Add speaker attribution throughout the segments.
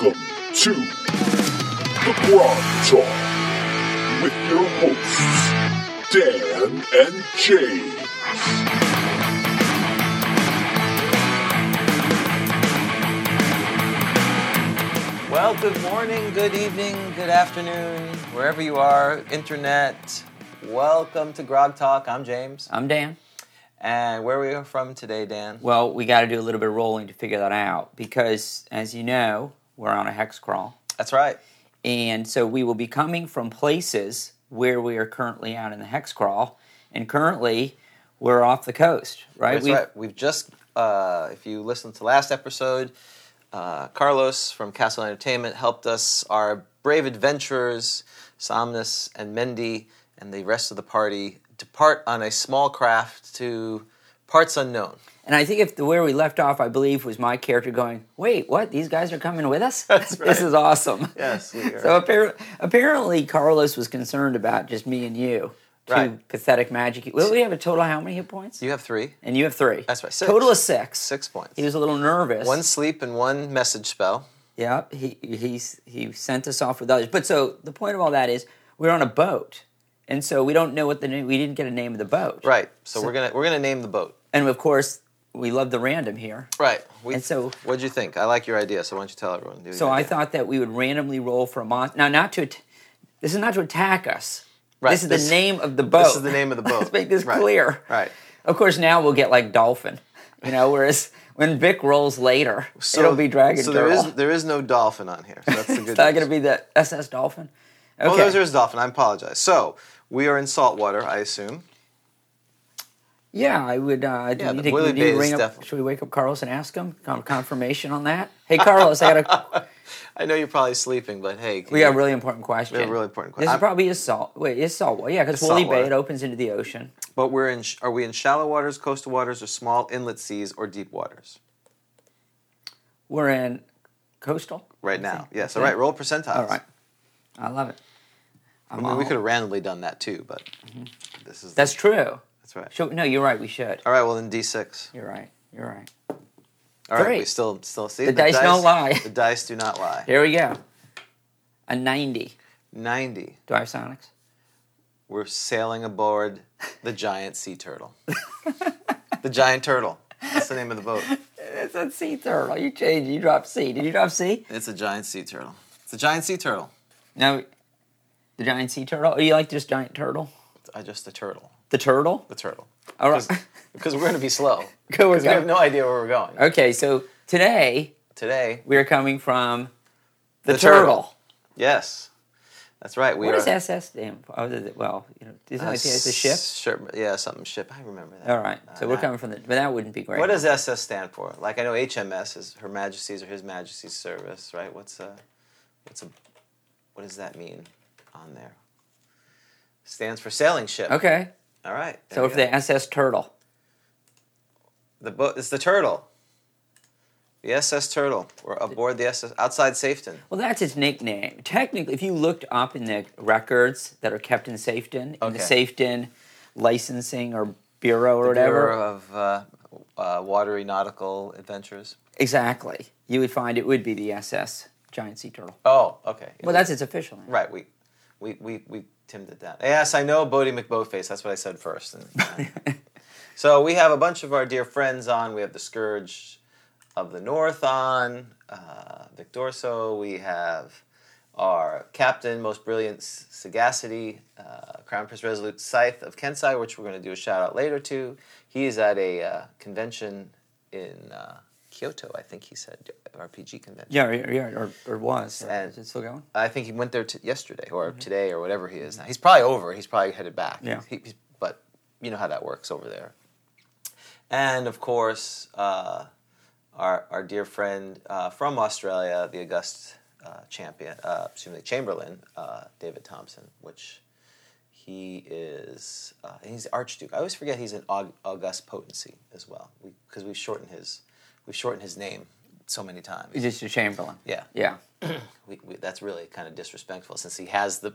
Speaker 1: to The Broad Talk with your hosts, Dan and Jay.
Speaker 2: Well, good morning, good evening, good afternoon, wherever you are, internet. Welcome to Grog Talk. I'm James.
Speaker 3: I'm Dan.
Speaker 2: And where we are from today, Dan?
Speaker 3: Well, we got to do a little bit of rolling to figure that out because, as you know, we're on a hex crawl.
Speaker 2: That's right.
Speaker 3: And so we will be coming from places where we are currently out in the hex crawl. And currently, we're off the coast, right?
Speaker 2: That's
Speaker 3: We've-
Speaker 2: right. We've just, uh, if you listened to last episode, uh, Carlos from Castle Entertainment helped us, our brave adventurers, Somnus and Mendy, and the rest of the party depart on a small craft to parts unknown.
Speaker 3: And I think if the, where we left off, I believe, was my character going, wait, what? These guys are coming with us? this is awesome.
Speaker 2: Yes, we are.
Speaker 3: So appar- apparently, Carlos was concerned about just me and you. Two
Speaker 2: Right.
Speaker 3: pathetic magic. Well, we have a total of how many hit points?
Speaker 2: You have three,
Speaker 3: and you have three.
Speaker 2: That's right, six.
Speaker 3: Total of six.
Speaker 2: six points.
Speaker 3: He was a little nervous.
Speaker 2: One sleep and one message spell.
Speaker 3: Yep, he he's he sent us off with others. But so the point of all that is we're on a boat, and so we don't know what the name. We didn't get a name of the boat,
Speaker 2: Right. So, we're gonna we're gonna name the boat.
Speaker 3: And of course, we love the random here.
Speaker 2: Right. We,
Speaker 3: And so-
Speaker 2: what'd you think? I like your idea. So why don't you tell everyone? the
Speaker 3: So I
Speaker 2: idea.
Speaker 3: thought that we would randomly roll for a monster. Now, not to at- this is not to attack us.
Speaker 2: Right,
Speaker 3: This is
Speaker 2: this-
Speaker 3: the name of the boat.
Speaker 2: this is the name of the boat.
Speaker 3: Let's make this
Speaker 2: Right,
Speaker 3: clear.
Speaker 2: right.
Speaker 3: Of course, now we'll get like dolphin. You know, whereas when Vic rolls later,
Speaker 2: So-
Speaker 3: it'll be dragon
Speaker 2: So
Speaker 3: turtle.
Speaker 2: there is there is no dolphin on here. So that's the good.
Speaker 3: it's not
Speaker 2: news.
Speaker 3: going to be the SS dolphin. Okay.
Speaker 2: Oh, there's, there's dolphin. I apologize. So we are in salt water, I assume.
Speaker 3: Yeah, I would. Uh, I do
Speaker 2: Yeah,
Speaker 3: need
Speaker 2: the
Speaker 3: to,
Speaker 2: Willie
Speaker 3: we need to
Speaker 2: Bay
Speaker 3: ring
Speaker 2: is
Speaker 3: up.
Speaker 2: definitely-
Speaker 3: Should we wake up Carlos and ask him Con- confirmation on that? Hey, Carlos, I got a
Speaker 2: I know you're probably sleeping, but hey, can
Speaker 3: we got a
Speaker 2: you-
Speaker 3: really important question.
Speaker 2: a really important
Speaker 3: This
Speaker 2: question.
Speaker 3: is probably is salt. Wait, is salt water? Yeah, because
Speaker 2: It's
Speaker 3: Willie
Speaker 2: salt
Speaker 3: Bay
Speaker 2: water.
Speaker 3: it opens into the ocean.
Speaker 2: But we're in. sh- Are we in shallow waters, coastal waters, or small inlet seas, or deep waters?
Speaker 3: We're in coastal.
Speaker 2: Right now. Yes. All right. Roll percentiles.
Speaker 3: All right, I love it.
Speaker 2: I mean, we could have randomly done that too, but this is
Speaker 3: Mm-hmm. That's true.
Speaker 2: that's right.
Speaker 3: Should, no, you're right. We should.
Speaker 2: All right. Well, then D six.
Speaker 3: You're right. You're right.
Speaker 2: All right,
Speaker 3: Great.
Speaker 2: we still still see
Speaker 3: The dice don't lie.
Speaker 2: The dice do not lie.
Speaker 3: Here we go. A ninety.
Speaker 2: Ninety.
Speaker 3: Do I have Sonics?
Speaker 2: We're sailing aboard the giant sea turtle. the giant turtle. That's the name of the boat.
Speaker 3: It's a sea turtle. You changed. You dropped C. Did you drop C?
Speaker 2: It's a giant sea turtle. It's a giant sea turtle.
Speaker 3: No. The giant sea turtle. Oh, you like this giant turtle?
Speaker 2: I just the turtle.
Speaker 3: The turtle.
Speaker 2: The turtle.
Speaker 3: All right.
Speaker 2: Because we're going to be slow.
Speaker 3: Go with
Speaker 2: Because Oh, we have
Speaker 3: that.
Speaker 2: no idea where we're going.
Speaker 3: Okay, so today
Speaker 2: Today,
Speaker 3: we are coming from the,
Speaker 2: The turtle.
Speaker 3: turtle.
Speaker 2: yes, that's right. We
Speaker 3: What
Speaker 2: are,
Speaker 3: does SS stand for? Oh, the- the- well, you know, isn't it like it's a ship?
Speaker 2: Sure, yeah, something ship. I remember that.
Speaker 3: All right, so we're
Speaker 2: that-
Speaker 3: coming from the. But that wouldn't be great.
Speaker 2: Uh, What does SS stand for? Like I know HMS is Her Majesty's or His Majesty's Service, right? What's a, what's a, what does that mean on there? Stands for sailing ship.
Speaker 3: Okay,
Speaker 2: All right. there
Speaker 3: so
Speaker 2: we go.
Speaker 3: if the SS turtle.
Speaker 2: the boat, it's the turtle. The SS Turtle. We're aboard the SS outside Safeton.
Speaker 3: Well, that's its nickname. Technically, if you looked up in the records that are kept in Safeton, in
Speaker 2: Okay.
Speaker 3: the Safeton licensing or bureau or whatever,
Speaker 2: Bureau of uh, uh, Watery Nautical Adventures.
Speaker 3: exactly, you would find it would be the SS giant sea turtle.
Speaker 2: Oh, okay.
Speaker 3: Well, that's its official name.
Speaker 2: right. We, we, we, we Tim did that. Yes, I know Bodie McBoatface. That's what I said first. And- uh, So we have a bunch of our dear friends on. We have the Scourge of the North on, uh, Vic Dorso. We have our captain, most brilliant S- sagacity, uh, Crown Prince Resolute Scythe of Kensai, which we're going to do a shout out later to. He is at a uh, convention in uh, Kyoto, I think he said, RPG convention.
Speaker 3: Yeah, yeah, yeah, or, or was. Or
Speaker 2: And-
Speaker 3: is it still going?
Speaker 2: I think he went there t- yesterday or today or whatever he is now. He's probably over. He's probably headed back.
Speaker 3: Yeah.
Speaker 2: He, he's, but you know how that works over there. And of course, uh, our our dear friend uh, from Australia, the August uh, champion, uh, excuse me, Chamberlain, uh, David Thompson, which he is. Uh, and he's Archduke. I always forget he's an Aug- August potency as well, because we, have shortened his we've shortened his name so many times.
Speaker 3: Is this your Chamberlain?
Speaker 2: Yeah
Speaker 3: Yeah.
Speaker 2: we, we, that's really kind of disrespectful since he has the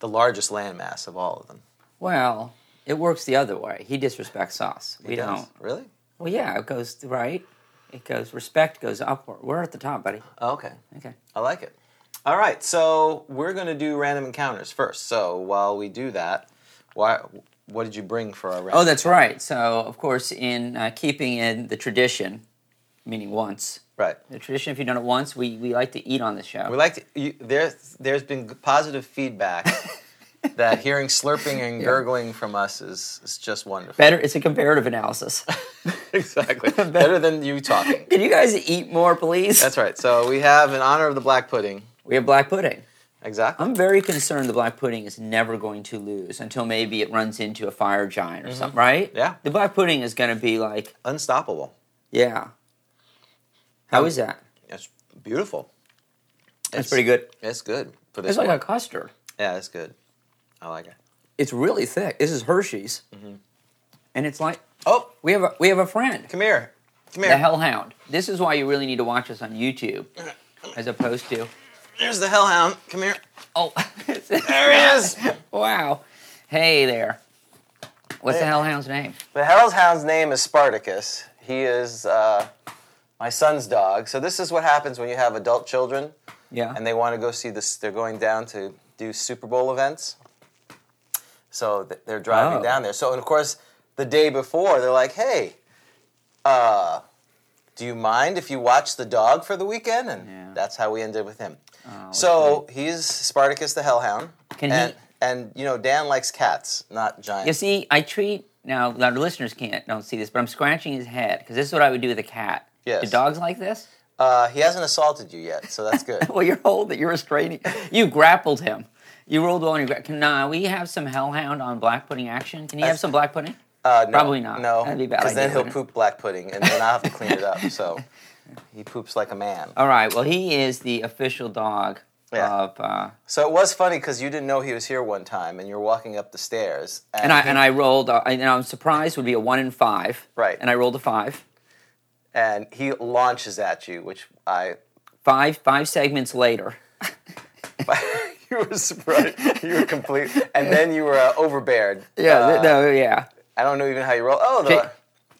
Speaker 2: the largest landmass of all of them.
Speaker 3: Well, it works the other way. He disrespects us. We
Speaker 2: He does.
Speaker 3: don't.
Speaker 2: really.
Speaker 3: Well, yeah, it goes right. It goes. Respect goes upward. We're at the top, buddy.
Speaker 2: Oh, okay,
Speaker 3: Okay.
Speaker 2: I like it. All right, so we're going to do random encounters first. So while we do that, why, what did you bring for our random?
Speaker 3: Oh, that's right. So, of course, in uh, keeping in the tradition, meaning once,
Speaker 2: right.
Speaker 3: the tradition, if you've done it once, we, we like to eat on the show.
Speaker 2: We like to, you, there, there's been positive feedback that hearing slurping and gurgling from us is, is just wonderful.
Speaker 3: Better, it's a comparative analysis.
Speaker 2: exactly. Better than you talking.
Speaker 3: Can you guys eat more, please?
Speaker 2: That's right. So we have in honor of the black pudding.
Speaker 3: we have black pudding.
Speaker 2: Exactly.
Speaker 3: I'm very concerned the black pudding is never going to lose until maybe it runs into a fire giant or something, right?
Speaker 2: Mm-hmm. Yeah.
Speaker 3: The black pudding is going to be like,
Speaker 2: Unstoppable.
Speaker 3: yeah. How is that?
Speaker 2: It's beautiful.
Speaker 3: That's
Speaker 2: Um, It's-
Speaker 3: pretty good.
Speaker 2: It's good for this
Speaker 3: It's like
Speaker 2: one.
Speaker 3: a custard.
Speaker 2: yeah, it's good. I like it.
Speaker 3: It's really thick. This is Hershey's,
Speaker 2: Mm-hmm.
Speaker 3: and it's like
Speaker 2: Oh,
Speaker 3: we have a, we have a friend,
Speaker 2: come here. Come
Speaker 3: the
Speaker 2: here.
Speaker 3: Hellhound. This is why you really need to watch us on YouTube, as opposed to
Speaker 2: There's the hellhound. Come here.
Speaker 3: oh,
Speaker 2: There he is.
Speaker 3: wow, hey there. What's the
Speaker 2: Hey.
Speaker 3: Hellhound's name?
Speaker 2: The hellhound's name is Spartacus. He is uh, my son's dog. So this is what happens when you have adult children
Speaker 3: Yeah,
Speaker 2: and they want to go see this. They're going down to do Super Bowl events. So th- they're driving
Speaker 3: Oh.
Speaker 2: down there. So and of course, the day before, they're like, "Hey, uh, do you mind if you watch the dog for the weekend?" And
Speaker 3: Yeah. Oh,
Speaker 2: that's how we ended with him.
Speaker 3: that's
Speaker 2: so he's Spartacus the Hellhound.
Speaker 3: Can
Speaker 2: and,
Speaker 3: he-
Speaker 2: And you know, Dan likes cats, not giants.
Speaker 3: you see, I treat now. Now the listeners can't don't see this, but I'm scratching his head because this is what I would do with a cat.
Speaker 2: Yes.
Speaker 3: Do dogs like this?
Speaker 2: Uh, he hasn't assaulted you yet, so that's good.
Speaker 3: Well, you're holding, you're restraining. You grappled him. You rolled well on your gra- Can uh, we have some Hellhound on black pudding action? Can you have some black pudding?
Speaker 2: Uh, no,
Speaker 3: Probably not.
Speaker 2: No,
Speaker 3: That'd be a bad
Speaker 2: Because then
Speaker 3: idea,
Speaker 2: he'll
Speaker 3: wouldn't it?
Speaker 2: poop black pudding, and then I'll have to clean it up. So he poops like a man.
Speaker 3: All right. Well, he is the official dog
Speaker 2: Yeah.
Speaker 3: of, uh,
Speaker 2: So it was funny because you didn't know he was here one time, and you're walking up the stairs,
Speaker 3: and I and I rolled. Uh, and I'm surprised would be a one in five.
Speaker 2: Right.
Speaker 3: And I rolled a five.
Speaker 2: and he launches at you, which I
Speaker 3: Five five segments later.
Speaker 2: you were surprised, you were complete, and then you were uh, overbeared.
Speaker 3: Yeah.
Speaker 2: Uh,
Speaker 3: th- no. Yeah.
Speaker 2: I don't know even how you roll. Oh, the,
Speaker 3: Jake-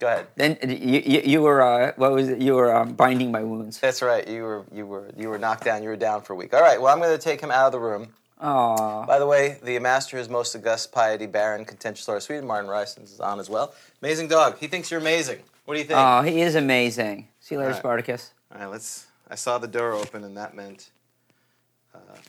Speaker 2: go ahead.
Speaker 3: Then uh, you, you, you were uh, what was it? You were um, binding my wounds.
Speaker 2: That's right. You were you were you were knocked down. You were down for a week. All right. Well, I'm going to take him out of the room.
Speaker 3: Aw.
Speaker 2: By the way, the master, his most august piety, baron, contentious lord of Sweden, Martin Rice, is on as well. Amazing dog. He thinks you're amazing. What do you think?
Speaker 3: Oh, he is amazing. See you later,
Speaker 2: Alright.
Speaker 3: Spartacus.
Speaker 2: All right, let's. I saw the door open, and that meant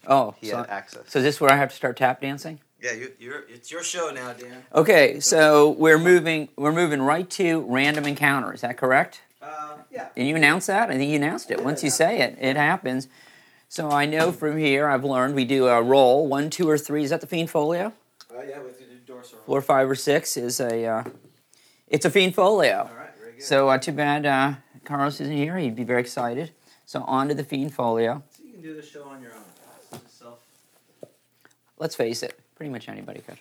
Speaker 3: Oh,
Speaker 2: he
Speaker 3: so,
Speaker 2: had access.
Speaker 3: so is this where I have to start tap dancing?
Speaker 2: yeah, you, you're. It's your show now, Dan.
Speaker 3: Okay, so we're moving we're moving right to random encounter. Is that correct?
Speaker 2: Uh, yeah.
Speaker 3: And you announced that? I think you announced it. Once you say it, it happens. So I know from here I've learned we do a roll one, two, or three. Is that the fiend folio?
Speaker 2: Uh, yeah, with the endorser.
Speaker 3: Four, five, or six is a uh, it's a fiend folio.
Speaker 2: right, very good.
Speaker 3: So uh, too bad uh, Carlos isn't here. He'd be very excited. So on to the fiend folio.
Speaker 2: you can do the show on your own.
Speaker 3: let's face it, pretty much anybody could.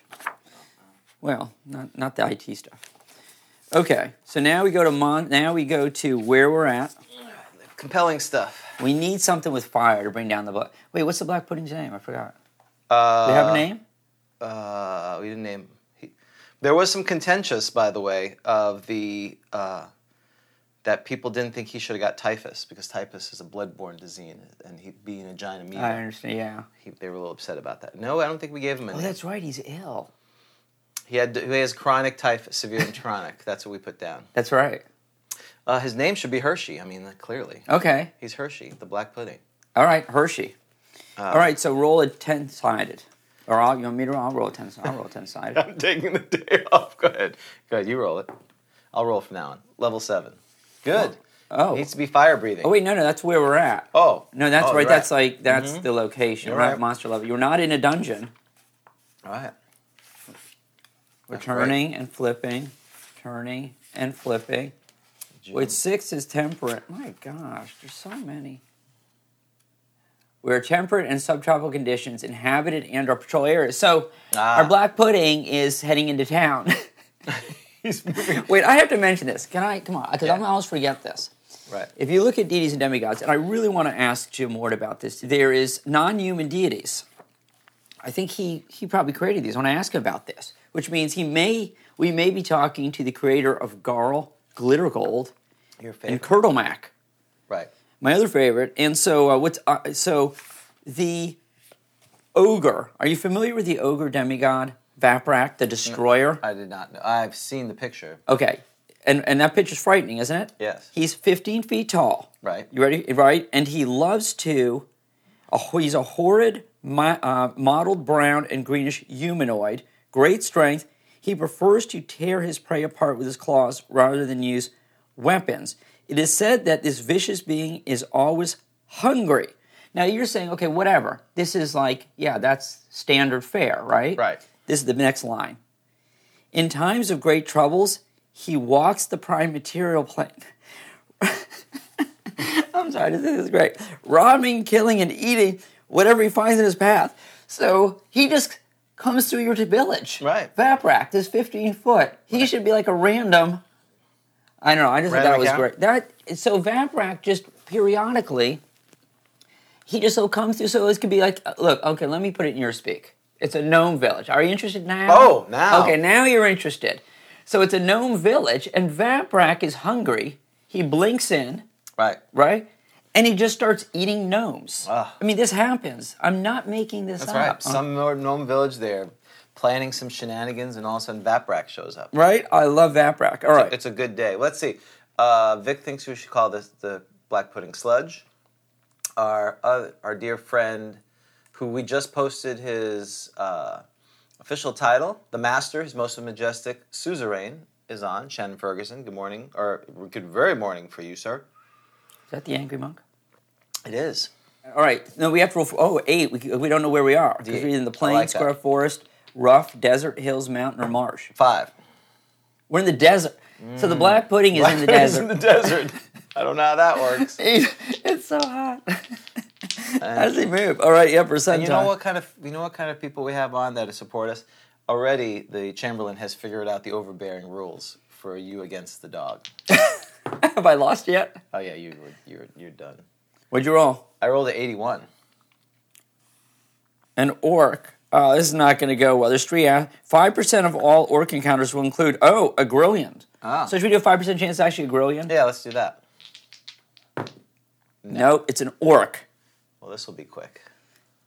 Speaker 3: Well, not not the IT stuff. Okay, so now we go to mon. Now we go to where we're at.
Speaker 2: Compelling stuff.
Speaker 3: We need something with fire to bring down the black. Wait, what's the black pudding's name? I forgot.
Speaker 2: Uh,
Speaker 3: Do you have a name?
Speaker 2: Uh, we didn't name. He, there was some contentious, by the way, of the uh, that people didn't think he should have got typhus because typhus is a bloodborne disease, and he being a giant
Speaker 3: I
Speaker 2: amoeba,
Speaker 3: understand. Yeah.
Speaker 2: he, they were a little upset about that. No, I don't think we gave him a
Speaker 3: Oh,
Speaker 2: name.
Speaker 3: that's right. He's ill.
Speaker 2: He had he has chronic typhus, severe and chronic. That's what we put down.
Speaker 3: That's right.
Speaker 2: Uh, his name should be Hershey. I mean, like, clearly
Speaker 3: Okay.
Speaker 2: he's Hershey, the black pudding.
Speaker 3: All right. Hershey.
Speaker 2: Uh,
Speaker 3: All right. So roll a ten sided, or I'll, you want me to roll? I'll roll a ten. I'll roll a ten sided.
Speaker 2: I'm taking the day off. Go ahead. Go ahead. You roll it. I'll roll from now on. Level seven. Good.
Speaker 3: Oh.
Speaker 2: Needs to be fire breathing.
Speaker 3: Oh wait, no, no. That's where we're at.
Speaker 2: Oh
Speaker 3: No, that's
Speaker 2: Oh, you're
Speaker 3: right.
Speaker 2: Mm-hmm.
Speaker 3: That's like that's the location.
Speaker 2: You're
Speaker 3: We're at
Speaker 2: right.
Speaker 3: monster level. You're not in a dungeon.
Speaker 2: All right.
Speaker 3: We're
Speaker 2: That's
Speaker 3: turning and flipping, turning and flipping. Wait, six is temperate. My gosh, there's so many. We're temperate and subtropical conditions, inhabited and or patrol areas. So
Speaker 2: Ah.
Speaker 3: our black pudding is heading into town.
Speaker 2: He's moving.
Speaker 3: Wait, I have to mention this. Can I? Come on, because I
Speaker 2: Yeah.
Speaker 3: almost forget this.
Speaker 2: Right.
Speaker 3: If you look at deities and demigods, and I really want to ask Jim Ward about this, there is non-human deities. I think he he probably created these. When I ask him about this, which means he may we may be talking to the creator of Garl, Glitter Gold,
Speaker 2: Your favorite.
Speaker 3: and Kurtlemac,
Speaker 2: right.
Speaker 3: my other favorite. And so uh, what's uh, so the ogre. Are you familiar with the ogre demigod Vaprak, the destroyer?
Speaker 2: I did not know. I've seen the picture.
Speaker 3: Okay, and and that picture's frightening, isn't it?
Speaker 2: Yes.
Speaker 3: He's 15 feet tall.
Speaker 2: Right.
Speaker 3: You ready? Right. And he loves to. oh, he's a horrid, my, uh, mottled brown and greenish humanoid. Great strength. He prefers to tear his prey apart with his claws rather than use weapons. It is said that this vicious being is always hungry. Now you're saying, okay, whatever. This is like, yeah, that's standard fare, right?
Speaker 2: Right.
Speaker 3: This is the next line. In times of great troubles, he walks the prime material plane. I'm sorry, this is great. Robbing, killing, and eating whatever he finds in his path. So he just comes through your village.
Speaker 2: Right.
Speaker 3: Vaprak, this 15 foot. He should be like a random. I don't know. I just thought that
Speaker 2: Random
Speaker 3: was
Speaker 2: account?
Speaker 3: great. That so Vaprak just periodically. He just so comes through. So this could be like, look, okay, let me put it in your speak. It's a gnome village. Are you interested now?
Speaker 2: Oh, now.
Speaker 3: Okay, now you're interested. So it's a gnome village, and Vaprak is hungry. He blinks in
Speaker 2: Right.
Speaker 3: right? And he just starts eating gnomes.
Speaker 2: Ugh.
Speaker 3: I mean, this happens. I'm not making this
Speaker 2: Ah. That's
Speaker 3: up.
Speaker 2: right. Some more gnome village there, planning some shenanigans, and all of a sudden Vaprak shows up.
Speaker 3: right? I love Vaprak. All right.
Speaker 2: It's a good day. Let's see. Uh, Vic thinks we should call this the black pudding sludge. Our other, our dear friend, who we just posted his uh, official title, the master, his most majestic suzerain, is on. Shannon Ferguson. Good morning, or good very morning for you, sir.
Speaker 3: Is that the angry monk?
Speaker 2: It is.
Speaker 3: All right. No, we have to roll for, oh, eight. We, we don't know where we are. Because
Speaker 2: The-
Speaker 3: we're in the
Speaker 2: I
Speaker 3: plains,
Speaker 2: like that.
Speaker 3: square forest, rough, desert, hills, mountain, or marsh.
Speaker 2: Five.
Speaker 3: We're in the desert. So
Speaker 2: Mm.
Speaker 3: the black pudding is in the
Speaker 2: It's in
Speaker 3: desert.
Speaker 2: the desert. I don't know how that works.
Speaker 3: it's so hot. How does he move? All right, yeah, percentile.
Speaker 2: You know what kind of you know what kind of people we have on there to support us. Already, the Chamberlain has figured out the overbearing rules for you against the dog.
Speaker 3: Have I lost yet?
Speaker 2: Oh yeah, you were you're you're done.
Speaker 3: What'd you roll?
Speaker 2: I rolled an 81.
Speaker 3: an orc. Oh, this is not going to go well. There's three. Five percent of all orc encounters will include oh a grillion.
Speaker 2: Ah.
Speaker 3: So should we do a five percent chance it's actually a grillion?
Speaker 2: Yeah, let's do that.
Speaker 3: No, it's an orc.
Speaker 2: Well, this will be quick.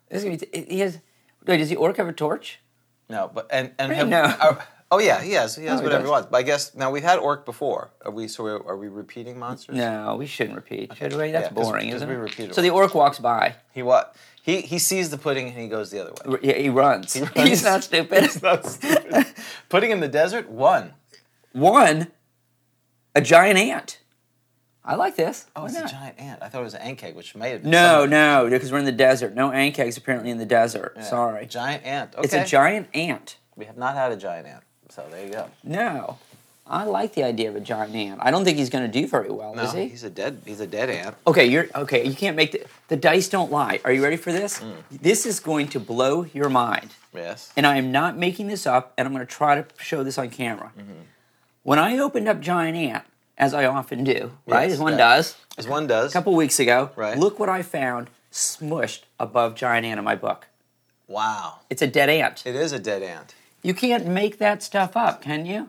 Speaker 3: This is gonna be, he has. Wait, does the orc have a torch?
Speaker 2: No, but and and
Speaker 3: I know.
Speaker 2: are- oh yeah, he has he has
Speaker 3: he
Speaker 2: whatever he
Speaker 3: does.
Speaker 2: wants. But I guess now we've had orc before. Are we so we're, are we repeating monsters?
Speaker 3: No, we shouldn't repeat, should we? That's
Speaker 2: Yeah, 'cause-
Speaker 3: boring,
Speaker 2: 'cause
Speaker 3: isn't
Speaker 2: we
Speaker 3: it?
Speaker 2: repeated
Speaker 3: so the orc walks by.
Speaker 2: He what? He he sees the pudding and he goes the other way.
Speaker 3: R- Yeah, he runs.
Speaker 2: runs.
Speaker 3: He's not stupid.
Speaker 2: That's stupid. pudding in the desert. One.
Speaker 3: One, a giant ant. I like this.
Speaker 2: Oh,
Speaker 3: Why
Speaker 2: it's a
Speaker 3: not?
Speaker 2: giant ant. I thought it was an ant keg, which may have been
Speaker 3: No,
Speaker 2: somewhere.
Speaker 3: no, because we're in the desert. No ant kegs apparently in the desert.
Speaker 2: Yeah.
Speaker 3: Sorry.
Speaker 2: Giant ant. Okay.
Speaker 3: It's a giant ant.
Speaker 2: We have not had a giant ant, so there you go.
Speaker 3: No. I like the idea of a giant ant. I don't think he's going to do very well,
Speaker 2: No,
Speaker 3: is he?
Speaker 2: he's a dead. He's a dead ant.
Speaker 3: Okay, you're okay. You can't make the the dice don't lie. Are you ready for this?
Speaker 2: Mm.
Speaker 3: This is going to blow your mind,
Speaker 2: Yes.
Speaker 3: and I am not making this up. And I'm going to try to show this on camera.
Speaker 2: Mm-hmm.
Speaker 3: When I opened up Giant Ant, as I often do, right
Speaker 2: Yes,
Speaker 3: as one
Speaker 2: yeah.
Speaker 3: does,
Speaker 2: As one does.
Speaker 3: a couple weeks ago,
Speaker 2: Right.
Speaker 3: look what I found smushed above Giant Ant in my book.
Speaker 2: Wow.
Speaker 3: It's a dead ant.
Speaker 2: It is a dead ant.
Speaker 3: You can't make that stuff up, can you?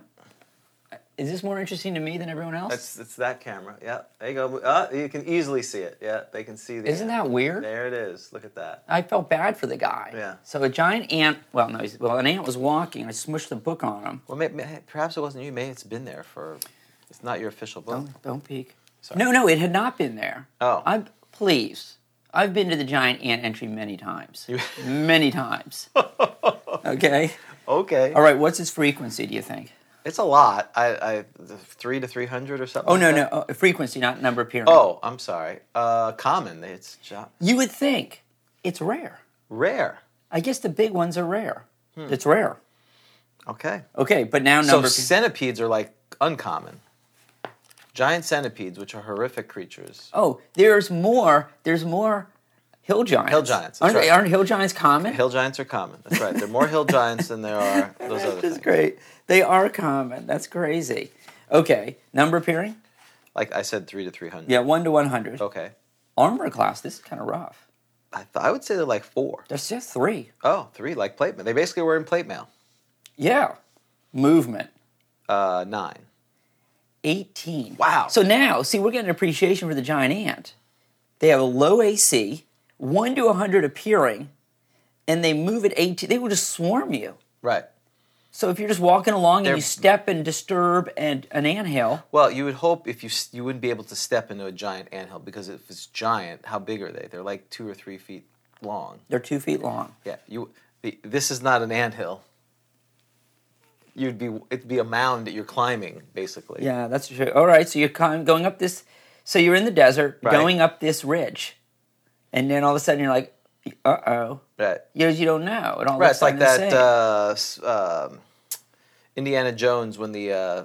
Speaker 3: Is this more interesting to me than everyone else?
Speaker 2: It's, it's that camera. Yeah. There you go. Uh, you can easily see it. Yeah. They can see the.
Speaker 3: Isn't
Speaker 2: ant.
Speaker 3: that weird?
Speaker 2: There it is. Look at that.
Speaker 3: I felt bad for the guy.
Speaker 2: Yeah.
Speaker 3: So a giant ant. Well, no. He's, well, an ant was walking. I smushed the book on him.
Speaker 2: Well, may, may- perhaps it wasn't you. Maybe it's been there for. It's not your official book.
Speaker 3: Don't, don't peek.
Speaker 2: Sorry.
Speaker 3: No, no. It had not been there.
Speaker 2: Oh.
Speaker 3: I'm please. I've been to the giant ant entry many times. many times. okay.
Speaker 2: Okay.
Speaker 3: All right. What's its frequency? Do you think?
Speaker 2: It's a lot. I, I the three to three hundred or something.
Speaker 3: Oh
Speaker 2: like
Speaker 3: no,
Speaker 2: that?
Speaker 3: no. Oh, frequency, not number of pyramid.
Speaker 2: Oh, I'm sorry. Uh, common. It's jo-
Speaker 3: You would think it's rare.
Speaker 2: rare.
Speaker 3: I guess the big ones are rare.
Speaker 2: Hmm.
Speaker 3: It's rare.
Speaker 2: Okay.
Speaker 3: Okay, but now
Speaker 2: So
Speaker 3: number.
Speaker 2: centipedes are like uncommon. Giant centipedes, which are horrific creatures.
Speaker 3: Oh, there's more. There's more hill giants.
Speaker 2: Hill giants, that's
Speaker 3: Aren't,
Speaker 2: right.
Speaker 3: aren't hill giants common?
Speaker 2: Hill giants are common. That's right. There are more hill giants than there are those other
Speaker 3: That's
Speaker 2: things.
Speaker 3: great. They are common. That's crazy. Okay, number pairing.
Speaker 2: Like I said, three to three hundred.
Speaker 3: Yeah, one to one hundred.
Speaker 2: Okay.
Speaker 3: Armor class. This is kind of rough.
Speaker 2: I, th- I would say they're like four.
Speaker 3: There's just three.
Speaker 2: Oh, three like plate mail. They basically were in plate mail.
Speaker 3: Yeah. Movement.
Speaker 2: Uh, nine.
Speaker 3: 18.
Speaker 2: Wow.
Speaker 3: So now, see, we're getting appreciation for the giant ant. They have a low AC, 1 to 100 appearing and they move at 18, they will just swarm you.
Speaker 2: Right.
Speaker 3: So if you're just walking along
Speaker 2: They're-
Speaker 3: and you step and disturb and an anthill,
Speaker 2: Well, you would hope if you s- you wouldn't be able to step into a giant anthill because if it's giant, how big are they? They're like two or three feet long.
Speaker 3: they're two feet long.
Speaker 2: Yeah, you. The, this is not an anthill. You'd be it'd be a mound that you're climbing basically.
Speaker 3: Yeah, that's true. All right, so you're con- going up this, so you're in the desert,
Speaker 2: Right.
Speaker 3: going up this ridge, and then all of a sudden you're like, uh oh,
Speaker 2: Right.
Speaker 3: you, you don't know. It all
Speaker 2: Right.
Speaker 3: looks
Speaker 2: It's like
Speaker 3: kinda
Speaker 2: that
Speaker 3: the same.
Speaker 2: uh, s- um, Indiana Jones when the uh,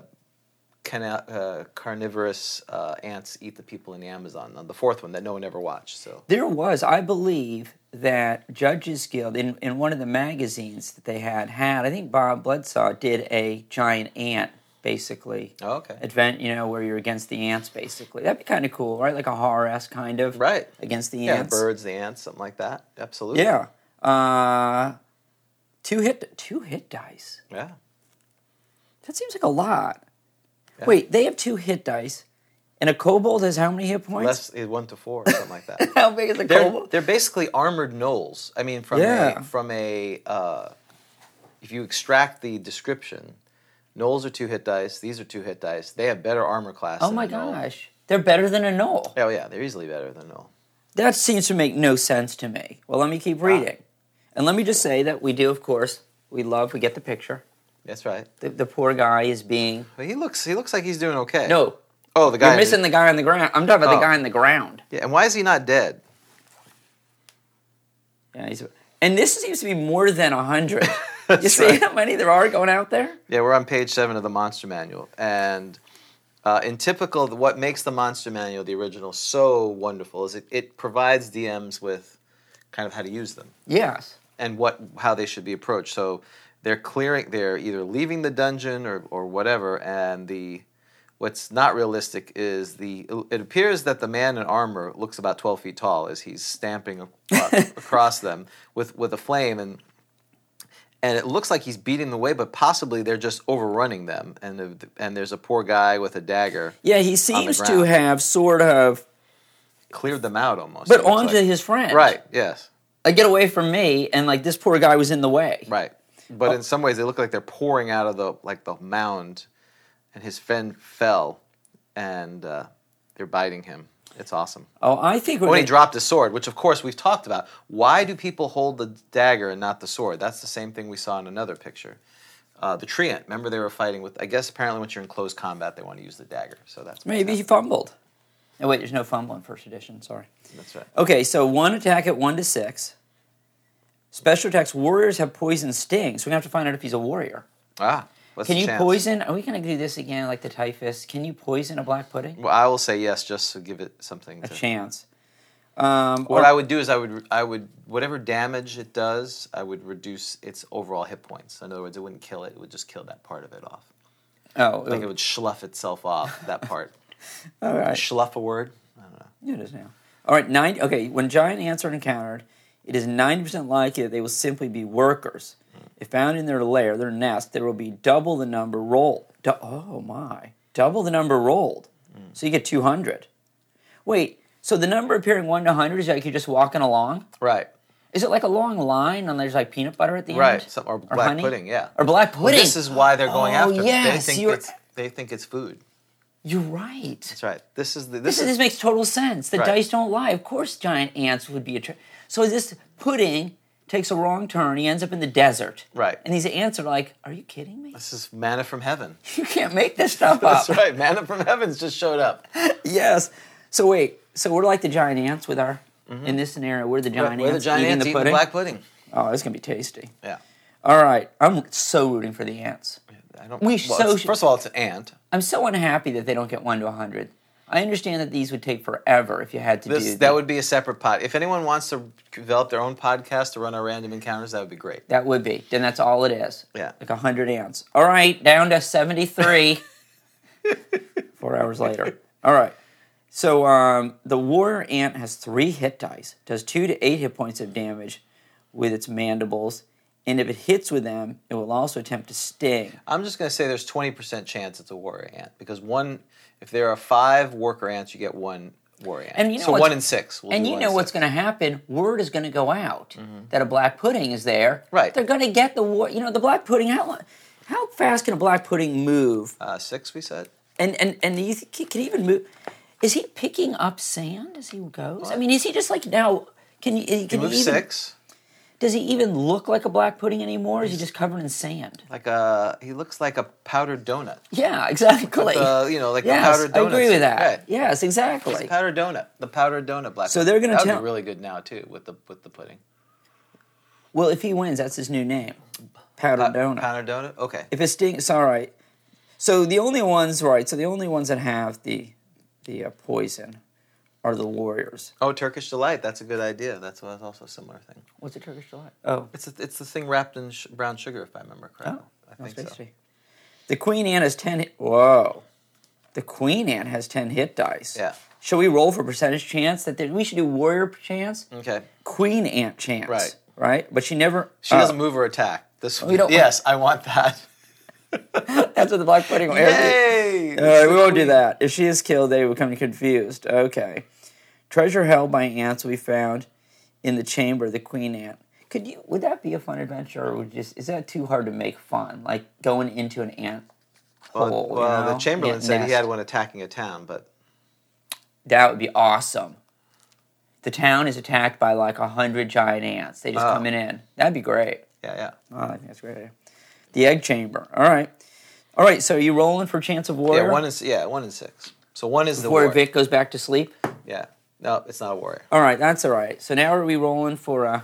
Speaker 2: cana- uh, carnivorous uh, ants eat the people in the Amazon. The fourth one that no one ever watched. So
Speaker 3: There was, I believe, that Judges Guild in, in one of the magazines that they had had. I think Bob Bledsoe did a giant ant, basically.
Speaker 2: Oh, okay.
Speaker 3: Advent, you know, where you're against the ants, basically. That'd be kind of cool, right? Like a horror esque kind of.
Speaker 2: Right.
Speaker 3: Against the
Speaker 2: yeah,
Speaker 3: ants.
Speaker 2: the birds, the ants, something like that. Absolutely.
Speaker 3: Yeah. Uh, two hit, two hit dice.
Speaker 2: Yeah.
Speaker 3: That seems like a lot. Wait, they have two hit dice, and a kobold has how many hit points?
Speaker 2: Less is one to four, or something like that.
Speaker 3: How big is a
Speaker 2: They're,
Speaker 3: kobold?
Speaker 2: they're basically armored gnolls. I mean, from
Speaker 3: Yeah.
Speaker 2: a, from a uh, if you extract the description, gnolls are two hit dice. These are two hit dice. They have better armor class.
Speaker 3: Oh
Speaker 2: than
Speaker 3: my
Speaker 2: a gnoll.
Speaker 3: gosh, they're better than a gnoll.
Speaker 2: Oh yeah, they're easily better than a gnoll.
Speaker 3: That seems to make no sense to me. Well, let me
Speaker 2: Ah.
Speaker 3: keep reading, and let me just say that we do, of course, we love. We get the picture.
Speaker 2: That's right.
Speaker 3: The, the poor guy is being
Speaker 2: But he looks he looks like he's doing okay.
Speaker 3: no.
Speaker 2: Oh, the guy.
Speaker 3: You're missing the guy on the ground. I'm talking about
Speaker 2: Oh.
Speaker 3: the guy on the ground.
Speaker 2: yeah, and why is he not dead?
Speaker 3: Yeah, he's, and this seems to be more than a hundred. you see how many there are going out there?
Speaker 2: Yeah, we're on page seven of the Monster Manual, and uh, in typical, what makes the Monster Manual, the original, so wonderful is it, it provides DMs with kind of how to use them
Speaker 3: Yes.
Speaker 2: and what how they should be approached. So they're clearing, they're either leaving the dungeon or or whatever, and the what's not realistic is the it appears that the man in armor looks about 12 feet tall as he's stamping ac- across them with with a flame and and it looks like he's beating the way but possibly they're just overrunning them and the, and there's a poor guy with a dagger
Speaker 3: Yeah, he seems to
Speaker 2: ground.
Speaker 3: have sort of,
Speaker 2: cleared them out almost
Speaker 3: but
Speaker 2: it looks
Speaker 3: onto
Speaker 2: like.
Speaker 3: his friend.
Speaker 2: right yes
Speaker 3: Like, get away from me, and like this poor guy was in the way.
Speaker 2: Right. But in some ways, they look like they're pouring out of the like the mound, and his friend fell, and uh, they're biting him. It's awesome.
Speaker 3: Oh, I think we're
Speaker 2: When he
Speaker 3: gonna-
Speaker 2: dropped his sword, which of course we've talked about. Why do people hold the dagger and not the sword? That's the same thing we saw in another picture. Uh, the treant. Remember, they were fighting with. I guess apparently, once you're in close combat, they want to use the dagger. So that's
Speaker 3: maybe he fumbled. Oh wait, there's no fumble in first edition. Sorry.
Speaker 2: that's right.
Speaker 3: Okay, so one attack at one to six. Special attacks. Warriors have poison stings. We're gonna have to find out if he's a warrior.
Speaker 2: Ah, what's
Speaker 3: Can
Speaker 2: the
Speaker 3: you
Speaker 2: chance?
Speaker 3: poison? Are we gonna do this again, like the typhus? Can you poison a black pudding?
Speaker 2: Well, I will say yes, just to give it something.
Speaker 3: A
Speaker 2: to,
Speaker 3: chance. Um,
Speaker 2: What
Speaker 3: or-
Speaker 2: I would do is I would I would whatever damage it does, I would reduce its overall hit points. In other words, it wouldn't kill it; it would just kill that part of it off.
Speaker 3: oh,
Speaker 2: Like it would schluff itself off that part.
Speaker 3: all right.
Speaker 2: schluff a word? I don't know.
Speaker 3: Yeah, it is now. All right, nine. Okay, when giant ants are encountered, it is ninety percent likely that they will simply be workers.
Speaker 2: Hmm.
Speaker 3: If found in their lair, their nest, there will be double the number rolled. Du- oh my, double the number rolled.
Speaker 2: Hmm.
Speaker 3: So you get two hundred. Wait, so the number appearing one to hundred is like you're just walking along.
Speaker 2: Right,
Speaker 3: Is it like a long line and there's like peanut butter at the end?
Speaker 2: right. Some, or black
Speaker 3: honey?
Speaker 2: pudding, yeah.
Speaker 3: Or black pudding.
Speaker 2: This is why they're going
Speaker 3: Oh,
Speaker 2: after. it.
Speaker 3: yes,
Speaker 2: they think
Speaker 3: you're-
Speaker 2: it's they think it's food.
Speaker 3: You're right.
Speaker 2: That's right. This is the,
Speaker 3: This,
Speaker 2: this
Speaker 3: this
Speaker 2: is
Speaker 3: makes total sense. The
Speaker 2: Right.
Speaker 3: dice don't lie. Of course, giant ants would be a. Tra- so this pudding takes a wrong turn. He ends up in the desert.
Speaker 2: Right.
Speaker 3: And these ants are like, "Are you kidding me?
Speaker 2: this is manna from heaven.
Speaker 3: You can't make this stuff up."
Speaker 2: That's right. Manna from heaven's just showed up.
Speaker 3: Yes. So wait. So we're like the giant ants with our. In this scenario, we're the giant
Speaker 2: Where Mm-hmm. the
Speaker 3: ants
Speaker 2: giant
Speaker 3: eating
Speaker 2: ants
Speaker 3: the
Speaker 2: eating
Speaker 3: pudding.
Speaker 2: black pudding.
Speaker 3: oh, it's gonna be tasty.
Speaker 2: Yeah.
Speaker 3: All right, I'm so rooting for the ants.
Speaker 2: I don't.
Speaker 3: We
Speaker 2: well,
Speaker 3: so
Speaker 2: it's-
Speaker 3: should-
Speaker 2: first of all, it's an ant.
Speaker 3: I'm so unhappy that they don't get one to hundred. I understand that these would take forever if you had to
Speaker 2: This,
Speaker 3: do
Speaker 2: that would be a separate pod. If anyone wants to develop their own podcast to run our random encounters, that would be great.
Speaker 3: That would be. Then that's all it is.
Speaker 2: Yeah.
Speaker 3: Like 100 ants. All right, down to 73. Four hours later. All right. So um, the warrior ant has three hit dice, does two to eight hit points of damage with its mandibles, and if it hits with them, it will also attempt to sting.
Speaker 2: I'm just going to say there's 20% chance it's a warrior ant because one, if there are five worker ants, you get one Warrior.
Speaker 3: And you know
Speaker 2: so
Speaker 3: what's-
Speaker 2: one in six. We'll
Speaker 3: and
Speaker 2: do
Speaker 3: you
Speaker 2: one
Speaker 3: know
Speaker 2: in
Speaker 3: what's
Speaker 2: six.
Speaker 3: going to happen. Word is going to go out that a black pudding is there.
Speaker 2: Mm-hmm. Right.
Speaker 3: They're going to get the war. You know, the black pudding. How lo- how fast can a black pudding move?
Speaker 2: uh, six. We said.
Speaker 3: And and and do you think he can even move? Is he picking up sand as he goes? I mean, is he just like now? Can you? Can
Speaker 2: He moved
Speaker 3: even,
Speaker 2: six.
Speaker 3: Does he even look like a black pudding anymore? Is he just covered in sand?
Speaker 2: Like a he looks like a powdered donut.
Speaker 3: Yeah, exactly.
Speaker 2: The, uh, you know, like
Speaker 3: yes,
Speaker 2: the powdered
Speaker 3: I
Speaker 2: donut.
Speaker 3: agree with that.
Speaker 2: Right.
Speaker 3: Yes, exactly.
Speaker 2: Powdered donut. The powdered donut black.
Speaker 3: So they're gonna
Speaker 2: That would
Speaker 3: tell-
Speaker 2: be really good now too with the with the pudding.
Speaker 3: Well, if he wins, that's his new name, powdered
Speaker 2: Uh,
Speaker 3: donut.
Speaker 2: Powdered donut. Okay.
Speaker 3: If it stinks, all right. So the only ones, right? So the only ones that have the the uh, poison are the warriors.
Speaker 2: Oh, Turkish delight. That's a good idea. That's what- that's also a similar thing.
Speaker 3: What's a Turkish delight? Oh,
Speaker 2: It's a, it's the thing wrapped in sh- brown sugar, if I remember correctly. I
Speaker 3: no
Speaker 2: think so.
Speaker 3: Oh. pastry. The queen ant has ten. Hit, whoa, the queen ant has ten hit dice.
Speaker 2: Yeah.
Speaker 3: Should we roll for percentage chance that there, we should do warrior chance,
Speaker 2: Okay.
Speaker 3: queen ant chance,
Speaker 2: Mm. Right.
Speaker 3: Right, but she never.
Speaker 2: She
Speaker 3: oh,
Speaker 2: doesn't move or attack. This
Speaker 3: We oh, don't-
Speaker 2: yes, I want that.
Speaker 3: That's what the black pudding.
Speaker 2: Yay!
Speaker 3: All right, we won't do that. If she is killed, they become confused. Okay. Treasure held by ants we found in the chamber of the queen ant. Could you? Would that be a fun adventure, or would just is that too hard to make fun? Like going into an ant
Speaker 2: Well,
Speaker 3: hole. you
Speaker 2: well,
Speaker 3: know?
Speaker 2: the Chamberlain
Speaker 3: Ant
Speaker 2: said he
Speaker 3: nest.
Speaker 2: had one attacking a town, but
Speaker 3: That would be awesome. The town is attacked by like a hundred giant ants. They just
Speaker 2: Oh.
Speaker 3: coming in. That'd be great.
Speaker 2: yeah, yeah.
Speaker 3: Oh, I think that's a great. idea. The egg chamber. All right, all right. So are you rolling for chance of warrior?
Speaker 2: Yeah, one is yeah, one in six. So one is the
Speaker 3: before
Speaker 2: warrior.
Speaker 3: Vic goes back to sleep.
Speaker 2: Yeah. No, it's not a warrior.
Speaker 3: All right, that's all right. So now are we rolling for uh,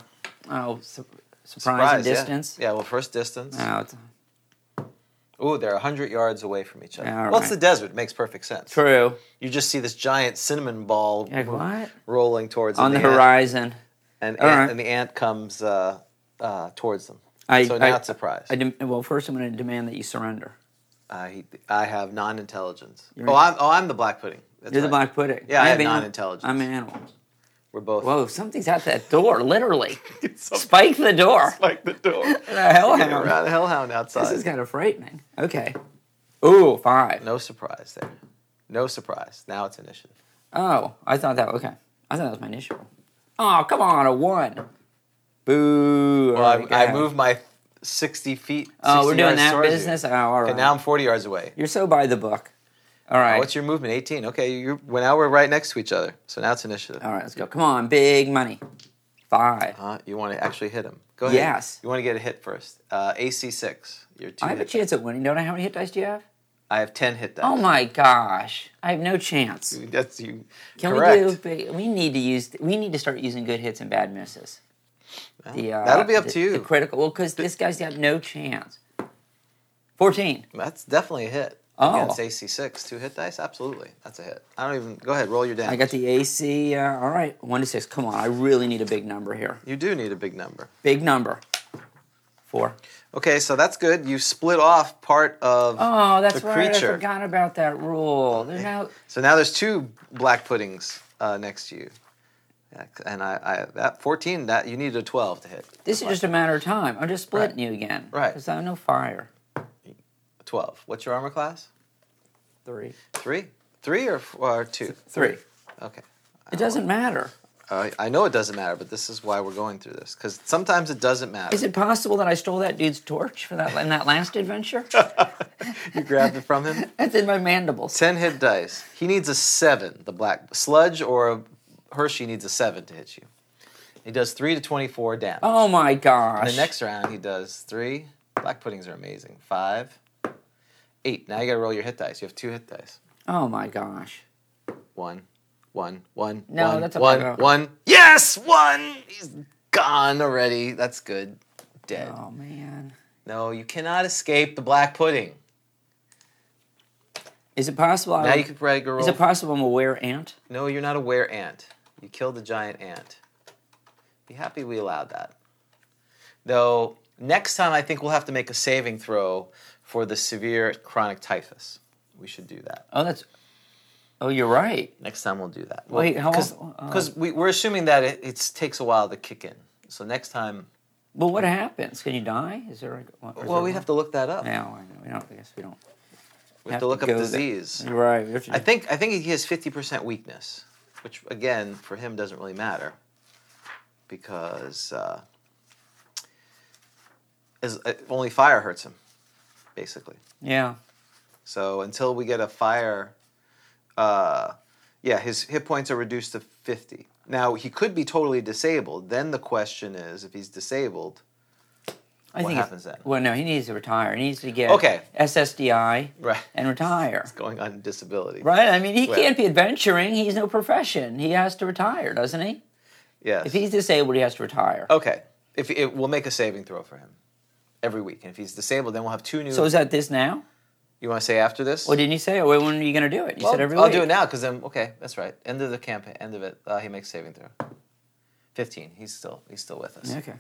Speaker 3: oh, su- surprise, and
Speaker 2: Surprise, yeah.
Speaker 3: distance?
Speaker 2: Yeah. well, first distance.
Speaker 3: No, it's
Speaker 2: Ooh, they're 100 yards away from each other.
Speaker 3: All
Speaker 2: Well, it's
Speaker 3: right.
Speaker 2: the desert. It makes perfect sense.
Speaker 3: true.
Speaker 2: You just see this giant cinnamon ball
Speaker 3: Like, what?
Speaker 2: rolling towards
Speaker 3: On the
Speaker 2: an ant,
Speaker 3: horizon.
Speaker 2: and,
Speaker 3: All
Speaker 2: ant-
Speaker 3: right.
Speaker 2: and the ant comes uh, uh, towards them.
Speaker 3: I-
Speaker 2: so now
Speaker 3: I-
Speaker 2: it's surprise.
Speaker 3: I dem- well, first I'm going to demand that you surrender.
Speaker 2: Uh, he, I have non-intelligence.
Speaker 3: You're-
Speaker 2: oh, I'm, oh, I'm the black pudding. That's
Speaker 3: You're the
Speaker 2: right.
Speaker 3: black pudding.
Speaker 2: Yeah, I
Speaker 3: I'm
Speaker 2: had
Speaker 3: an-
Speaker 2: non-intelligence.
Speaker 3: I'm an animal.
Speaker 2: We're both.
Speaker 3: Whoa, something's at that door, literally. Spike the door.
Speaker 2: like the door.
Speaker 3: The hell
Speaker 2: Hang around, hellhound outside.
Speaker 3: This is kind of frightening. Okay. Ooh, five.
Speaker 2: no surprise there. No surprise. Now it's initiative.
Speaker 3: Oh, I thought that, okay. I thought that was my initial. Oh, come on, a one. Boo.
Speaker 2: Well,
Speaker 3: All right,
Speaker 2: I, I
Speaker 3: go.
Speaker 2: moved my 60 feet.
Speaker 3: Oh,
Speaker 2: 60
Speaker 3: we're doing
Speaker 2: yards
Speaker 3: that
Speaker 2: towards you.
Speaker 3: business? Oh, all right.
Speaker 2: Okay, now I'm 40 yards away.
Speaker 3: You're so by the book. All right.
Speaker 2: What's your movement? 18. Okay, you're, well, now we're right next to each other. So now it's initiative.
Speaker 3: All right, let's go. Come on, big money. Five.
Speaker 2: Uh, you want to actually hit him. Go ahead.
Speaker 3: Yes.
Speaker 2: You want to get a hit first. Uh, AC 6. You're two
Speaker 3: I have a
Speaker 2: hit-
Speaker 3: chance at winning, don't I? How many hit dice do you have?
Speaker 2: I have 10 hit dice.
Speaker 3: Oh my gosh, I have no chance.
Speaker 2: That's you.
Speaker 3: Can
Speaker 2: correct.
Speaker 3: we do? big- We need to use. We need to start using good hits and bad misses. The, uh,
Speaker 2: that'll be up
Speaker 3: the-
Speaker 2: to you.
Speaker 3: The critical. Well, because this guy's got no chance. Fourteen.
Speaker 2: That's definitely a hit.
Speaker 3: Oh.
Speaker 2: Against AC six, two hit dice? Absolutely. That's a hit. I don't even go ahead, roll your damage.
Speaker 3: I got the AC. Uh, all right, one to six. Come on, I really need a big number here.
Speaker 2: you do need a big number.
Speaker 3: Big number. Four.
Speaker 2: Okay, so that's good. You split off part of
Speaker 3: Oh, that's
Speaker 2: the
Speaker 3: right. I
Speaker 2: creature.
Speaker 3: forgot about that rule. There's no.
Speaker 2: So now there's two black puddings uh, next to you. Yeah, And I, I that fourteen that you needed a twelve to hit.
Speaker 3: This is just a matter of time. I'm just splitting
Speaker 2: Right.
Speaker 3: you again.
Speaker 2: Right.
Speaker 3: Because I have no fire.
Speaker 2: Twelve. What's your armor class?
Speaker 3: Three.
Speaker 2: Three, three or, f- or two?
Speaker 3: Three.
Speaker 2: Okay.
Speaker 3: It doesn't matter.
Speaker 2: Uh, I know it doesn't matter, but this is why we're going through this because sometimes it doesn't matter.
Speaker 3: Is it possible that I stole that dude's torch for that in that last adventure?
Speaker 2: you grabbed it from him?
Speaker 3: That's in my mandibles.
Speaker 2: Ten hit dice. He needs a seven. The black sludge or a Hershey needs a seven to hit you. He does three to twenty-four damage.
Speaker 3: Oh my
Speaker 2: And
Speaker 3: gosh.
Speaker 2: the next round he does three. Black puddings are amazing. Five, eight. Now you gotta roll your hit dice. You have two hit dice.
Speaker 3: Oh my gosh.
Speaker 2: One, one, one,
Speaker 3: No,
Speaker 2: one,
Speaker 3: that's a
Speaker 2: one,
Speaker 3: bad roll.
Speaker 2: one. Yes, one. He's gone already. That's good. Dead.
Speaker 3: Oh man.
Speaker 2: No, you cannot escape the black pudding.
Speaker 3: Is it possible?
Speaker 2: Now
Speaker 3: I,
Speaker 2: you can probably go roll.
Speaker 3: Um, is it possible I'm aware ant?
Speaker 2: No, you're not a were ant. You killed a giant ant. Be happy we allowed that. Though next time I think we'll have to make a saving throw for the severe chronic typhus. We should do that.
Speaker 3: Oh, that's. Oh, you're right.
Speaker 2: Next time we'll do that.
Speaker 3: Wait, how often- oh.
Speaker 2: Because we, we're assuming that it it's, takes a while to kick in. So next time,
Speaker 3: But what happens? Can you die? Is there? A, or is
Speaker 2: well,
Speaker 3: there
Speaker 2: we have to look that up.
Speaker 3: No, I know. We don't. I guess we don't.
Speaker 2: we have to look up
Speaker 3: go there. Mm-hmm.
Speaker 2: disease.
Speaker 3: You're right. we have to-
Speaker 2: I think I think he has fifty percent weakness. which again for him doesn't really matter because uh, is, uh, only fire hurts him, basically.
Speaker 3: Yeah.
Speaker 2: So until we get a fire, uh, yeah, his hit points are reduced to 50. Now, he could be totally disabled. Then the question is if he's disabled,
Speaker 3: I
Speaker 2: What
Speaker 3: think if-
Speaker 2: happens then?
Speaker 3: Well, no, he needs to retire. He needs to get
Speaker 2: Okay.
Speaker 3: SSDI
Speaker 2: Right.
Speaker 3: and retire.
Speaker 2: going on disability.
Speaker 3: Right? I mean, he
Speaker 2: Well-
Speaker 3: can't be adventuring. He's no profession. He has to retire, doesn't he?
Speaker 2: Yes.
Speaker 3: If he's disabled, he has to retire.
Speaker 2: okay. If it, We'll make a saving throw for him every week. And if he's disabled, then we'll have two new.
Speaker 3: So is that this now?
Speaker 2: you want to say after this?
Speaker 3: Or didn't you say? Or when are you going to do it? You
Speaker 2: Well,
Speaker 3: said every
Speaker 2: I'll
Speaker 3: week.
Speaker 2: do it now because then, okay, that's right. End of the campaign, end of it. Uh, he makes saving throw. 15. He's still he's still with us.
Speaker 3: Okay.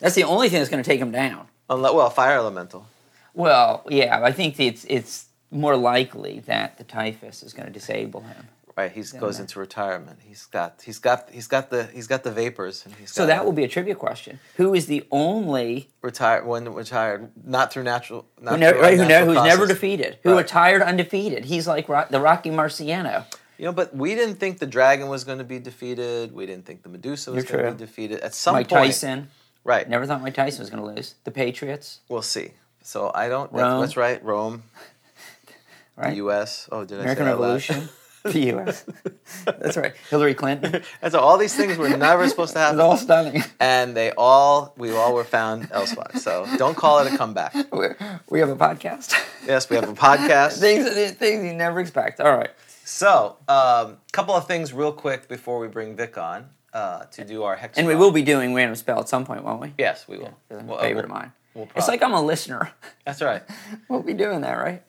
Speaker 3: That's the only thing that's going to take him down.
Speaker 2: Unle- well, fire elemental.
Speaker 3: Well, yeah, I think it's it's more likely that the typhus is going to disable him.
Speaker 2: Right, he goes into retirement. He's got he's got he's got the he's got the vapors and he's
Speaker 3: So
Speaker 2: got
Speaker 3: that will be a trivia question. Who is the only
Speaker 2: retired when retired not through natural not
Speaker 3: who never,
Speaker 2: through
Speaker 3: right, who never,
Speaker 2: unnatural
Speaker 3: who's never
Speaker 2: process.
Speaker 3: defeated, who
Speaker 2: Right.
Speaker 3: retired undefeated? He's like Ro- the Rocky Marciano.
Speaker 2: You know, but we didn't think the dragon was going to be defeated. We didn't think the Medusa was
Speaker 3: You're
Speaker 2: going to be
Speaker 3: true.
Speaker 2: defeated. At some
Speaker 3: Mike
Speaker 2: point,
Speaker 3: Tyson.
Speaker 2: right?
Speaker 3: Never thought Mike Tyson was going to lose. The Patriots,
Speaker 2: We'll see. So I don't. That's,
Speaker 3: Rome.
Speaker 2: that's right. Rome, the
Speaker 3: right?
Speaker 2: U.S. Oh, did
Speaker 3: American
Speaker 2: I say that loud?
Speaker 3: Revolution, the U.S. That's right. Hillary Clinton.
Speaker 2: And so all these things were never supposed to
Speaker 3: It's all
Speaker 2: happen,
Speaker 3: stunning.
Speaker 2: and they all we all were found elsewhere. So don't call it a comeback.
Speaker 3: We're- we have a podcast.
Speaker 2: Yes, we have a podcast.
Speaker 3: things, things you never expect. All right.
Speaker 2: So, a couple of things real quick before we bring Vic on uh, to do our hex.
Speaker 3: And we
Speaker 2: roll.
Speaker 3: will be doing random spell at some point, won't we?
Speaker 2: Yes, we will.
Speaker 3: That's
Speaker 2: Well,
Speaker 3: a favorite
Speaker 2: uh,
Speaker 3: of mine.
Speaker 2: we'll
Speaker 3: it's
Speaker 2: probably-
Speaker 3: like I'm a listener.
Speaker 2: That's right.
Speaker 3: we'll be doing that, right?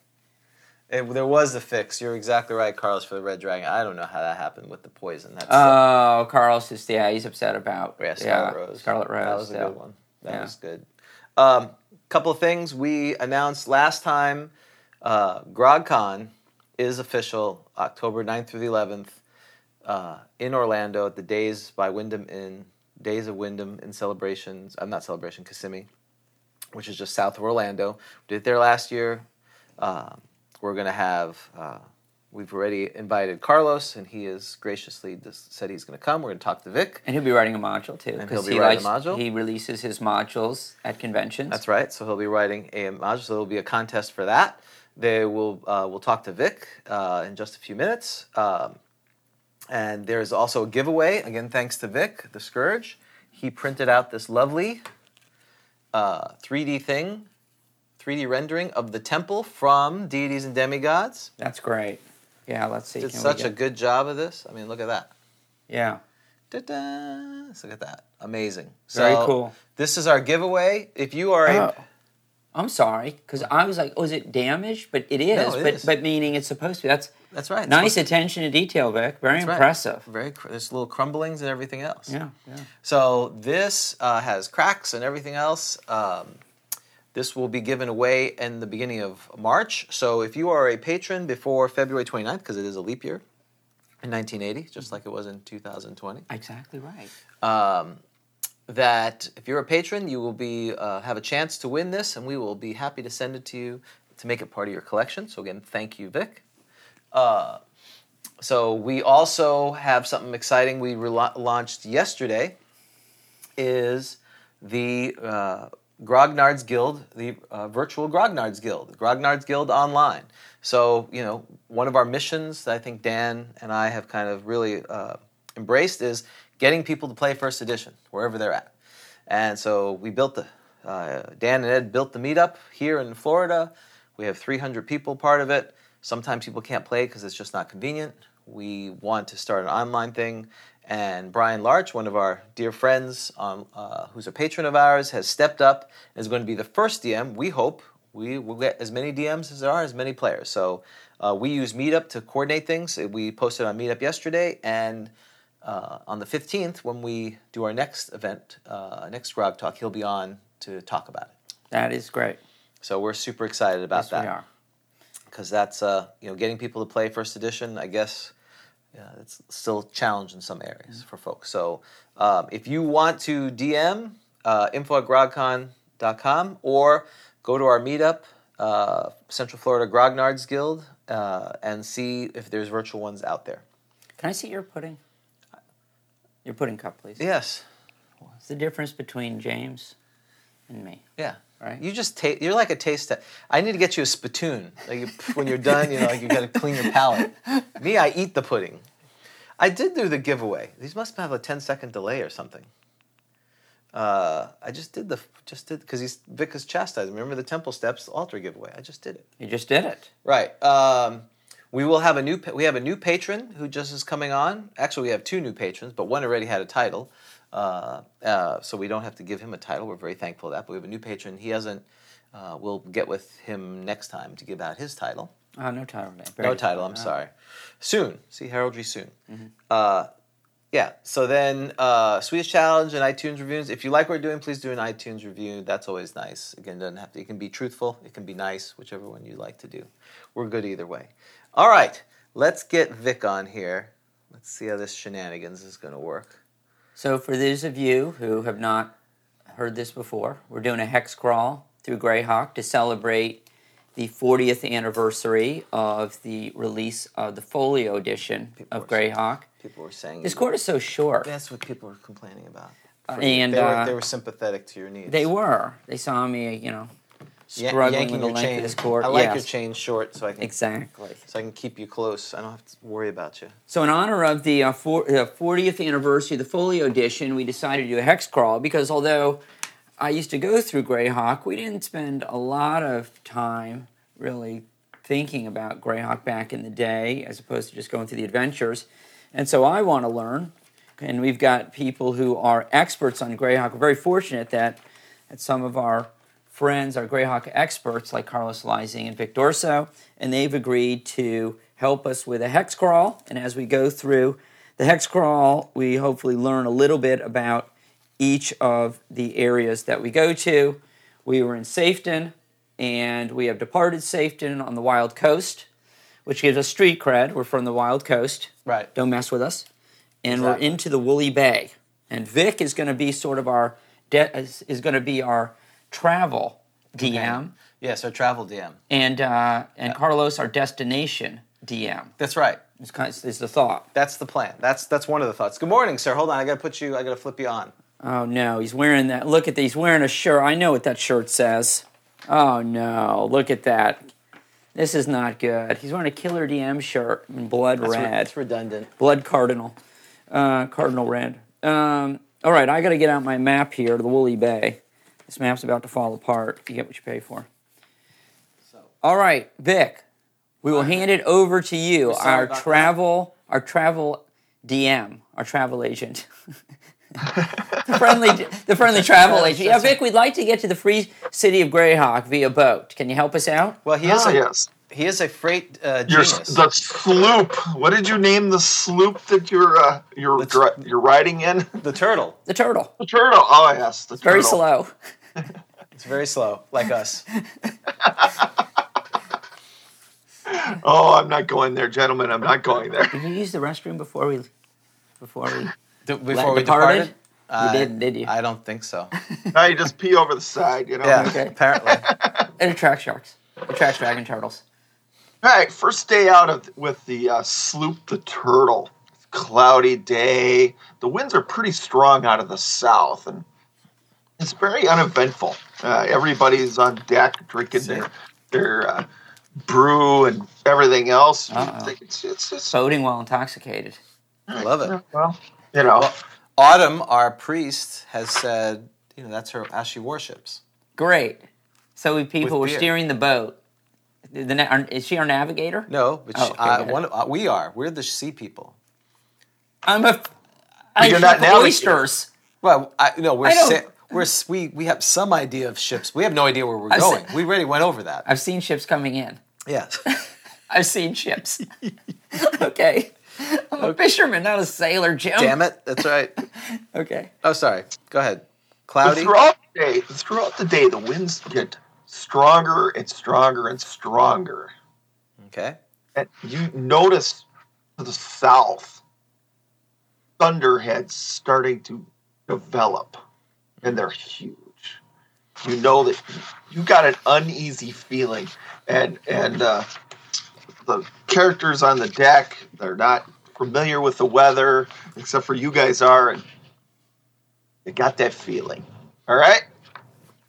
Speaker 2: It- there was a fix. You're exactly right, Carlos, for the Red Dragon. I don't know how that happened with the poison. That's
Speaker 3: Oh, Carlos is yeah, he's upset about
Speaker 2: yeah, Scarlet Rose.
Speaker 3: Scarlet Rose.
Speaker 2: That was a
Speaker 3: yeah.
Speaker 2: good one. That
Speaker 3: Yeah.
Speaker 2: was good. Um, couple of things we announced last time. Uh, GrogCon is official October 9th through the 11th uh, in Orlando at the Days by Wyndham Inn, Days of Wyndham in celebrations. I'm not celebration, Kissimmee, which is just south of Orlando. We did it there last year. Um we're going to have, uh, we've already invited Carlos, and he has graciously just said he's going to come. We're going to talk to Vic.
Speaker 3: And he'll be writing a module too.
Speaker 2: And
Speaker 3: 'cause
Speaker 2: he'll be
Speaker 3: he
Speaker 2: writing a
Speaker 3: likes-
Speaker 2: module?
Speaker 3: He releases his modules at conventions.
Speaker 2: That's right. So he'll be writing a module. So there'll be a contest for that. They will. Uh, we'll talk to Vic uh, in just a few minutes. Um, and there is also a giveaway. Again, thanks to Vic, the Scourge. He printed out this lovely uh, 3D thing, 3D rendering of the temple from Deities and Demigods.
Speaker 3: That's great. Yeah, let's see.
Speaker 2: Did
Speaker 3: can we
Speaker 2: such a
Speaker 3: get-
Speaker 2: good job of this. I mean, look at that.
Speaker 3: yeah.
Speaker 2: Da-da. Let's look at that. Amazing.
Speaker 3: Very
Speaker 2: So
Speaker 3: cool.
Speaker 2: This is our giveaway. If you are a
Speaker 3: Oh. I'm sorry, because I was like, "Oh, is it damaged?" But it is.
Speaker 2: it
Speaker 3: but
Speaker 2: is.
Speaker 3: but meaning it's supposed to. be. That's
Speaker 2: that's right.
Speaker 3: nice attention to detail, Vic. Very
Speaker 2: That's right.
Speaker 3: impressive.
Speaker 2: Very cr- there's little crumblings and everything else.
Speaker 3: Yeah, yeah.
Speaker 2: So this uh, has cracks and everything else. Um, this will be given away in the beginning of March. So if you are a patron before February 29th, because it is a leap year in 1980, just like it was in 2020,
Speaker 3: Exactly right.
Speaker 2: that if you're a patron, you will be uh, have a chance to win this, and we will be happy to send it to you to make it part of your collection. So again, thank you, Vic. Uh, so we also have something exciting we rela launched yesterday. Is the uh, Grognard's Guild, the uh, virtual Grognard's Guild, Grognard's Guild online. So you know, one of our missions that I think Dan and I have kind of really uh, embraced is getting people to play First Edition wherever they're at. And so we built the uh, Dan and Ed built the meetup here in Florida. We have 300 people part of it. Sometimes people can't play because it's just not convenient. We want to start an online thing, and Brian Larch, one of our dear friends, um, uh, who's a patron of ours, has stepped up and is going to be the first DM. We hope we will get as many DMs as there are as many players. So uh, we use Meetup to coordinate things. We posted on Meetup yesterday, and uh, on the 15th, when we do our next event, uh, next Grog Talk, he'll be on to talk about it.
Speaker 3: That is great.
Speaker 2: So we're super excited about
Speaker 3: Yes,
Speaker 2: that
Speaker 3: we are.
Speaker 2: because that's uh, you know getting people to play first edition. I guess yeah, it's still a challenge in some areas
Speaker 3: Mm-hmm.
Speaker 2: for folks. So um, if you want to DM uh, info at grogcon.com or go to our meetup, uh, Central Florida Grognards Guild, uh, and see if there's virtual ones out there.
Speaker 3: Can I see your pudding? Your pudding cup, please.
Speaker 2: Yes.
Speaker 3: What's the difference between James and me?
Speaker 2: Yeah.
Speaker 3: Right.
Speaker 2: You just taste. You're like a taste. Te- I need to get you a spittoon. Like you, when you're done, you know, like you got to clean your palate. Me, I eat the pudding. I did do the giveaway. These must have a 10 second delay or something. Uh, I just did the just did because he's Vic is chastised. Remember the temple steps altar giveaway? I just did it.
Speaker 3: You just did it.
Speaker 2: Right. Um, we will have a new. pa- We have a new patron who just is coming on. Actually, we have two new patrons, but one already had a title, uh, uh, so we don't have to give him a title. We're very thankful for that. But we have a new patron. He hasn't. Uh, we'll get with him next time to give out his title.
Speaker 3: Oh, no title name.
Speaker 2: No title. I'm sorry. Soon. See heraldry soon.
Speaker 3: Mm-hmm.
Speaker 2: Uh, yeah. So then, uh, Swedish challenge and iTunes reviews. If you like what we're doing, please do an iTunes review. That's always nice. Again, doesn't have to. It can be truthful. It can be nice. Whichever one you like to do. We're good either way. All right. Let's get Vic on here. Let's see how this shenanigans is going to work.
Speaker 3: So, for those of you who have not heard this before, we're doing a hex crawl through Greyhawk to celebrate the 40th anniversary of the release of the folio edition of
Speaker 2: were
Speaker 3: Greyhawk.
Speaker 2: People were saying
Speaker 3: This court is so short.
Speaker 2: That's what people were complaining about.
Speaker 3: and,
Speaker 2: they, were,
Speaker 3: uh,
Speaker 2: they were sympathetic to your needs.
Speaker 3: They were. They saw me, you know,
Speaker 2: Yan-
Speaker 3: struggling
Speaker 2: yanking
Speaker 3: with the
Speaker 2: your
Speaker 3: length
Speaker 2: chain.
Speaker 3: of this court.
Speaker 2: I like your
Speaker 3: Yes.
Speaker 2: chain short, so I can
Speaker 3: Exactly.
Speaker 2: so I can keep you close. I don't have to worry about you.
Speaker 3: So, in honor of the uh, four, uh, 40th anniversary of the Folio Edition, we decided to do a hex crawl because although I used to go through Greyhawk, we didn't spend a lot of time really thinking about Greyhawk back in the day as opposed to just going through the adventures. And so, I want to learn. And we've got people who are experts on Greyhawk. We're very fortunate that, that some of our friends are Greyhawk experts like Carlos Lysing and Vic Dorso, and they've agreed to help us with a hex crawl. And as we go through the hex crawl, we hopefully learn a little bit about each of the areas that we go to. We were in Safeton, and we have departed Safeton on the Wild Coast, which gives us street cred. We're from the Wild Coast.
Speaker 2: Right.
Speaker 3: Don't mess with us. And
Speaker 2: Exactly.
Speaker 3: we're into the Woolly Bay. And Vic is going to be sort of our de- is, is going to be our travel DM,
Speaker 2: Yes, our travel DM.
Speaker 3: and uh, and Carlos our destination DM.
Speaker 2: That's right.
Speaker 3: Is, kind is the thought.
Speaker 2: That's the plan. That's that's one of the thoughts. Good morning, sir. Hold on, I gotta put you. I gotta flip you on.
Speaker 3: Oh no, he's wearing that. Look at that. He's wearing a shirt. I know what that shirt says. Oh no, look at that. This is not good. He's wearing a Killer DM shirt in blood red.
Speaker 2: That's redundant.
Speaker 3: blood cardinal, uh, cardinal red. Um, all right, I got to get out my map here to the Woolly Bay. This map's about to fall apart. You get what you pay for. All right, Vic, we will hand it over to you,
Speaker 2: sorry
Speaker 3: our
Speaker 2: about that.
Speaker 3: travel, our travel DM, our travel agent. the friendly, the friendly travel agent. Yeah, Vic, we'd like to get to the free city of Greyhawk via boat. Can you help us out?
Speaker 2: Well, he is.
Speaker 4: Ah,
Speaker 2: a,
Speaker 4: yes.
Speaker 2: He is a freight uh,
Speaker 4: Your
Speaker 2: genius.
Speaker 4: s- the sloop. What did you name the sloop that you're uh, you're
Speaker 2: Let's-
Speaker 4: dri- you're riding in?
Speaker 2: the turtle.
Speaker 3: The turtle,
Speaker 4: The turtle. Oh yes, the
Speaker 3: very
Speaker 4: turtle.
Speaker 3: slow.
Speaker 2: It's very slow, like us.
Speaker 4: Oh, I'm not going there, gentlemen. I'm not going there.
Speaker 3: Did you use the restroom before we, before we?
Speaker 2: D- Before we
Speaker 3: departed?
Speaker 2: departed,
Speaker 3: You didn't, did you?
Speaker 2: I don't think so.
Speaker 4: now you just pee over the side, you know.
Speaker 2: Yeah,
Speaker 3: Okay.
Speaker 2: apparently.
Speaker 3: It attracts sharks. It attracts dragon turtles.
Speaker 4: All right, first day out of with the uh, sloop, the turtle. Cloudy day. The winds are pretty strong out of the south, and it's very uneventful. Uh, everybody's on deck drinking their their uh, brew and everything else.
Speaker 3: Uh-oh.
Speaker 4: It's, it's, it's
Speaker 3: Boating while intoxicated.
Speaker 2: I love it.
Speaker 4: well, you know.
Speaker 2: Autumn, our priest, has said, you know, that's her how she worships.
Speaker 3: Oh, Great. So we people
Speaker 2: With
Speaker 3: were
Speaker 2: beer.
Speaker 3: steering the boat. The, na- are- is she our navigator?
Speaker 2: No, but
Speaker 3: Oh,
Speaker 2: she,
Speaker 3: okay,
Speaker 2: uh,
Speaker 3: go ahead.
Speaker 2: one of, uh, we are. We're the sea people.
Speaker 3: I'm a. I
Speaker 4: you're not
Speaker 3: ship
Speaker 4: navigator.
Speaker 3: oysters.
Speaker 2: Well, I, no, we're
Speaker 3: I don't-
Speaker 2: sa- we're s- we we have some idea of ships. We have no idea where we're
Speaker 3: I've
Speaker 2: going.
Speaker 3: se-
Speaker 2: we already went over that.
Speaker 3: I've seen ships coming in.
Speaker 2: Yes.
Speaker 3: I've seen ships. okay. I'm a fisherman, not a sailor, Jim.
Speaker 2: Damn it. That's right.
Speaker 3: Okay.
Speaker 2: Oh, sorry. Go ahead.
Speaker 4: But
Speaker 2: Cloudy.
Speaker 4: throughout the day, throughout the day, the winds get stronger and stronger and stronger.
Speaker 2: Okay.
Speaker 4: and you notice to the south thunderheads starting to develop and they're huge you know that you got an uneasy feeling and and uh, the characters on the deck they're not familiar with the weather, except for you guys are, and you got that feeling. All right?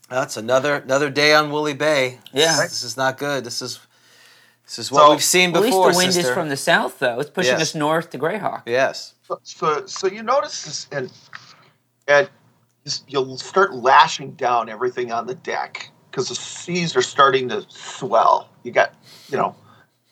Speaker 2: That's another another day on Woolly Bay.
Speaker 3: Yeah.
Speaker 2: this is not good. This is this is what
Speaker 4: So,
Speaker 2: we've seen
Speaker 3: At least
Speaker 2: before.
Speaker 3: the wind is
Speaker 2: sister.
Speaker 3: from the south, though. It's pushing
Speaker 2: Yes.
Speaker 3: us north to Greyhawk.
Speaker 2: yes.
Speaker 4: So, so, so you notice this, and and just- you'll start lashing down everything on the deck because the seas are starting to swell. You got, you know,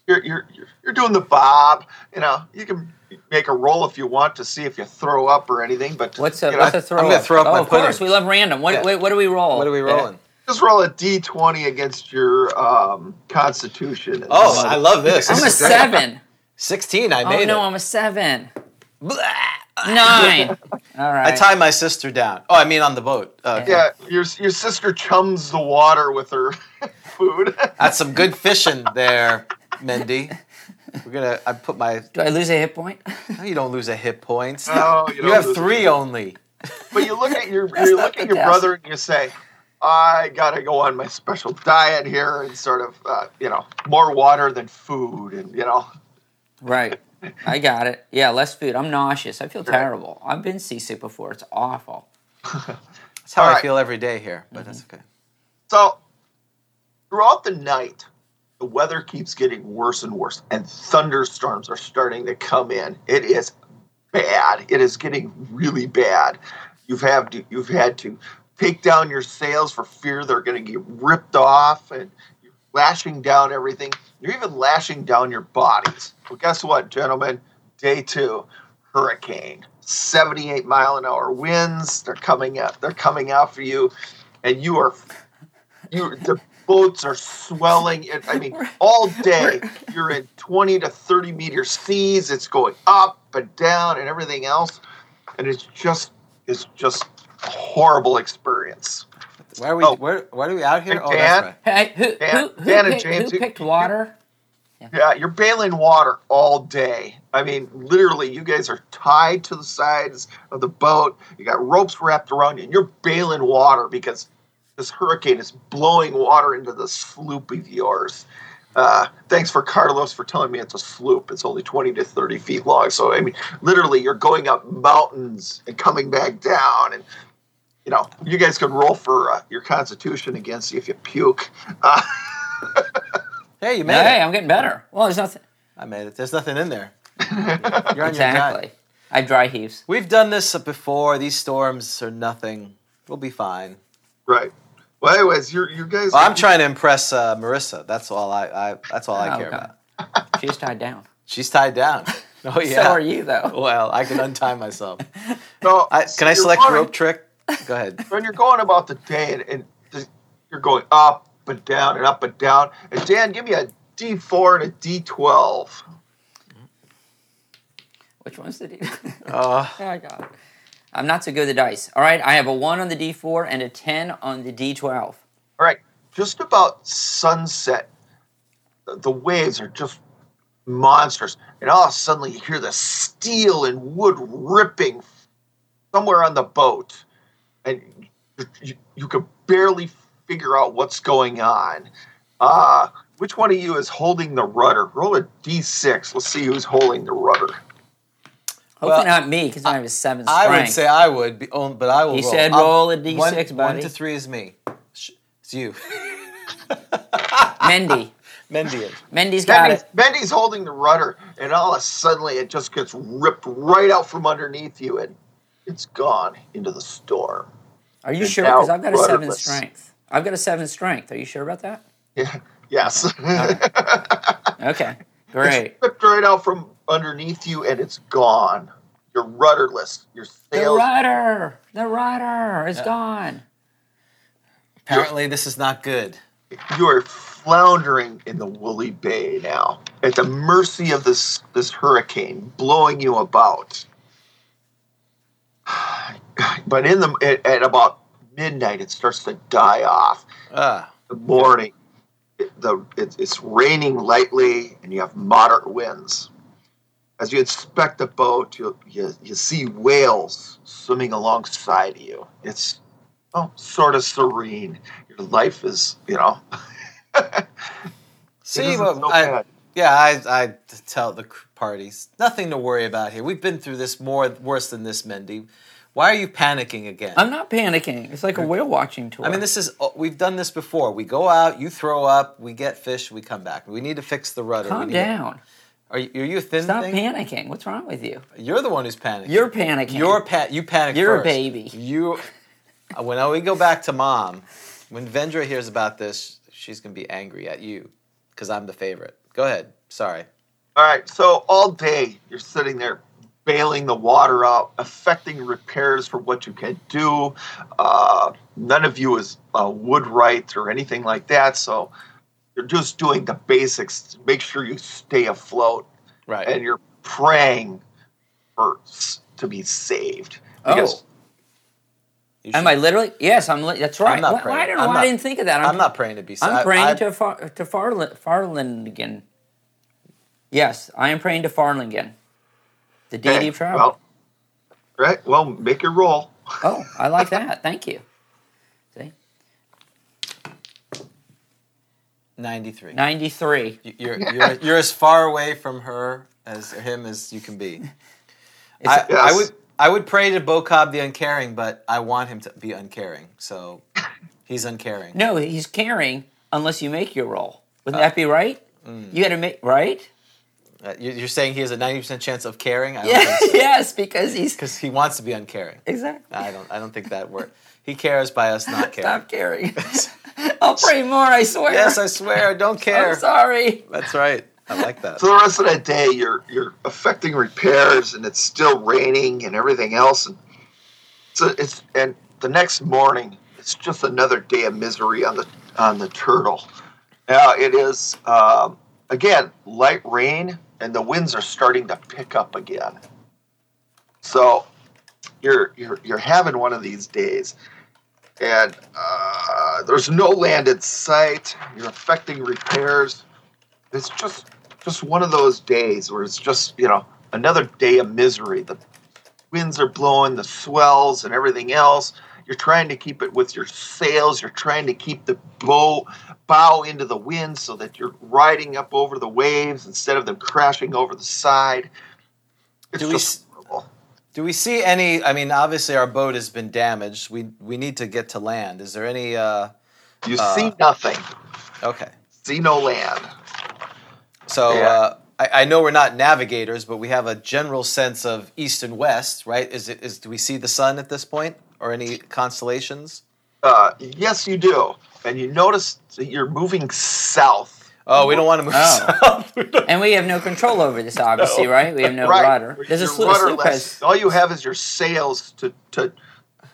Speaker 4: you're you're you're- you're doing the bob. You know, you can make a roll if you want to see if you throw up or anything. But
Speaker 3: What's a,
Speaker 4: you know,
Speaker 3: what's a throw
Speaker 2: gonna
Speaker 3: up?
Speaker 2: throw up
Speaker 3: oh,
Speaker 2: my
Speaker 3: of course,
Speaker 2: pudding.
Speaker 3: we love random. What,
Speaker 2: Yeah.
Speaker 3: wait, what do we roll?
Speaker 2: What are we
Speaker 3: Oh, Yeah.
Speaker 2: rolling?
Speaker 4: just roll a d twenty against your um, constitution.
Speaker 2: Oh, I love this.
Speaker 3: I'm a
Speaker 2: This is great.
Speaker 3: seven.
Speaker 2: Sixteen. I
Speaker 3: oh,
Speaker 2: made
Speaker 3: no,
Speaker 2: it.
Speaker 3: I'm a seven.
Speaker 2: Blah!
Speaker 3: Nine. All right.
Speaker 2: I tie my sister down. Oh, I mean on the boat. Uh,
Speaker 3: Yeah.
Speaker 4: yeah, your your sister chums the water with her food.
Speaker 2: That's some good fishing there, Mindy. We're gonna. I put my.
Speaker 3: do I lose a hit point?
Speaker 2: No, you don't lose a hit points.
Speaker 4: No, you
Speaker 2: you,
Speaker 4: don't
Speaker 2: have
Speaker 4: lose a
Speaker 2: three
Speaker 4: hit.
Speaker 2: only.
Speaker 4: But you look at your you
Speaker 3: not
Speaker 4: look
Speaker 3: the
Speaker 4: at your
Speaker 3: test.
Speaker 4: brother and you say, "I gotta go on my special diet here and sort of uh, you know more water than food and you know
Speaker 3: right. I got it. Yeah, less food. I'm nauseous. I feel terrible. I've been seasick before. It's awful.
Speaker 2: That's how
Speaker 4: All
Speaker 2: I
Speaker 4: right.
Speaker 2: feel every day here, but that's
Speaker 4: Mm-hmm.
Speaker 2: okay.
Speaker 4: So throughout the night, the weather keeps getting worse and worse, and thunderstorms are starting to come in. It is bad. It is getting really bad. You've had to you've had to take down your sails for fear they're going to get ripped off, and you're lashing down everything. You're even lashing down your bodies. Well, guess what, gentlemen? Day two, hurricane. 78 mile an hour winds. They're coming up. They're coming out for you, and you are you the boats are swelling it i mean all day you're in 20 to 30 meter seas it's going up and down and everything else and it's just it's just a horrible experience
Speaker 2: Why are we?
Speaker 4: Oh.
Speaker 2: Where? Why are we out here?
Speaker 4: Hey,
Speaker 2: Oh,
Speaker 4: Dan.
Speaker 2: that's right.
Speaker 3: Hey, who,
Speaker 4: Dan-
Speaker 3: who, who,
Speaker 4: Dan and
Speaker 3: picked,
Speaker 4: James,
Speaker 3: who
Speaker 4: you-
Speaker 3: picked water?
Speaker 4: yeah you're bailing water all day i mean literally you guys are tied to the sides of the boat you got ropes wrapped around you and you're bailing water because this hurricane is blowing water into the sloop of yours Uh, thanks for Carlos for telling me it's a sloop. It's only 20 to 30 feet long. So, I mean, literally, you're going up mountains and coming back down. And, you know, you guys could roll for uh, your constitution against you if you puke. Uh,
Speaker 2: Hey, you made
Speaker 3: Hey,
Speaker 2: it.
Speaker 3: I'm getting better. Well, there's nothing.
Speaker 2: I made it. There's nothing in there. You're on your
Speaker 3: Exactly.
Speaker 2: diet.
Speaker 3: I have dry heaves.
Speaker 2: We've done this before. These storms are nothing. We'll be fine.
Speaker 4: right. Well, anyways, you're, you guys.
Speaker 2: Well, I'm trying to impress uh, Marissa. That's all I, I. That's all I
Speaker 3: Oh,
Speaker 2: care
Speaker 3: God.
Speaker 2: about.
Speaker 3: She's tied down.
Speaker 2: She's tied down. Oh yeah.
Speaker 3: So are you, though.
Speaker 2: Well, I can untie myself.
Speaker 4: So,
Speaker 2: I, can I
Speaker 4: you're
Speaker 2: select
Speaker 4: going-
Speaker 2: rope trick? Go ahead.
Speaker 4: when you're going about the day and, and the, you're going up and down and up and down. And Dan, give me a D4 and a D12.
Speaker 3: Which one's the D?
Speaker 2: Uh,
Speaker 3: oh, my God. I'm not so good with the dice. All right, I have a 1 on the D4 and a 10 on the D12.
Speaker 4: All right, just about sunset, the- the waves are just monstrous, and all of a sudden you hear the steel and wood ripping somewhere on the boat, and you, you, you could barely figure out what's going on. Uh, which one of you is holding the rudder? Roll a d6. Let's see who's holding the rudder.
Speaker 3: Hopefully
Speaker 2: Well,
Speaker 3: not me, because I, have a 7
Speaker 2: I
Speaker 3: strength.
Speaker 2: would say I would, be on, but I will.
Speaker 3: He
Speaker 2: roll.
Speaker 3: said
Speaker 2: I'll-
Speaker 3: roll a D6,
Speaker 2: one,
Speaker 3: buddy.
Speaker 2: One to three is me. Sh- It's you,
Speaker 3: Mendy.
Speaker 2: Mendy. is.
Speaker 3: Mendy's got
Speaker 4: Mendy's,
Speaker 3: it.
Speaker 4: Mendy's holding the rudder, and all of a sudden it just gets ripped right out from underneath you, and it's gone into the storm.
Speaker 3: Are you
Speaker 4: and
Speaker 3: sure?
Speaker 4: now
Speaker 3: Because I've got a 7
Speaker 4: rudderless.
Speaker 3: strength. I've got a 7 strength. Are you sure about that?
Speaker 4: Yeah. Yes.
Speaker 3: Okay, great.
Speaker 4: Ripped right out from underneath you, and it's gone. You're rudderless. Your
Speaker 3: The
Speaker 4: sails.
Speaker 3: rudder! The rudder is gone.
Speaker 2: Apparently, this is not good.
Speaker 4: You are floundering in the woolly bay now, at the mercy of this this hurricane blowing you about. But in the at, at about midnight, it starts to die off.
Speaker 2: Ah,
Speaker 4: the morning, it, the it, it's raining lightly, and you have moderate winds. As you inspect the boat, you, you you see whales swimming alongside you. It's oh, sort of serene. Your life is, you know,
Speaker 2: see
Speaker 4: isn't
Speaker 2: what
Speaker 4: so
Speaker 2: I,
Speaker 4: bad.
Speaker 2: Yeah, I, I tell the parties nothing to worry about here. We've been through this more worse than this, Mendy. Why are you panicking again?
Speaker 3: I'm not panicking. It's like a whale watching tour.
Speaker 2: I mean, this is oh, we've done this before. We go out, you throw up, we get fish, we come back. We need to fix the rudder. We
Speaker 3: Calm
Speaker 2: need to-
Speaker 3: down.
Speaker 2: are, you, are you a thin
Speaker 3: Stop
Speaker 2: thing?
Speaker 3: panicking. What's wrong with you?
Speaker 2: You're the one who's panicking.
Speaker 3: You're panicking.
Speaker 2: You're pa- you panic.
Speaker 3: You're a
Speaker 2: first.
Speaker 3: baby.
Speaker 2: You. uh, When we go back to mom, when Vendra hears about this, she's gonna be angry at you because I'm the favorite. Go ahead. Sorry.
Speaker 4: All right, so all day you're sitting there bailing the water out, affecting repairs for what you can do. Uh, none of you is uh, wood rights or anything like that, so you're just doing the basics to make sure you stay afloat,
Speaker 2: Right.
Speaker 4: and you're praying for s- to be saved.
Speaker 3: Oh.
Speaker 4: Because
Speaker 2: You
Speaker 3: Am
Speaker 2: should-
Speaker 3: I literally? Yes, I'm. Li- that's right.
Speaker 2: I'm not
Speaker 3: Why- why,
Speaker 2: praying.
Speaker 3: I don't know
Speaker 2: I'm
Speaker 3: why
Speaker 2: not-
Speaker 3: I didn't think of that.
Speaker 2: I'm not praying to be.
Speaker 3: I'm
Speaker 2: I-
Speaker 3: praying
Speaker 2: I-
Speaker 3: to far, to Farland, Farlingen. Yes, I am praying to Farlingen, the deity
Speaker 4: Okay,
Speaker 3: of travel.
Speaker 4: Well, right. Well, make your roll.
Speaker 3: oh, I like that. Thank you. See,
Speaker 2: 93.
Speaker 3: ninety-three.
Speaker 2: You- You're, you're, you're as far away from her as him as you can be. I, I
Speaker 4: Yes.
Speaker 2: would I would pray to Bocob the uncaring, but I want him to be uncaring, so he's uncaring.
Speaker 3: No, he's caring unless you make your roll. Wouldn't that be right?
Speaker 2: mm.
Speaker 3: You got to make right.
Speaker 2: Uh, you- you're saying he has a ninety percent chance of caring. I don't
Speaker 3: Yeah,
Speaker 2: think so.
Speaker 3: yes, because he's
Speaker 2: because he wants to be uncaring.
Speaker 3: exactly.
Speaker 2: I don't. I don't think that works. He cares by us not caring.
Speaker 3: Stop caring. I'll pray more. I swear.
Speaker 2: yes, I swear. Don't care.
Speaker 3: am sorry.
Speaker 2: That's right. I like that.
Speaker 4: So the rest of that day, you're you're affecting repairs, and it's still raining and everything else, and so it's and the next morning, it's just another day of misery on the on the turtle. Now it is um, again light rain, and the winds are starting to pick up again. So you're you're you're having one of these days, and uh, there's no land in sight. You're affecting repairs. It's just just one of those days where it's just you know another day of misery the winds are blowing the swells and everything else you're trying to keep it with your sails you're trying to keep the bow bow into the wind so that you're riding up over the waves instead of them crashing over the side it's
Speaker 2: Do we
Speaker 4: just
Speaker 2: s-
Speaker 4: horrible.
Speaker 2: Do we see any? I mean, obviously our boat has been damaged. We we need to get to land. Is there any? Uh,
Speaker 4: you see nothing
Speaker 2: okay.
Speaker 4: see no land
Speaker 2: So
Speaker 4: Yeah.
Speaker 2: uh, I, I know we're not navigators, but we have a general sense of east and west, right? Is it is do we see the sun at this point or any constellations?
Speaker 4: uh, yes you do and you notice that you're moving south
Speaker 2: Oh, we don't want to move
Speaker 3: Oh.
Speaker 2: south. We don't-
Speaker 3: And we have no control over this, obviously, right? We have no rudder. There's a
Speaker 4: You're
Speaker 3: sloop. a sloop
Speaker 4: rudderless.
Speaker 3: has
Speaker 4: All you have is your sails to, to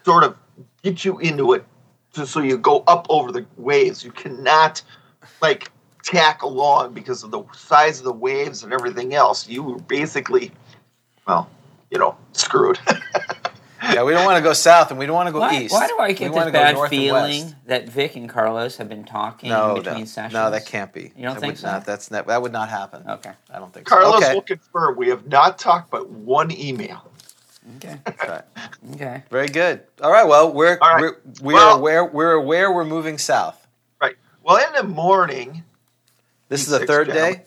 Speaker 4: sort of get you into it, just so you go up over the waves. You cannot like tack along because of the size of the waves and everything else. You were basically, well, you know, screwed.
Speaker 2: yeah, we don't want to go south, and we don't want to go
Speaker 3: Why,
Speaker 2: east.
Speaker 3: why do I
Speaker 2: We
Speaker 3: get
Speaker 2: wanna
Speaker 3: this
Speaker 2: go
Speaker 3: bad
Speaker 2: north and
Speaker 3: feeling
Speaker 2: west.
Speaker 3: that Vic and Carlos have been talking
Speaker 2: No,
Speaker 3: in between
Speaker 2: no,
Speaker 3: sessions?
Speaker 2: no, that can't be.
Speaker 3: You don't
Speaker 2: That
Speaker 3: think
Speaker 2: would
Speaker 3: so? Oh.
Speaker 2: Not, that's not, that would not happen.
Speaker 3: Okay.
Speaker 2: I don't think so.
Speaker 4: Carlos
Speaker 2: Okay.
Speaker 4: will confirm we have not talked but one email.
Speaker 3: Okay.
Speaker 2: That's right.
Speaker 3: Okay.
Speaker 2: Very good. All right. Well, we're
Speaker 4: All right.
Speaker 2: we're we're
Speaker 4: Well-
Speaker 2: aware we're aware we're moving south.
Speaker 4: Right. Well, in the morning,
Speaker 2: This is the
Speaker 4: D6,
Speaker 2: third
Speaker 4: gentlemen.
Speaker 2: day.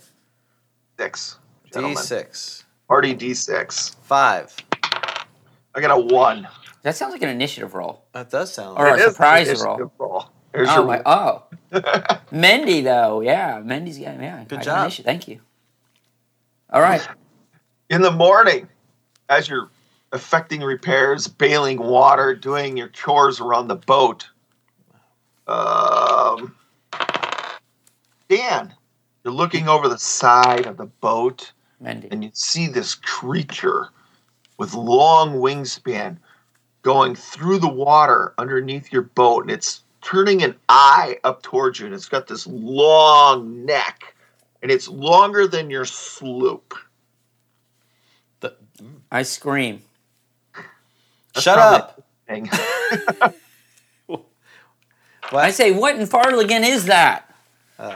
Speaker 4: six.
Speaker 2: D
Speaker 4: Gentlemen,
Speaker 2: six
Speaker 4: Party D6.
Speaker 2: five.
Speaker 4: I got a one.
Speaker 3: That sounds like an initiative roll.
Speaker 2: That does sound.
Speaker 3: All right. Or a
Speaker 4: It is
Speaker 3: surprise
Speaker 4: an issue
Speaker 3: roll.
Speaker 4: roll. There's
Speaker 3: Oh
Speaker 4: your
Speaker 3: my! Oh, Mendy though, yeah, Mendy's got yeah. I got an
Speaker 2: job.
Speaker 3: issue. Thank you. All right.
Speaker 4: in the morning as you're effecting repairs, bailing water, doing your chores around the boat. Um, Dan, you're looking over the side of the boat
Speaker 3: Mendy.
Speaker 4: and you see this creature with long wingspan going through the water underneath your boat and it's turning an eye up towards you and it's got this long neck and it's longer than your sloop.
Speaker 2: The-
Speaker 3: I scream.
Speaker 2: Shut up.
Speaker 4: Thing.
Speaker 3: I say, what in Farligan is that?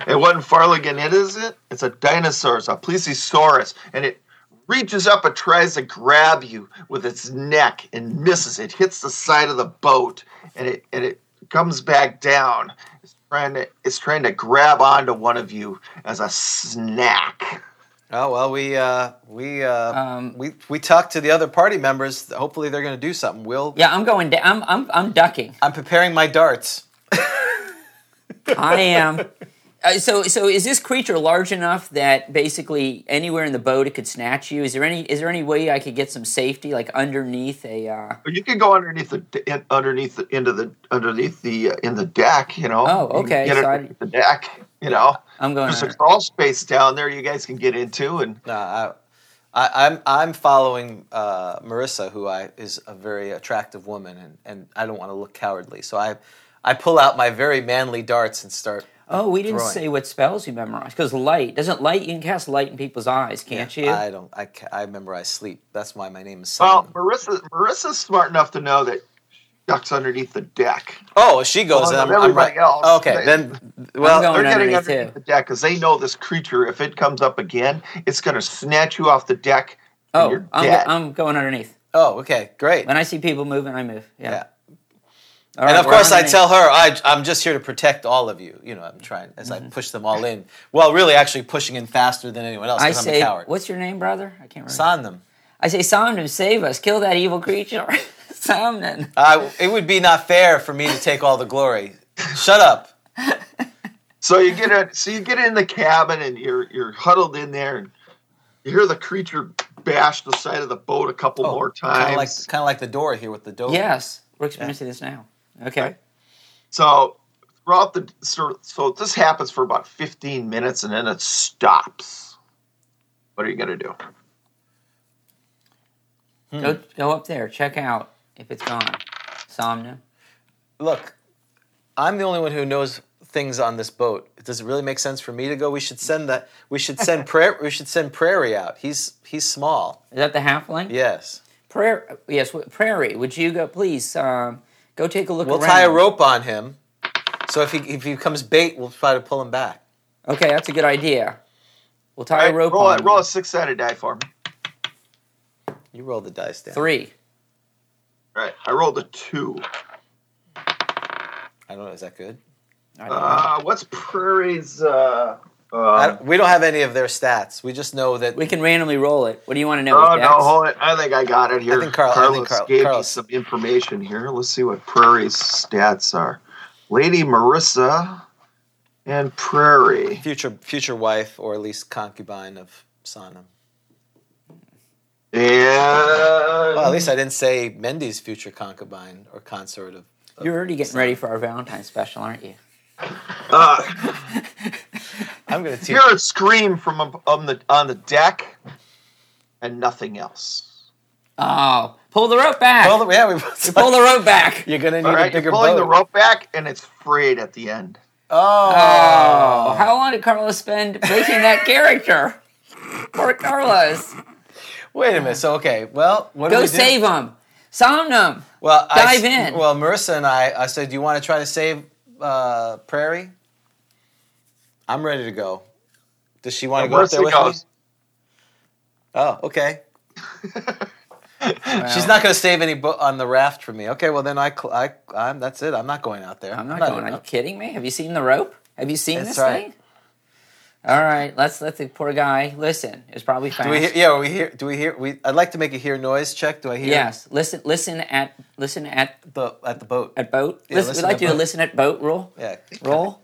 Speaker 4: It wasn't Farligan, it is it? It's a dinosaur, it's a plesiosaurus, and it reaches up and tries to grab you with its neck and misses. It hits the side of the boat and it and it comes back down. It's trying to it's trying to grab onto one of you as a snack.
Speaker 2: Oh well, we uh, we uh,
Speaker 3: Um,
Speaker 2: we we talked to the other party members. Hopefully, they're going to do something. Will
Speaker 3: Yeah, I'm going. Da- I'm I'm I'm ducking.
Speaker 2: I'm preparing my darts.
Speaker 3: I am. Uh, so so is this creature large enough that basically anywhere in the boat it could snatch you? Is there any is there any way I could get some safety like underneath a? Uh,
Speaker 4: Or you can go underneath the in, underneath the into the underneath the uh, in the deck. You know.
Speaker 3: Oh,
Speaker 4: You can
Speaker 3: okay,
Speaker 4: Get
Speaker 3: so I-
Speaker 4: underneath the deck. You know.
Speaker 3: I'm going.
Speaker 4: There's a
Speaker 3: Under-
Speaker 4: crawl space down there you guys can get into, and
Speaker 2: No, Uh, I, I, I'm I'm following uh, Marissa, who I is a very attractive woman, and, and I don't want to look cowardly, so I I pull out my very manly darts and start.
Speaker 3: oh, we didn't
Speaker 2: throwing.
Speaker 3: say what spells you memorized because light doesn't light. You can cast light in people's eyes, can't you?
Speaker 2: I don't. I, ca- I remember I sleep. That's why my name is
Speaker 4: well,
Speaker 2: Simon.
Speaker 4: Marissa Marissa's smart enough to know that she ducks underneath the deck.
Speaker 2: oh, if she goes.
Speaker 4: well,
Speaker 2: then I'm, I'm
Speaker 4: everybody
Speaker 2: right.
Speaker 4: else,
Speaker 2: okay,
Speaker 4: they-
Speaker 2: then.
Speaker 3: going
Speaker 2: Well,
Speaker 4: They're getting
Speaker 3: Oh, underneath,
Speaker 4: underneath
Speaker 3: too.
Speaker 4: the deck because they know this creature. If it comes up again, it's going to snatch you off the deck. and
Speaker 3: oh,
Speaker 4: you're
Speaker 3: I'm,
Speaker 4: dead.
Speaker 3: go- I'm going underneath.
Speaker 2: oh, okay, great.
Speaker 3: When I see people moving, I move. Yeah.
Speaker 2: Yeah.
Speaker 3: All
Speaker 2: and
Speaker 3: right,
Speaker 2: of
Speaker 3: we're
Speaker 2: course, I
Speaker 3: underneath.
Speaker 2: tell her I, I'm just here to protect all of you. You know, I'm trying as
Speaker 3: Mm-hmm.
Speaker 2: I push them all in. Well, really, actually pushing in faster than anyone else.
Speaker 3: I
Speaker 2: 'cause I'm a
Speaker 3: say,
Speaker 2: coward.
Speaker 3: "What's your name, brother?" I can't remember.
Speaker 2: Somnum.
Speaker 3: I say, "Somnum, save us! Kill that evil creature, Somnum."
Speaker 2: I, it would be not fair for me to take all the glory. Shut up.
Speaker 4: So you get in, so you get in the cabin and you're you're huddled in there and you hear the creature bash the side of the boat a couple
Speaker 3: Oh,
Speaker 4: more
Speaker 2: Kind of like,
Speaker 4: times.
Speaker 2: kind of like the door here with the door.
Speaker 3: Yes, we're experiencing this now. Okay.
Speaker 4: so throughout the so, so this happens for about 15 minutes and then it stops. What are you gonna do?
Speaker 2: Hmm.
Speaker 3: Go go up there. Check out if it's gone. Somna.
Speaker 2: Look, I'm the only one who knows things on this boat. Does it really make sense for me to go? We should send that. We should send prayer. We should send Prairie out. He's he's small.
Speaker 3: Is that the halfling?
Speaker 2: Yes.
Speaker 3: Prair- yes, w- Prairie. Would you go, please? Um, go take a look.
Speaker 2: We'll
Speaker 3: around.
Speaker 2: tie a rope on him. So if he if he becomes bait, we'll try to pull him back.
Speaker 3: Okay, that's a good idea. We'll tie a
Speaker 4: Alright,
Speaker 3: rope
Speaker 4: roll,
Speaker 3: on
Speaker 4: a- roll
Speaker 3: you.
Speaker 4: a six sided die for me.
Speaker 2: You roll the dice down.
Speaker 3: three.
Speaker 4: All right, I rolled a two.
Speaker 2: I don't know. Is that good?
Speaker 3: I don't know.
Speaker 4: Uh, what's Prairie's? Uh, uh,
Speaker 2: I don't- we don't have any of their stats. We just know that
Speaker 3: we can randomly roll it. What do you want to know?
Speaker 4: Oh
Speaker 3: Dex?
Speaker 4: no, hold it. I think I got it here.
Speaker 2: I think Carl- I
Speaker 4: Carlos
Speaker 2: think Carl-
Speaker 4: gave me
Speaker 2: Carlos-
Speaker 4: some information here. Let's see what Prairie's stats are. Lady Marissa and Prairie.
Speaker 2: future future wife or at least concubine of Sonam.
Speaker 4: And
Speaker 2: Well, at least I didn't say Mendy's future concubine or consort of.
Speaker 3: You're already getting ready for our Valentine's special, aren't you?
Speaker 4: uh,
Speaker 2: I'm going to teach.
Speaker 4: hear a scream from up on the on the deck, and nothing else.
Speaker 3: Oh, pull the rope back.
Speaker 2: Well, yeah, we both
Speaker 3: pull the rope back.
Speaker 2: You're going to need
Speaker 4: All
Speaker 2: a
Speaker 4: right, you're
Speaker 2: bigger
Speaker 4: pulling
Speaker 2: boat.
Speaker 4: the rope back, and it's frayed at the end.
Speaker 2: Oh.
Speaker 3: Oh, how long did Carlos spend making that character? Poor Carlos.
Speaker 2: Wait a minute. So okay. Well, what do
Speaker 3: Go
Speaker 2: we do?
Speaker 3: save him. Somnum.
Speaker 2: Well, I,
Speaker 3: dive in.
Speaker 2: Well, Marissa and I, I said, "Do you want to try to save uh, Prairie?" I'm ready to go. Does she want to go up
Speaker 4: Marissa
Speaker 2: there with
Speaker 4: goes.
Speaker 2: me? Oh, okay.
Speaker 3: Well,
Speaker 2: She's not going to save any bo- on the raft for me. Okay, well then I, cl- I, I'm, that's it. I'm not going out there.
Speaker 3: I'm not going. Are you kidding me? Have you seen the rope? Have you seen
Speaker 2: That's
Speaker 3: this
Speaker 2: right.
Speaker 3: thing? All right, let's let the poor guy listen. It's probably fast.
Speaker 2: Do we hear, yeah, we hear, do we hear, we, I'd like to make a hear noise check. Do I hear
Speaker 3: Yes, listen. Listen at listen at
Speaker 2: the, at the boat?
Speaker 3: at boat.
Speaker 2: Yeah,
Speaker 3: Listen-
Speaker 2: listen
Speaker 3: we like
Speaker 2: at
Speaker 3: you to
Speaker 2: boat.
Speaker 3: listen at boat rule.
Speaker 2: Yeah.
Speaker 3: Roll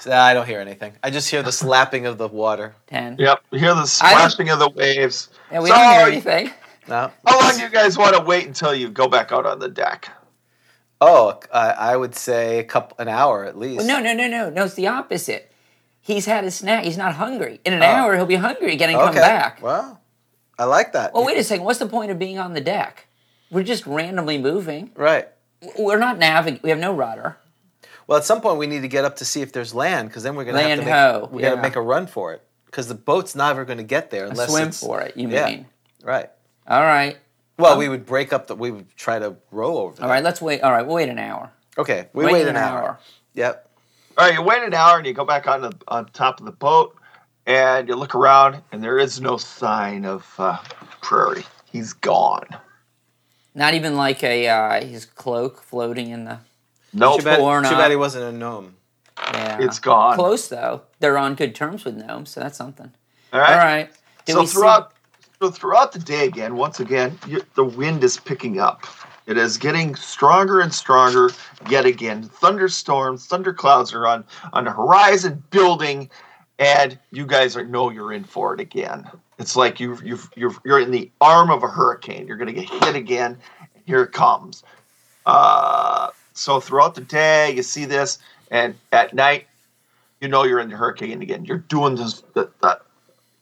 Speaker 2: So, I don't hear anything. I just hear the slapping of the water.
Speaker 3: ten.
Speaker 4: Yep, you hear the splashing of the waves.
Speaker 3: Yeah, we
Speaker 4: So,
Speaker 3: don't hear anything.
Speaker 2: No.
Speaker 4: How long do you guys want to wait until you go back out on the deck?
Speaker 2: Oh, uh, I would say a couple, an hour at least.
Speaker 3: Well, no, no, no, no, no. It's the opposite. He's had his snack. He's not hungry. In an
Speaker 2: Oh.
Speaker 3: hour, he'll be hungry again and come
Speaker 2: Okay.
Speaker 3: back.
Speaker 2: Wow. I like that.
Speaker 3: Well, wait a second. What's the point of being on the deck? We're just randomly moving.
Speaker 2: Right.
Speaker 3: We're not navig. We have no rudder.
Speaker 2: Well, at some point we need to get up to see if there's land because then we're going to have
Speaker 3: Land
Speaker 2: to
Speaker 3: ho,
Speaker 2: make, we got
Speaker 3: yeah.
Speaker 2: to make a run for it because the boat's never going to get there unless
Speaker 3: Swim
Speaker 2: it's,
Speaker 3: for it. You
Speaker 2: yeah.
Speaker 3: mean?
Speaker 2: Right.
Speaker 3: All right.
Speaker 2: Well, we would break up the, we would try to row over. there.
Speaker 3: All right. Let's wait. All right. We'll wait an hour.
Speaker 2: Okay. We wait, an, hour. Yep.
Speaker 4: All right, you wait an hour and you go back on the on top of the boat and you look around and there is no sign of uh, Prairie. He's gone.
Speaker 3: Not even like a uh, his cloak floating in the.
Speaker 4: Nope.
Speaker 2: Too bad,
Speaker 3: Torn
Speaker 2: too
Speaker 3: up.
Speaker 2: bad he wasn't a gnome.
Speaker 3: Yeah.
Speaker 4: It's gone.
Speaker 3: Close though. They're on good terms with gnomes, so that's something.
Speaker 4: All right.
Speaker 3: All right. Did
Speaker 4: so
Speaker 3: we see-
Speaker 4: throughout so throughout the day again, once again, you, the wind is picking up. It is getting stronger and stronger yet again. Thunderstorms, thunderclouds are on on the horizon building, and you guys are know you're in for it again. It's like you you you're, you're in the arm of a hurricane. You're going to get hit again. Here it comes. Uh, so throughout the day, you see this, and at night, you know you're in the hurricane again. You're doing this the, the,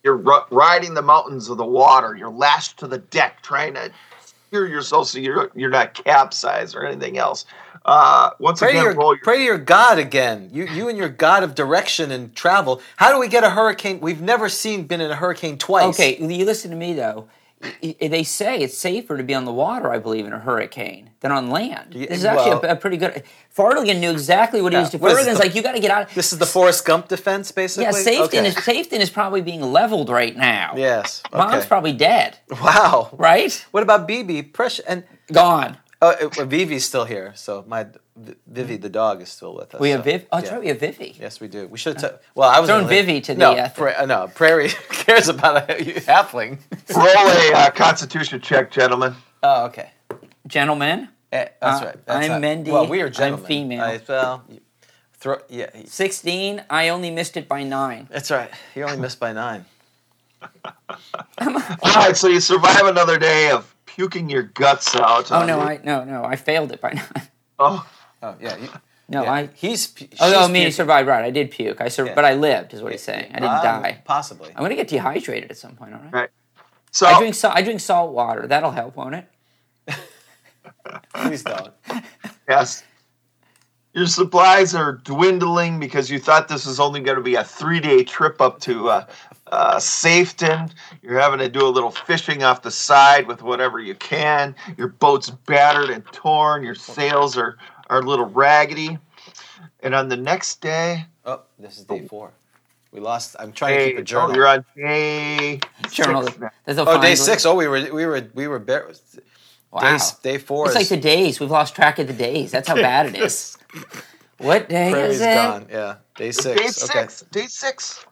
Speaker 4: you're ru- riding the mountains of the water. You're lashed to the deck, trying to steer yourself so you're you're not capsized or anything else. Uh, once
Speaker 2: Pray to,
Speaker 4: again, roll
Speaker 2: your,
Speaker 4: your,
Speaker 2: pray to your God again. You, you and your God of direction and travel. How do we get a hurricane? We've never seen been in a hurricane twice.
Speaker 3: Okay, you listen to me though. I- I- They say it's safer to be on the water, I believe, in a hurricane than on land. This is actually
Speaker 2: well-
Speaker 3: a, a pretty good. Fartigan knew exactly what he was doing.
Speaker 2: what is
Speaker 3: Fartigan's
Speaker 2: the-
Speaker 3: like, you got to get out.
Speaker 2: This is the Forrest Gump defense, basically.
Speaker 3: yeah, Safeton
Speaker 2: Okay.
Speaker 3: is Safeton is probably being leveled right now.
Speaker 2: Yes.
Speaker 3: Mom's
Speaker 2: okay.
Speaker 3: probably dead,
Speaker 2: Wow.
Speaker 3: right?
Speaker 2: What about BB? Pressure and
Speaker 3: Gone.
Speaker 2: oh, uh, Vivi's still here. So my Vi- Vivi, the dog, is still with us.
Speaker 3: We
Speaker 2: so,
Speaker 3: have Viv. Oh, that's
Speaker 2: yeah.
Speaker 3: right, we have Vivi.
Speaker 2: Yes, we do. We should have. T- well, I was
Speaker 3: Thrown
Speaker 2: gonna leave-
Speaker 3: Vivi to the,
Speaker 2: no.
Speaker 3: uh,
Speaker 2: pra- uh, no, Prairie cares about a halfling.
Speaker 4: roll a uh, Constitution check, gentlemen.
Speaker 2: Oh, okay.
Speaker 3: Gentlemen,
Speaker 2: Eh, that's
Speaker 3: Uh,
Speaker 2: right. That's
Speaker 3: I'm
Speaker 2: not-
Speaker 3: Mindy.
Speaker 2: Well, we are
Speaker 3: I'm
Speaker 2: gentlemen.
Speaker 3: female.
Speaker 2: I, well, you- throw, yeah, he-
Speaker 3: sixteen. I only missed it by nine.
Speaker 2: that's right. You only missed by nine.
Speaker 4: All right, so you survive another day of puking your guts out.
Speaker 3: Oh
Speaker 4: on
Speaker 3: no,
Speaker 4: the-
Speaker 3: I no no, I failed it by nine.
Speaker 4: oh,
Speaker 2: Oh, yeah. You,
Speaker 3: No,
Speaker 2: yeah.
Speaker 3: I.
Speaker 2: He's. p-
Speaker 3: Oh,
Speaker 2: she's
Speaker 3: no, I mean, he
Speaker 2: puking.
Speaker 3: survived. Right, I did puke. I sur-
Speaker 2: Yeah.
Speaker 3: but I lived, is what he's saying. I didn't
Speaker 2: Um,
Speaker 3: die.
Speaker 2: Possibly.
Speaker 3: I'm gonna get dehydrated at some point. All right.
Speaker 4: right. So
Speaker 2: Oh.
Speaker 3: I drink sa- I drink salt water. That'll help, won't it?
Speaker 2: Please don't.
Speaker 4: Yes. Your supplies are dwindling because you thought this was only going to be a three day trip up to uh, uh, Safeton. You're having to do a little fishing off the side with whatever you can. Your boat's battered and torn. Your sails are, are a little raggedy. And on the next day,
Speaker 2: Oh, this is day four. We lost. I'm trying to
Speaker 4: hey,
Speaker 2: keep a
Speaker 4: oh,
Speaker 2: journal.
Speaker 4: you're on day
Speaker 3: Journal.
Speaker 4: six now.
Speaker 3: That's a
Speaker 2: oh, day
Speaker 3: fine-
Speaker 2: six. Oh, we were we were we were bare.
Speaker 3: Wow.
Speaker 2: Day s- day four
Speaker 3: It's like
Speaker 2: is-
Speaker 3: the days. We've lost track of the days. That's how bad it is. What day
Speaker 2: Prairie's
Speaker 3: is it?
Speaker 2: gone. Yeah, day six.
Speaker 4: Day
Speaker 2: okay.
Speaker 4: six. Day six.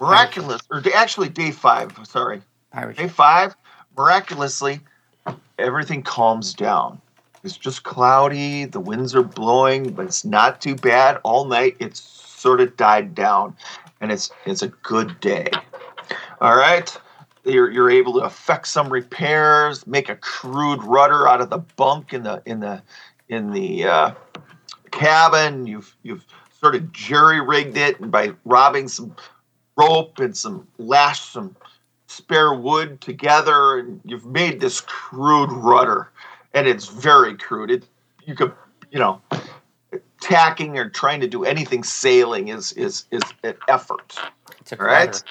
Speaker 4: Miraculous. Or day, actually, day five. Sorry.
Speaker 3: Pirate
Speaker 4: Day
Speaker 3: ship.
Speaker 4: five, miraculously, everything calms down. It's just cloudy, the winds are blowing, but it's not too bad. All night it's sort of died down, and it's it's a good day. All right. You're, you're able to effect some repairs, make a crude rudder out of the bunk in the in the in the uh, cabin. You've you've sort of jury rigged it and by robbing some rope and some lash some spare wood together and you've made this crude rudder and it's very crude it you could you know tacking or trying to do anything sailing is is is an effort
Speaker 3: It's a
Speaker 4: all right
Speaker 3: quarter.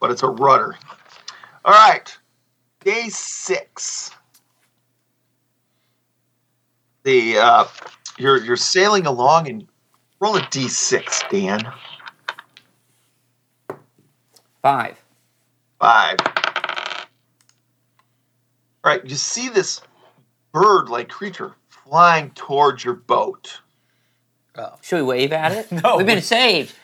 Speaker 4: but it's a rudder all right day six the uh you're you're sailing along and roll a d6 dan
Speaker 3: Five.
Speaker 4: five. All right, you see this bird like creature flying towards your boat.
Speaker 3: Should we wave at it?
Speaker 2: No.
Speaker 3: We've been saved.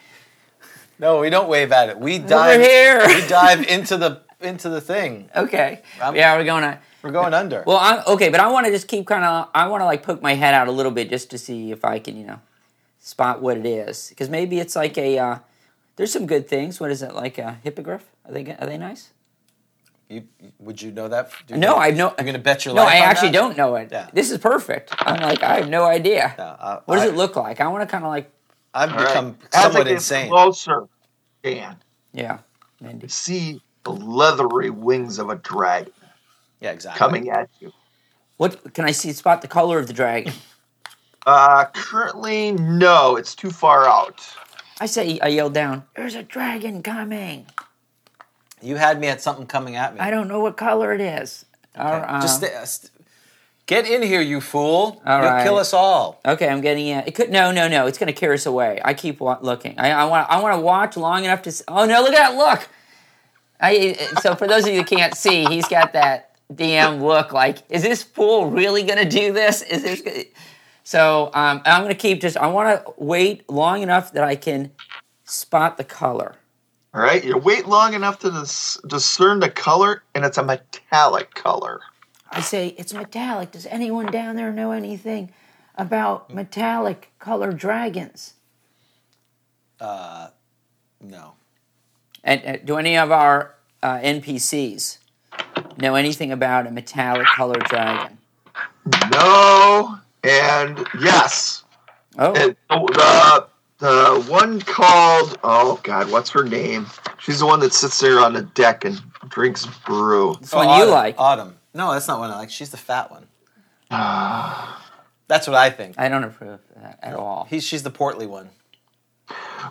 Speaker 2: No, we don't wave at it. We
Speaker 3: We're
Speaker 2: dive. We
Speaker 3: here.
Speaker 2: dive into the into the thing.
Speaker 3: okay.
Speaker 2: I'm-
Speaker 3: yeah, we're going to.
Speaker 2: We're going under.
Speaker 3: Well, I'm okay, but I want to just keep kind of. I want to like poke my head out a little bit just to see if I can, you know, spot what it is. Because maybe it's like a. Uh, there's some good things. What is it like a hippogriff? Are they are they nice?
Speaker 2: you, would you know that? Do you
Speaker 3: No,
Speaker 2: know-
Speaker 3: I have no.
Speaker 2: You're gonna bet your
Speaker 3: No,
Speaker 2: life.
Speaker 3: I
Speaker 2: on
Speaker 3: actually
Speaker 2: that?
Speaker 3: don't know it.
Speaker 2: Yeah.
Speaker 3: This is perfect. I'm like I have no idea.
Speaker 2: No, I-
Speaker 3: what does
Speaker 2: I-
Speaker 3: it look like? I want to kind of like
Speaker 2: I've
Speaker 4: All right.
Speaker 2: become
Speaker 4: As it
Speaker 2: somewhat
Speaker 4: gets
Speaker 2: insane.
Speaker 4: Closer, Dan,
Speaker 3: yeah, Mindy.
Speaker 4: you see the leathery wings of a dragon
Speaker 2: Yeah, exactly.
Speaker 4: coming at you.
Speaker 3: What can I see? Spot the color of the dragon.
Speaker 4: Uh, currently, no, it's too far out.
Speaker 3: I say I yelled down. There's a dragon coming.
Speaker 2: You had me at something coming at me.
Speaker 3: I don't know what color it is. Or, uh,
Speaker 2: Just st- uh, st- get in here, you fool!
Speaker 3: All
Speaker 2: You'll kill
Speaker 3: right.
Speaker 2: us all.
Speaker 3: Okay, I'm getting it. It could no, no, no. It's gonna carry us away. I keep wa- looking. I, I want. I want to watch long enough to. See, oh no! Look at that look. I. So for those of you that can't see, he's got that damn look. Like, is this fool really gonna do this? Is this? So um, I'm going to keep just, I want to wait long enough that I can spot the color.
Speaker 4: All right, you wait long enough to dis- discern the color, and it's a metallic color.
Speaker 3: I say, it's metallic. Does anyone down there know anything about metallic color dragons?
Speaker 2: No.
Speaker 3: And uh, do any of our uh, NPCs know anything about a metallic colored dragon?
Speaker 4: No, and yes.
Speaker 3: Oh,
Speaker 4: And the, the one called, oh God, what's her name? She's the one that sits there on the deck and drinks brew.
Speaker 3: it's one you
Speaker 2: Oh, Autumn.
Speaker 3: like.
Speaker 2: Autumn. No, that's not one I like. She's the fat one. Ah. that's what I think.
Speaker 3: I don't approve of that at all.
Speaker 2: He, she's the portly one.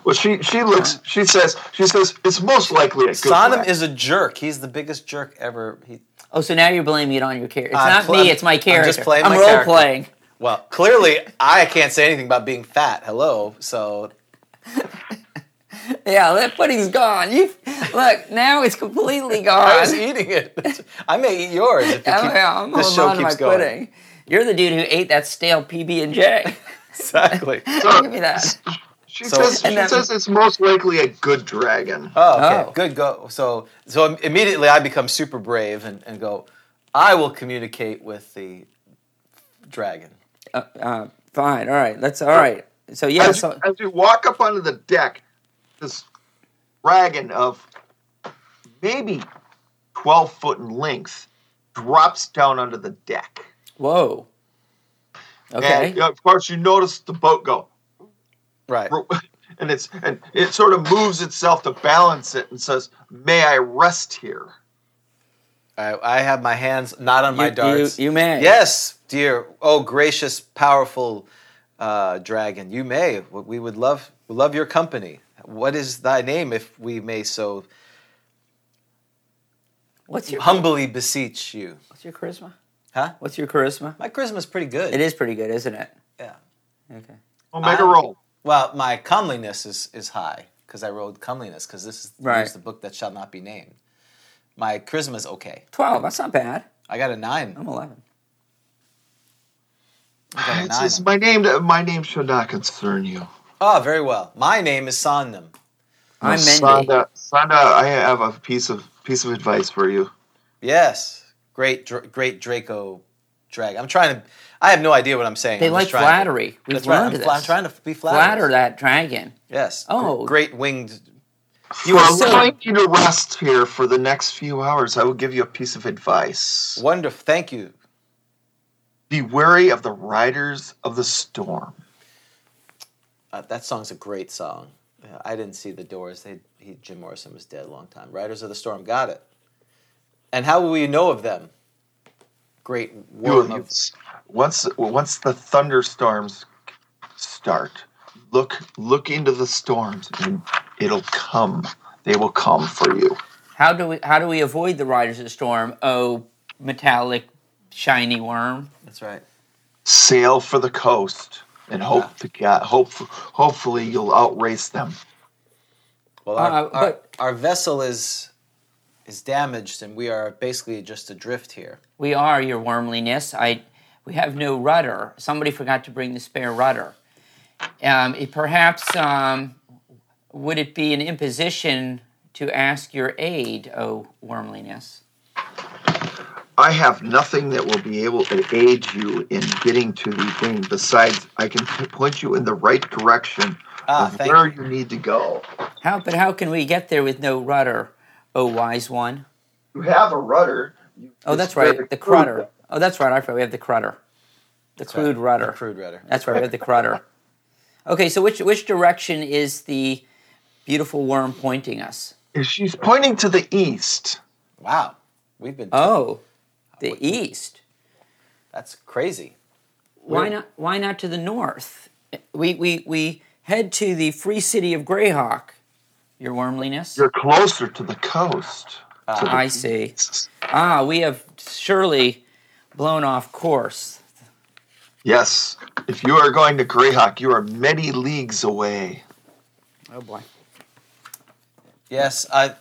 Speaker 4: Well, she she looks, she says, she says, it's most likely a good
Speaker 2: Sodom
Speaker 4: guy."
Speaker 2: is a jerk. He's the biggest jerk ever. He,
Speaker 3: Oh, so now you're blaming it on your character. It's
Speaker 2: I'm
Speaker 3: not
Speaker 2: pl-
Speaker 3: me,
Speaker 2: I'm-
Speaker 3: it's my
Speaker 2: I'm just
Speaker 3: character.
Speaker 2: playing my
Speaker 3: role
Speaker 2: character.
Speaker 3: playing.
Speaker 2: well, clearly I can't say anything about being fat. Hello. So
Speaker 3: Yeah, that pudding's gone. You look now it's completely
Speaker 2: I was
Speaker 3: gone.
Speaker 2: eating it. I may eat yours if you
Speaker 3: Oh,
Speaker 2: keep,
Speaker 3: yeah, I'm
Speaker 2: this
Speaker 3: holding
Speaker 2: show
Speaker 3: on to my
Speaker 2: keeps going.
Speaker 3: pudding. You're the dude who ate that stale PB and J.
Speaker 2: Exactly.
Speaker 3: Give me that.
Speaker 4: She
Speaker 2: So-
Speaker 4: says, she
Speaker 3: And then-
Speaker 4: says it's most likely a good dragon.
Speaker 2: Oh, okay.
Speaker 3: Oh.
Speaker 2: Good go. So so immediately I become super brave and, and go, I will communicate with the dragon.
Speaker 3: Uh, uh, fine. All right. That's all right. So yeah.
Speaker 4: as,
Speaker 3: So
Speaker 4: as we walk up onto the deck, this dragon of maybe 12 foot in length drops down onto the deck.
Speaker 3: whoa. Okay.
Speaker 4: And uh, of course, you notice the boat go,
Speaker 2: Right.
Speaker 4: and it's and it sort of moves itself to balance it and says, "May I rest here?"
Speaker 2: I, I have my hands not on my
Speaker 3: You-
Speaker 2: darts.
Speaker 3: you- you may.
Speaker 2: Yes, dear. Oh, gracious, powerful uh, dragon. You may. We would love we love your company. What is thy name, if we may so
Speaker 3: What's your
Speaker 2: humbly beseech you?
Speaker 3: What's your charisma?
Speaker 2: Huh?
Speaker 3: What's your charisma?
Speaker 2: My charisma's pretty good.
Speaker 3: It is pretty good, isn't it?
Speaker 2: Yeah.
Speaker 3: Okay.
Speaker 4: We'll make a
Speaker 2: I-
Speaker 4: roll.
Speaker 2: Well, my comeliness is is high because I rolled comeliness because this is
Speaker 3: Right.
Speaker 2: use the book that shall not be named. My charisma is okay.
Speaker 3: Twelve. That's not bad.
Speaker 2: I got a nine.
Speaker 3: I'm eleven.
Speaker 2: I got a
Speaker 4: It
Speaker 2: nine.
Speaker 4: says, "My name, my name should not concern you."
Speaker 2: Oh, very well. My name is Sonnum.
Speaker 3: I'm Mendy.
Speaker 4: Sonda, Sonda, I have a piece of piece of advice for you.
Speaker 2: Yes, great, dr- great Draco drag. I'm trying to. I have no idea what I'm saying.
Speaker 3: They
Speaker 2: I'm
Speaker 3: like
Speaker 2: just trying to-
Speaker 3: flattery. We've
Speaker 2: that's right.
Speaker 3: learned
Speaker 2: I'm,
Speaker 3: this.
Speaker 2: fla- I'm trying to be
Speaker 3: Flatter
Speaker 2: flattered.
Speaker 3: that dragon.
Speaker 2: Yes. gr-
Speaker 3: Oh.
Speaker 2: great winged.
Speaker 4: You
Speaker 3: are
Speaker 4: are
Speaker 3: so-
Speaker 4: allowing you to rest here for the next few hours. I will give you a piece of advice.
Speaker 2: Wonderful. Thank you.
Speaker 4: Be wary of the riders of the storm.
Speaker 2: Uh, that song's a great song. Yeah, I didn't see the Doors. They, he, Jim Morrison was dead a long time. Riders of the Storm. Got it. And how will we know of them? Great
Speaker 4: You,
Speaker 2: worm
Speaker 4: you,
Speaker 2: of
Speaker 4: once once the thunderstorms start, look look into the storms and it'll come. They will come for you.
Speaker 3: How do we how do we avoid the riders of the storm? Oh, metallic, shiny worm.
Speaker 2: That's right.
Speaker 4: Sail for the coast and hope to get hope hopefully you'll outrace them.
Speaker 2: Well, our,
Speaker 3: Uh,
Speaker 2: our-
Speaker 3: but-
Speaker 2: our vessel is is damaged, and we are basically just adrift here.
Speaker 3: We are your wormliness. I we have no rudder. Somebody forgot to bring the spare rudder. Um, it perhaps um, would it be an imposition to ask your aid, oh wormliness?
Speaker 4: I have nothing that will be able to aid you in getting to the thing. Besides, I can p- point you in the right direction
Speaker 2: Ah,
Speaker 4: of
Speaker 2: thank
Speaker 4: where
Speaker 2: you.
Speaker 4: you. need to go.
Speaker 3: How but how can we get there with no rudder, oh wise one?
Speaker 4: You have a rudder. You-
Speaker 3: Oh,
Speaker 4: it's
Speaker 3: that's right,
Speaker 4: very
Speaker 3: the
Speaker 4: crude,
Speaker 3: crutter. Oh, that's right. I forgot we have the crutter, the crude rudder.
Speaker 2: Crude rudder.
Speaker 3: That's right, we have the crutter. Okay, so which which direction is the beautiful worm pointing us?
Speaker 4: though. She's pointing to the east.
Speaker 2: Wow, we've been.
Speaker 3: Oh, the east.
Speaker 2: That's crazy.
Speaker 3: Why not? Why not to the north? We we we head to the free city of Greyhawk. Your wormliness. Ah,
Speaker 4: You're closer to the coast. To the
Speaker 3: I see.
Speaker 4: east.
Speaker 3: Ah, we have surely blown off course.
Speaker 4: Yes. If you are going to Greyhawk, you are many leagues away.
Speaker 3: Oh boy.
Speaker 2: Yes, I,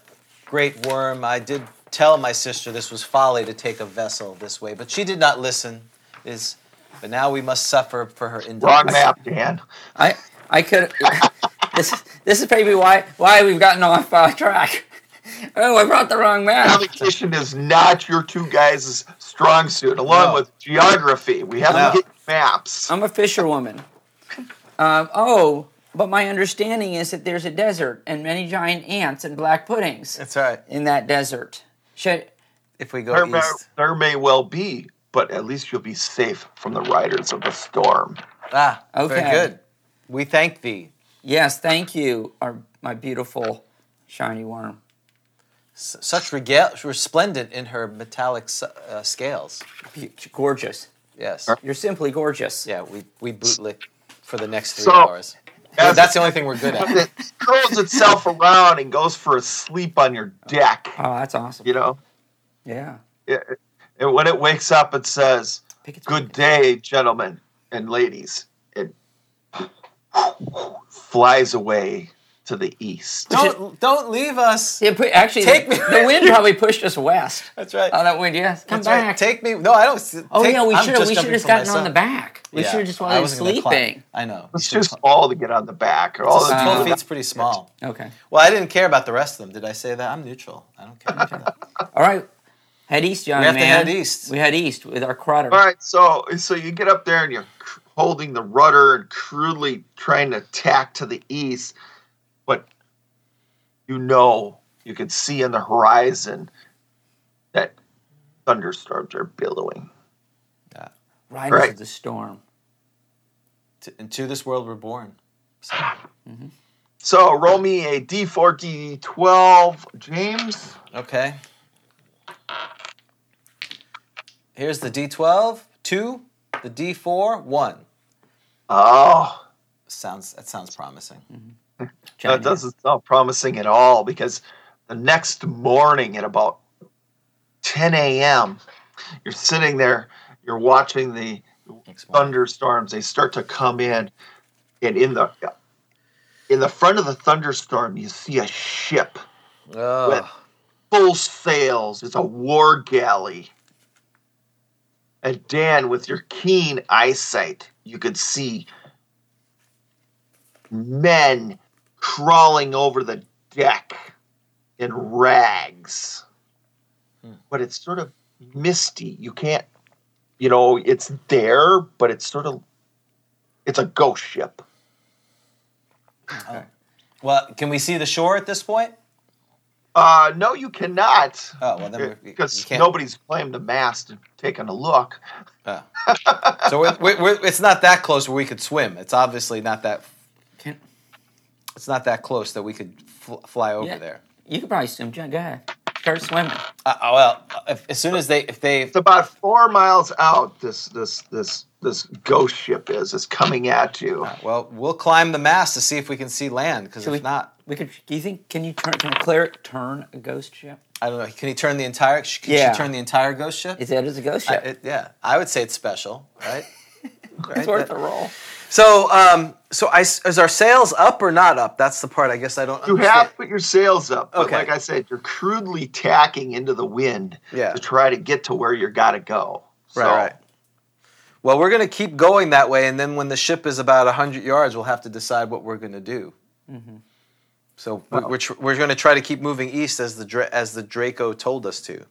Speaker 2: great worm. I did tell my sister this was folly to take a vessel this way, but she did not listen. Is But now we must suffer for her indulgence.
Speaker 4: Wrong map, Dan.
Speaker 3: I I could. this this is maybe why why we've gotten off uh, track. oh, I brought the wrong map.
Speaker 4: Navigation is not your two guys' strong suit, along
Speaker 2: No.
Speaker 4: with geography. We have
Speaker 2: No.
Speaker 4: to get maps.
Speaker 3: I'm a fisherwoman. Um, oh, but my understanding is that there's a desert and many giant ants and black puddings
Speaker 2: That's right.
Speaker 3: in that desert. Should
Speaker 2: If we go
Speaker 4: There may,
Speaker 2: east.
Speaker 4: there may well be, but at least you'll be safe from the riders of the storm.
Speaker 2: Ah,
Speaker 3: Okay.
Speaker 2: very good. We thank thee.
Speaker 3: yes, thank you, our my beautiful shiny worm.
Speaker 2: S- Such regal, resplendent in her metallic s- uh, scales.
Speaker 3: You- Gorgeous.
Speaker 2: Yes.
Speaker 3: You're simply gorgeous.
Speaker 2: Yeah, we, we bootlick for the next three
Speaker 4: So-
Speaker 2: hours. That's the only thing we're good at.
Speaker 4: It curls itself around and goes for a sleep on your deck.
Speaker 3: Oh, that's awesome.
Speaker 4: You know,
Speaker 3: Yeah.
Speaker 4: It- and when it wakes up, it says,
Speaker 3: Pick its-
Speaker 4: "Good day, gentlemen and ladies," and flies away to the east.
Speaker 2: Don't don't leave us.
Speaker 3: Yeah, but actually,
Speaker 2: Take
Speaker 3: the,
Speaker 2: me-
Speaker 3: the wind probably pushed us west.
Speaker 2: That's right.
Speaker 3: Oh, that wind, yes. Come
Speaker 2: That's right.
Speaker 3: back.
Speaker 2: Take me. No, I don't. s-
Speaker 3: oh,
Speaker 2: take-
Speaker 3: yeah, we
Speaker 2: I'm
Speaker 3: should have we
Speaker 2: jumping
Speaker 3: should have
Speaker 2: for
Speaker 3: gotten
Speaker 2: myself.
Speaker 3: on the back. We
Speaker 2: Yeah,
Speaker 3: should have just
Speaker 2: I
Speaker 3: while
Speaker 2: wasn't gonna climb.
Speaker 3: sleeping.
Speaker 2: I know.
Speaker 4: Let's
Speaker 2: You should've
Speaker 4: just all to get on the back, or all the
Speaker 2: climbed.
Speaker 3: Uh,
Speaker 2: Twelve feet's pretty small.
Speaker 3: Okay.
Speaker 2: Well, I didn't care about the rest of them. Did I say that? I'm neutral. I don't care. about that.
Speaker 3: All right. Head east, young
Speaker 2: We have to
Speaker 3: man.
Speaker 2: head east.
Speaker 3: We head east with our crutter.
Speaker 4: All right, so so you get up there and you're cr- holding the rudder and crudely trying to tack to the east, but you know you can see in the horizon that thunderstorms are billowing.
Speaker 3: Riders
Speaker 4: Right.
Speaker 3: of the storm.
Speaker 2: To- Into this world we're born.
Speaker 4: So roll me a d4 d12, James.
Speaker 2: Okay. Here's the D12, two. The D4, one.
Speaker 4: Oh,
Speaker 2: Sounds that sounds promising.
Speaker 4: that doesn't sound promising at all because the next morning at about 10 a.m., you're sitting there, you're watching the
Speaker 2: Next one.
Speaker 4: thunderstorms they start to come in and in the in the front of the thunderstorm you see a ship with
Speaker 2: Oh,
Speaker 4: full sails it's a war galley and dan with your keen eyesight you could see men crawling over the deck in rags
Speaker 2: Hmm.
Speaker 4: but it's sort of misty you can't you know it's there but it's sort of it's a ghost ship
Speaker 2: well, can we see the shore at this point?
Speaker 4: uh no you cannot
Speaker 2: Oh, well, then we, you
Speaker 4: because
Speaker 2: can't.
Speaker 4: nobody's climbed the mast and taken a look
Speaker 2: Oh. so we're, we're, we're, it's not that close where we could swim. It's obviously not that.
Speaker 3: Can-
Speaker 2: It's not that close that we could fl- fly over
Speaker 3: Yeah.
Speaker 2: there.
Speaker 3: You could probably swim. John. Go ahead. Start swimming.
Speaker 2: Uh, oh, well, if, as soon as they if they
Speaker 4: it's about four miles out this this this this ghost ship is is coming at you
Speaker 2: well, we'll climb the mast to see if we can see land. Because
Speaker 3: Should
Speaker 2: if
Speaker 3: we-
Speaker 2: not,
Speaker 3: We could. Do you think? Can you turn? Can Claret turn a ghost ship?
Speaker 2: I don't know. Can he turn the entire? sh- Can
Speaker 3: Yeah.
Speaker 2: she turn the entire ghost ship?
Speaker 3: Is that as a ghost
Speaker 2: I-
Speaker 3: ship?
Speaker 2: it- yeah, I would say it's special, right?
Speaker 3: it's
Speaker 2: Right?
Speaker 3: worth
Speaker 2: That-
Speaker 3: a roll.
Speaker 2: so, um, so I s is our sails up or not up? That's the part I guess I don't.
Speaker 4: you
Speaker 2: understand.
Speaker 4: have put your sails up but
Speaker 2: Okay.
Speaker 4: like i said you're crudely tacking into the wind
Speaker 2: Yeah.
Speaker 4: to try to get to where you gotta go so,
Speaker 2: Right, right. Well, we're going to keep going that way, and then when the ship is about 100 yards, we'll have to decide what we're going to do.
Speaker 3: Mm-hmm.
Speaker 2: So we- we're, tr- we're going to try to keep moving east as the, Dra- as the Draco told us to.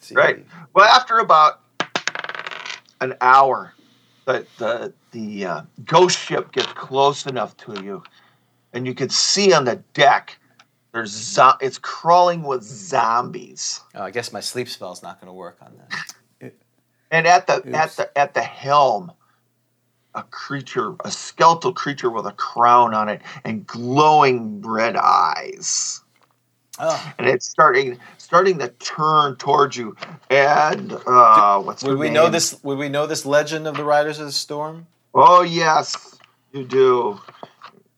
Speaker 2: See-
Speaker 4: Right. Well, after about an hour, the the the uh, ghost ship gets close enough to you, and you can see on the deck. There's zo- it's crawling with zombies,
Speaker 2: Oh, I guess my sleep spell's not going to work on that.
Speaker 4: and at the
Speaker 3: Oops.
Speaker 4: at the at the helm, a creature, a skeletal creature with a crown on it and glowing red eyes.
Speaker 2: Oh,
Speaker 4: And it's starting starting to turn towards you. And uh, what's her
Speaker 2: would we know
Speaker 4: name?
Speaker 2: this? Would we know this legend of the Riders of the Storm?
Speaker 4: Oh, yes, you do.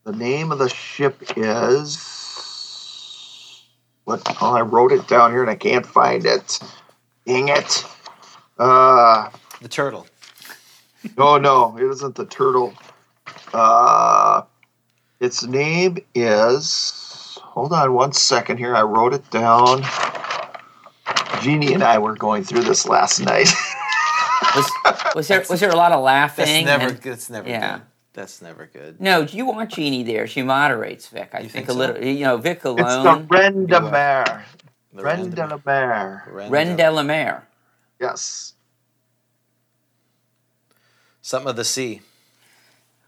Speaker 4: The name of the ship is. What? Oh, I wrote it down here and I can't find it. Dang it. Uh,
Speaker 2: The turtle.
Speaker 4: no, no, it isn't the turtle. Uh, its name is. Hold on one second here. I wrote it down. Jeannie and I were going through this last night.
Speaker 3: Was, was there was there a lot of laughing?
Speaker 2: That's never.
Speaker 3: and-
Speaker 2: that's never
Speaker 3: yeah.
Speaker 2: good. That's never good.
Speaker 3: no, you want Jeannie there. She moderates Vic. I
Speaker 2: You
Speaker 3: think,
Speaker 2: think
Speaker 3: a
Speaker 2: so?
Speaker 3: little. You know, Vic
Speaker 4: It's the
Speaker 3: alone.
Speaker 4: Ren de
Speaker 2: You are-
Speaker 4: Mer.
Speaker 2: The
Speaker 4: Ren de la Mer.
Speaker 2: Ren-
Speaker 3: Ren Delamere.
Speaker 4: Yes.
Speaker 2: Something of the sea.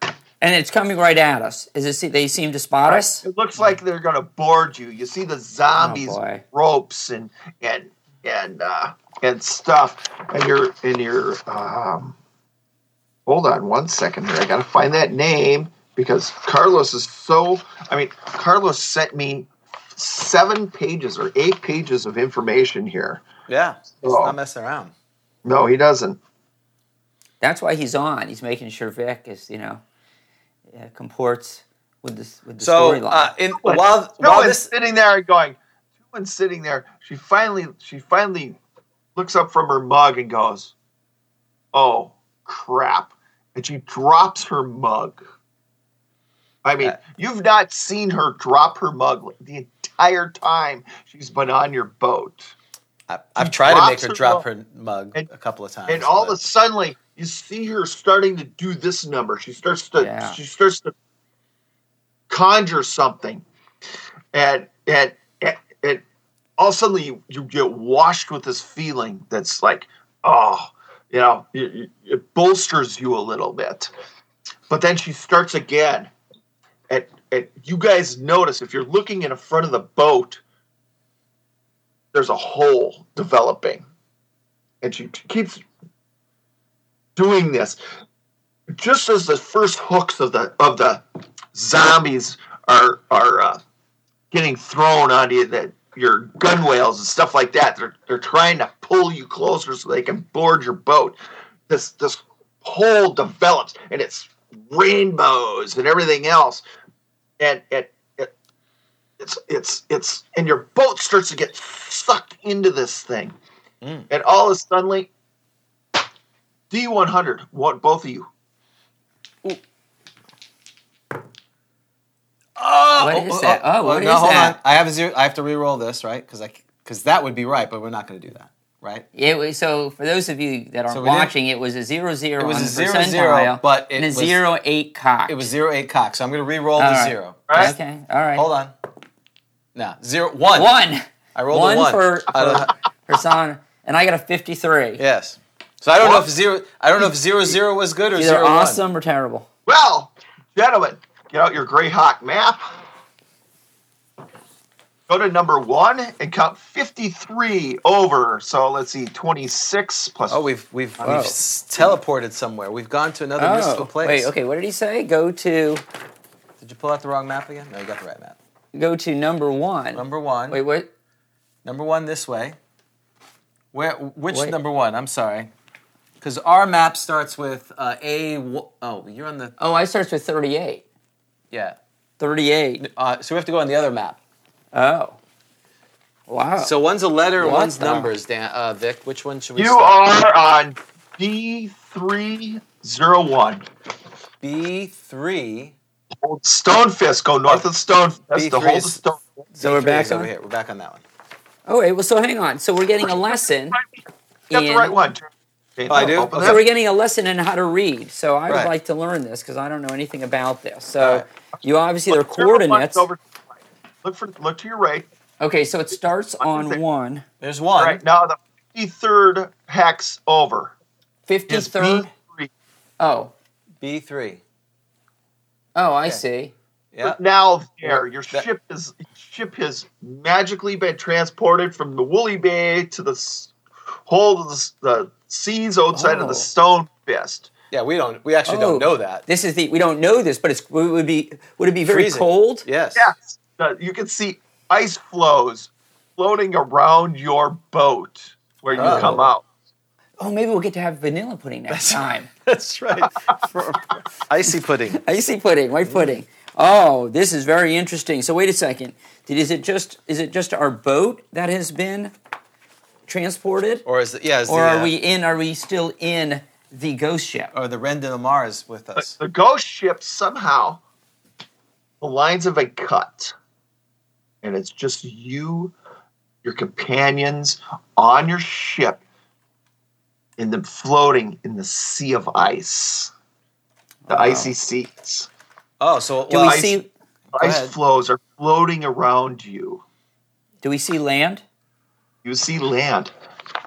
Speaker 3: And it's coming right at us. Is it? se- They seem to spot us.
Speaker 4: It looks like they're gonna board you. You see the zombies,
Speaker 3: Oh, boy.
Speaker 4: ropes, and and and uh, and stuff. And your and your um. Hold on one second here. I gotta find that name because Carlos is so. I mean, Carlos sent me seven pages or eight pages of information here.
Speaker 2: Yeah. It's
Speaker 4: Oh.
Speaker 2: not messing around.
Speaker 4: No, he doesn't.
Speaker 3: That's why he's on. He's making sure Vic is. You know, uh, comports with this with the
Speaker 2: So
Speaker 3: storyline.
Speaker 2: uh, in
Speaker 4: But
Speaker 2: while
Speaker 4: no
Speaker 2: while
Speaker 4: one's
Speaker 2: this
Speaker 4: sitting there and going, no one's sitting there. She finally, she finally looks up from her mug and goes, "Oh crap!" And she drops her mug. I mean,
Speaker 2: Uh,
Speaker 4: you've not seen her drop her mug like, the entire time she's been on your boat,
Speaker 2: I, I've tried to make
Speaker 4: drops
Speaker 2: her
Speaker 4: her
Speaker 2: drop
Speaker 4: mug.
Speaker 2: her mug
Speaker 4: And-
Speaker 2: a couple of times.
Speaker 4: and all of
Speaker 2: but
Speaker 4: a suddenly you see her starting to do this number. She starts to,
Speaker 3: Yeah.
Speaker 4: she starts to conjure something, and and and, and all of a sudden you, you get washed with this feeling that's like oh you know it, it- it bolsters you a little bit but then she starts again and, and you guys notice if you're looking in front of the boat there's a hole developing and she t- keeps doing this just as the first hooks of the of the zombies are are uh, getting thrown onto you that your gunwales and stuff like that. They're they're trying to pull you closer so they can board your boat. This this hole develops and it's rainbows and everything else. And it, it it's it's it's and your boat starts to get sucked into this thing.
Speaker 2: Mm.
Speaker 4: And all of a sudden D one hundred, what both of you.
Speaker 2: Oh,
Speaker 3: What is that? Oh, what
Speaker 2: no,
Speaker 3: is
Speaker 2: hold
Speaker 3: that?
Speaker 2: on. I have a zero. I have to re-roll this, right? Because I because that would be right, but we're not going to do that, right?
Speaker 3: It was, so for those of you that aren't
Speaker 2: So we didn't-
Speaker 3: watching, it was a zero zero.
Speaker 2: It was
Speaker 3: on
Speaker 2: a
Speaker 3: the
Speaker 2: zero,
Speaker 3: percentile
Speaker 2: zero, but it
Speaker 3: and a
Speaker 2: was-
Speaker 3: zero eight cock.
Speaker 2: It was zero eight cock. So I'm going to re-roll
Speaker 3: All
Speaker 2: the
Speaker 3: right.
Speaker 2: zero.
Speaker 4: Right?
Speaker 3: okay. All right,
Speaker 2: Hold on. No, zero one.
Speaker 3: one.
Speaker 2: I rolled
Speaker 3: one
Speaker 2: a one.
Speaker 3: for,
Speaker 2: I don't
Speaker 3: for persona, and I got a fifty three.
Speaker 2: yes. So I don't know
Speaker 4: What?
Speaker 2: if zero. I don't know if zero zero was good or
Speaker 3: Either
Speaker 2: zero one.
Speaker 3: awesome or terrible.
Speaker 4: Well, gentlemen, get out your Greyhawk map. Go to number one and count 53 over. So let's see, 26 plus.
Speaker 2: Oh, we've we've
Speaker 3: Oh.
Speaker 2: we've s- teleported somewhere. We've gone to another mystical place.
Speaker 3: wait. Okay, what did he say? Go to
Speaker 2: Did you pull out the wrong map again? No, you got the right map.
Speaker 3: go to number one.
Speaker 2: Number one.
Speaker 3: Wait, what?
Speaker 2: Number one this way. Where? Which
Speaker 3: Wait.
Speaker 2: number one? I'm sorry. Because our map starts with uh, a. wo- Oh, you're on the.
Speaker 3: Oh, I starts with thirty eight.
Speaker 2: Yeah.
Speaker 3: Thirty eight.
Speaker 2: Uh, so we have to go on the other map.
Speaker 3: Oh, wow.
Speaker 2: So one's a letter,
Speaker 3: Oh. What
Speaker 2: one's
Speaker 3: the-
Speaker 2: numbers. Dan, uh, Vic, which one should we?
Speaker 4: you
Speaker 2: start?
Speaker 4: are on D301.
Speaker 2: B three.
Speaker 4: Hold Stonefist, go north of Stonefist to
Speaker 2: B3
Speaker 4: hold the
Speaker 2: is-
Speaker 4: stone.
Speaker 3: so we're back
Speaker 2: over
Speaker 3: on.
Speaker 2: here. We're back on that one.
Speaker 3: Oh wait, well, so hang on. So we're getting a lesson.
Speaker 4: You got the
Speaker 3: in-
Speaker 4: right one. Okay,
Speaker 2: Oh, I do?
Speaker 4: open
Speaker 2: Okay.
Speaker 3: So
Speaker 4: that.
Speaker 3: we're getting a lesson in how to read. So I would
Speaker 2: Right.
Speaker 3: like to learn this because I don't know anything about this.
Speaker 2: All
Speaker 3: So
Speaker 2: right.
Speaker 3: you obviously there are
Speaker 4: Look, zero one's
Speaker 3: coordinates.
Speaker 4: Over to the right. look, for, look to your right.
Speaker 3: Okay, so it starts on
Speaker 4: Right.
Speaker 3: one.
Speaker 2: There's one.
Speaker 4: All right, now the 53rd hex over is
Speaker 3: 53rd.
Speaker 4: B3.
Speaker 3: Oh,
Speaker 2: B three.
Speaker 3: oh, I see.
Speaker 2: Yeah.
Speaker 4: But now there, your
Speaker 2: That-
Speaker 4: ship is ship has magically been transported from the Woolly Bay to the s- hold of the, s- the seas outside of
Speaker 3: Oh.
Speaker 4: the Stone Fist.
Speaker 2: Yeah. We don't. We actually don't
Speaker 3: Oh.
Speaker 2: know that.
Speaker 3: This is the we don't know this, but it's it would be would it be very
Speaker 2: Freezing.
Speaker 3: cold?
Speaker 2: Yes.
Speaker 4: Yes, the- Uh, you can see ice flows floating around your boat where you
Speaker 2: Oh.
Speaker 4: come out.
Speaker 3: Oh, maybe we'll get to have vanilla pudding next time.
Speaker 2: That's right. For- icy pudding.
Speaker 3: Icy pudding, white pudding. Oh, this is very interesting. So wait a second. Did, is it just is it just our boat that has been transported,
Speaker 2: Or is it? Yeah. Uh, Is
Speaker 3: or
Speaker 2: the,
Speaker 3: are
Speaker 2: uh,
Speaker 3: we in? Are we still in the ghost ship?
Speaker 2: Or the Rendon Lamar is with us.
Speaker 4: The ghost ship somehow the lines have been cut, and it's just you, your companions on your ship, and then floating in the sea of ice. The icy seas.
Speaker 2: Oh, so
Speaker 3: Do
Speaker 2: well,
Speaker 3: we
Speaker 4: I-
Speaker 3: see?
Speaker 4: Ice
Speaker 2: ahead.
Speaker 4: floes are floating around you.
Speaker 3: Do we see land?
Speaker 4: You see land.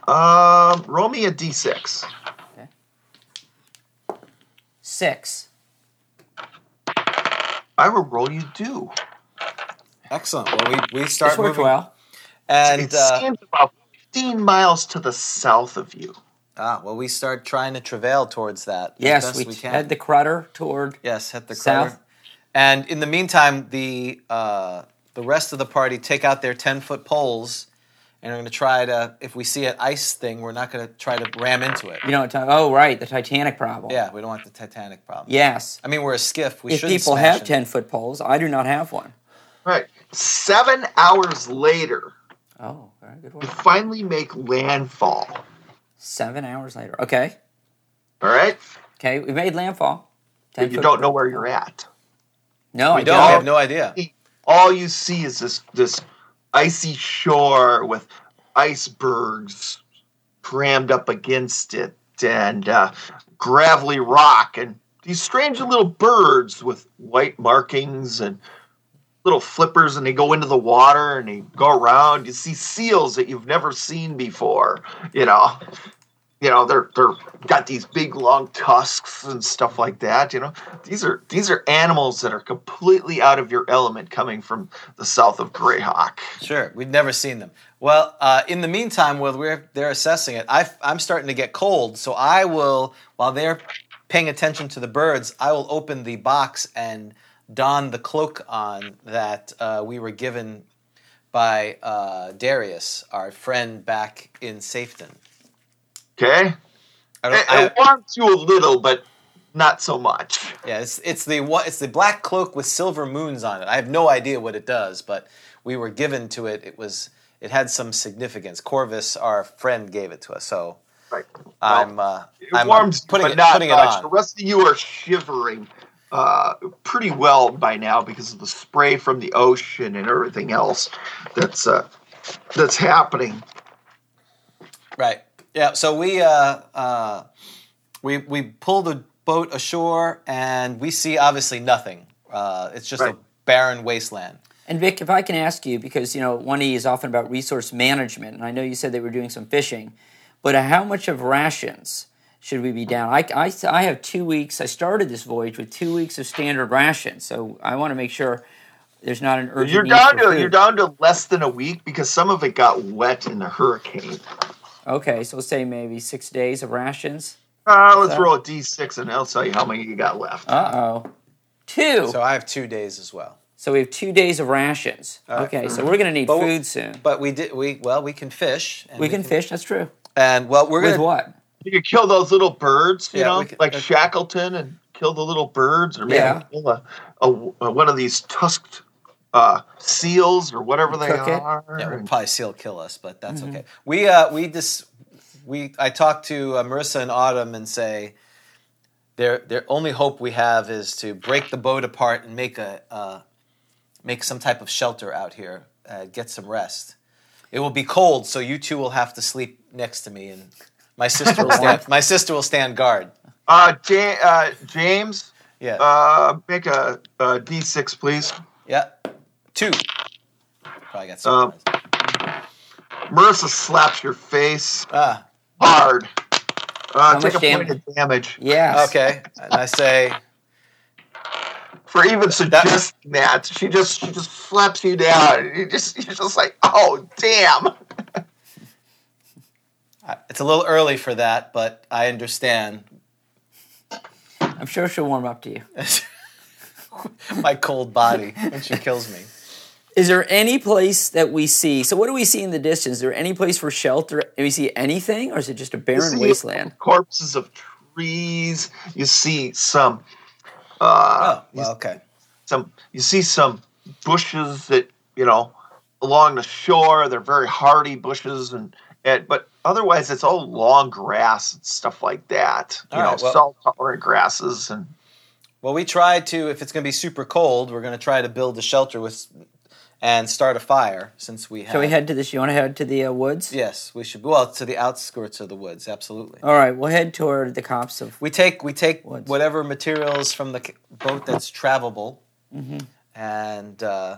Speaker 4: Um, roll me a d6.
Speaker 3: Six.
Speaker 4: I will roll you do.
Speaker 2: excellent. Well, we, we start
Speaker 3: This worked
Speaker 2: moving.
Speaker 3: well.
Speaker 2: And
Speaker 4: It
Speaker 2: uh,
Speaker 4: seems about 15 miles to the south of you.
Speaker 2: ah, well, we start trying to travail towards that. as
Speaker 3: Yes,
Speaker 2: best
Speaker 3: we,
Speaker 2: we can.
Speaker 3: had the crutter toward.
Speaker 2: Yes, hit the
Speaker 3: South.
Speaker 2: south. And in the meantime, the uh, the rest of the party take out their ten foot poles and are going to try to. If we see an ice thing, we're not going to try to ram into it.
Speaker 3: You know, t- oh right, the Titanic problem.
Speaker 2: Yeah, we don't want the Titanic problem.
Speaker 3: Yes.
Speaker 2: I mean, we're a skiff. We
Speaker 3: if
Speaker 2: shouldn't
Speaker 3: people
Speaker 2: smash
Speaker 3: have
Speaker 2: it.
Speaker 3: ten foot poles, I do not have one.
Speaker 4: Right. Seven hours later,
Speaker 3: Oh, very good
Speaker 4: you
Speaker 3: work.
Speaker 4: finally make landfall.
Speaker 3: Seven hours later. Okay.
Speaker 4: All right?
Speaker 3: Okay, we made landfall.
Speaker 4: But you don't know where you're at.
Speaker 3: No,
Speaker 2: We
Speaker 3: I
Speaker 2: don't.
Speaker 3: don't.
Speaker 2: We have no idea.
Speaker 4: All you see is this this icy shore with icebergs crammed up against it and uh, gravelly rock and these strange little birds with white markings and little flippers and they go into the water and they go around you see seals that you've never seen before you know you know they're they're got these big long tusks and stuff like that you know these are these are animals that are completely out of your element coming from the south of greyhawk
Speaker 2: Sure, we've never seen them. Well, uh, in the meantime, while we're they're assessing it, I, I'm starting to get cold, so I will, while they're paying attention to the birds, I will open the box and don the cloak on that uh, we were given by uh, Darius, our friend back in Safeton.
Speaker 4: okay
Speaker 2: I
Speaker 4: it,
Speaker 2: don't, I,
Speaker 4: it warms you a little but not so much
Speaker 2: yeah, it's, it's the wa- it's the black cloak with silver moons on it. I have no idea what it does, but we were given to it. It was it had some significance. Corvus, our friend, gave it to us, so.
Speaker 4: right
Speaker 2: I'm uh,
Speaker 4: it
Speaker 2: I'm
Speaker 4: warms you,
Speaker 2: putting
Speaker 4: but
Speaker 2: it,
Speaker 4: not
Speaker 2: putting it
Speaker 4: much the
Speaker 2: on.
Speaker 4: rest of you are shivering uh, pretty well by now because of the spray from the ocean and everything else that's uh, that's happening
Speaker 2: Right. Yeah. So we uh, uh, we we pull the boat ashore and we see obviously nothing. Uh, it's just a
Speaker 4: Right.
Speaker 2: barren wasteland.
Speaker 3: And Vic, if I can ask you, because you know, one E is often about resource management, and I know you said they were doing some fishing, but how much of rations should we be down? I, I, I have two weeks. I started this voyage with two weeks of standard rations, so I want to make sure there's not an urgent.
Speaker 4: You're
Speaker 3: need
Speaker 4: down
Speaker 3: for
Speaker 4: to
Speaker 3: food.
Speaker 4: you're down to less than a week because some of it got wet in the hurricane.
Speaker 3: Okay, so let's say maybe six days of rations.
Speaker 4: Uh, let's roll a d6 and I'll tell you how many you got left.
Speaker 3: Uh oh, two.
Speaker 2: So
Speaker 3: So,
Speaker 2: I have two days as well.
Speaker 3: we have two days of rations. okay, so we're gonna need
Speaker 2: But-
Speaker 3: food soon.
Speaker 2: But we did we well we can fish. And
Speaker 3: we can fish. That's true.
Speaker 2: And well we're
Speaker 3: With
Speaker 2: gonna
Speaker 3: what?
Speaker 4: you could kill those little birds, you
Speaker 2: Yeah,
Speaker 4: know,
Speaker 2: we could-
Speaker 4: like Shackleton, and kill the little birds, or maybe
Speaker 3: Yeah.
Speaker 4: kill a, a, a- one of these tusked uh, seals or whatever they
Speaker 3: Cook it.
Speaker 4: are.
Speaker 2: Yeah, we'll
Speaker 4: and-
Speaker 2: probably seal kill us, but that's okay. We uh, we just we I talked to uh, Marissa and Autumn and say their their only hope we have is to break the boat apart and make a uh, make some type of shelter out here, uh, get some rest. It will be cold, so you two will have to sleep next to me, and my sister will stand, my sister will stand guard.
Speaker 4: uh, Ja- uh, James,
Speaker 2: Yeah,
Speaker 4: uh, make a, a d6, please.
Speaker 2: yeah, two. Probably got
Speaker 4: Uh,
Speaker 2: surprised.
Speaker 4: Marissa slaps your face
Speaker 2: ah,
Speaker 4: hard. Uh,
Speaker 3: How
Speaker 4: take a
Speaker 3: much
Speaker 4: point
Speaker 3: damage?
Speaker 4: of damage.
Speaker 3: Yes.
Speaker 2: okay. And I say,
Speaker 4: for even suggesting that, She just she just slaps you down. You just you're just like, oh damn.
Speaker 2: it's a little early for that, but I understand.
Speaker 3: I'm sure she'll warm up to you.
Speaker 2: my cold body when she kills me.
Speaker 3: Is there any place that we see? So, what do we see in the distance? Is there any place for shelter? Do we see anything, or is it just a
Speaker 4: You
Speaker 3: barren
Speaker 4: see
Speaker 3: wasteland?
Speaker 4: Corpses of trees. You see some
Speaker 2: Oh,
Speaker 4: uh
Speaker 3: Ah,
Speaker 2: well, okay.
Speaker 4: some you see some bushes that, you know, along the shore. They're very hardy bushes and and but otherwise it's all long grass and stuff like that. You
Speaker 2: All
Speaker 4: know,
Speaker 2: right, well-
Speaker 4: salt tolerant grasses and
Speaker 2: Well, we try to, if it's going to be super cold, we're going to try to build a shelter with and start a fire since we have.
Speaker 3: Shall we head to this? You want to head to the uh, woods?
Speaker 2: Yes, we should. Well, to the outskirts of the woods, absolutely.
Speaker 3: All right, we'll head toward the cops of.
Speaker 2: We take we take
Speaker 3: Oh. Woods.
Speaker 2: whatever materials from the c- boat that's travelable,
Speaker 3: Mm-hmm.
Speaker 2: and uh,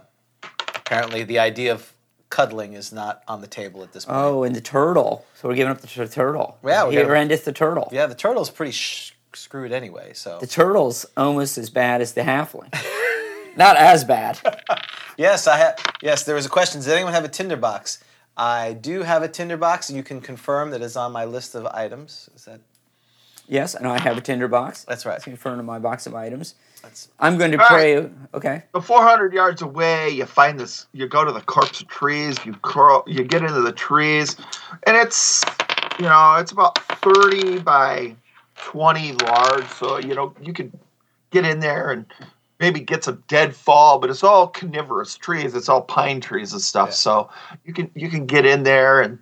Speaker 2: apparently the idea of cuddling is not on the table at this point.
Speaker 3: Oh, and the turtle. So we're giving up the tur- turtle.
Speaker 2: Yeah, we're
Speaker 3: Here
Speaker 2: gonna-
Speaker 3: endeth the turtle.
Speaker 2: Yeah, the turtle's pretty sh- screwed anyway. So
Speaker 3: The turtle's almost as bad as the halfling. Not as bad.
Speaker 2: yes, I have. Yes, there was a question. Does anyone have a tinder box? I do have a tinder box. You can confirm that is on my list of items. Is that
Speaker 3: Yes, and I have a tinder box.
Speaker 2: That's right.
Speaker 3: It's confirmed in my box of items.
Speaker 2: that's
Speaker 3: I'm going to
Speaker 4: All
Speaker 3: pray. Okay.
Speaker 4: But 400 yards away, you find this. You go to the corpse of trees. You crawl. You get into the trees, and it's you know it's about 30 by 20 large. So you know you could get in there and maybe get some dead fall, but it's all carnivorous trees. It's all pine trees and stuff.
Speaker 2: Yeah.
Speaker 4: So you can you can get in there and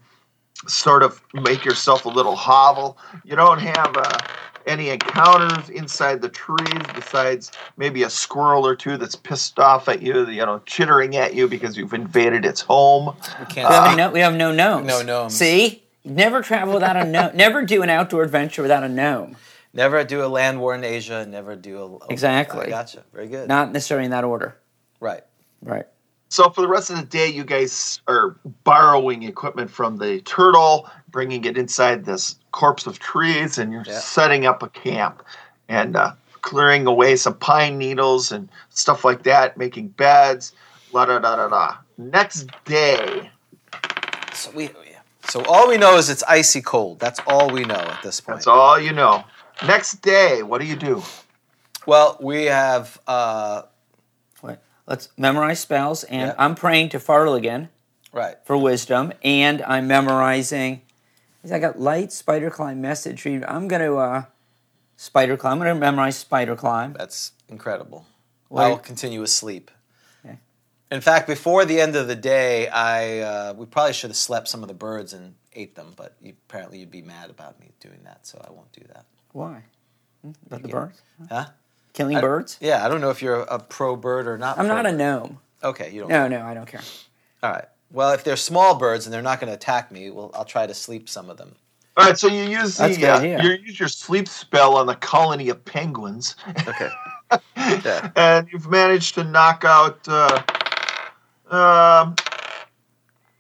Speaker 4: sort of make yourself a little hovel. You don't have uh, any encounters inside the trees besides maybe a squirrel or two that's pissed off at you, you know, chittering at you because you've invaded its home.
Speaker 2: we
Speaker 3: We have,
Speaker 2: can't.
Speaker 3: no, we have no gnomes.
Speaker 2: No gnomes.
Speaker 3: See? Never travel without a gnome. never do an outdoor adventure without a gnome.
Speaker 2: never do a land war in Asia. and Never do a
Speaker 3: Exactly.
Speaker 2: I gotcha. Very good.
Speaker 3: Not necessarily in that order.
Speaker 2: right.
Speaker 3: Right.
Speaker 4: So for the rest of the day, you guys are borrowing equipment from the turtle, bringing it inside this corpse of trees, and you're
Speaker 2: Yeah.
Speaker 4: setting up a camp and uh, clearing away some pine needles and stuff like that, making beds. La da da da da. Next day,
Speaker 2: So we. So all we know is it's icy cold. That's all we know at this point.
Speaker 4: that's all you know. Next day, what do you do?
Speaker 2: Well, we have. Uh,
Speaker 3: Wait. Let's memorize spells. And
Speaker 2: Yeah.
Speaker 3: I'm praying to Farligan
Speaker 2: right.
Speaker 3: for wisdom. And I'm memorizing. I got light, spider climb, message. read. I'm going to uh, spider climb. I'm going to memorize spider climb.
Speaker 2: That's incredible.
Speaker 3: Well-
Speaker 2: I will continue with sleep.
Speaker 3: Okay.
Speaker 2: In fact, before the end of the day, I uh, we probably should have slept some of the birds and ate them, but you, apparently you'd be mad about me doing that, so I won't do that.
Speaker 3: Why? Hmm? About the birds?
Speaker 2: Huh?
Speaker 3: Killing birds?
Speaker 2: Yeah, I don't know if you're a, pro bird or not.
Speaker 3: I'm
Speaker 2: pro
Speaker 3: not a
Speaker 2: bird.
Speaker 3: gnome.
Speaker 2: Okay, you don't.
Speaker 3: No, no, I don't care.
Speaker 2: All right. Well, if they're small birds and they're not going to attack me, well, I'll try to sleep some of them.
Speaker 4: All right, so you use
Speaker 3: That's a
Speaker 4: the
Speaker 3: good
Speaker 4: uh,
Speaker 3: idea.
Speaker 4: you use your sleep spell on the colony of penguins,
Speaker 2: Okay. yeah.
Speaker 4: and you've managed to knock out uh, um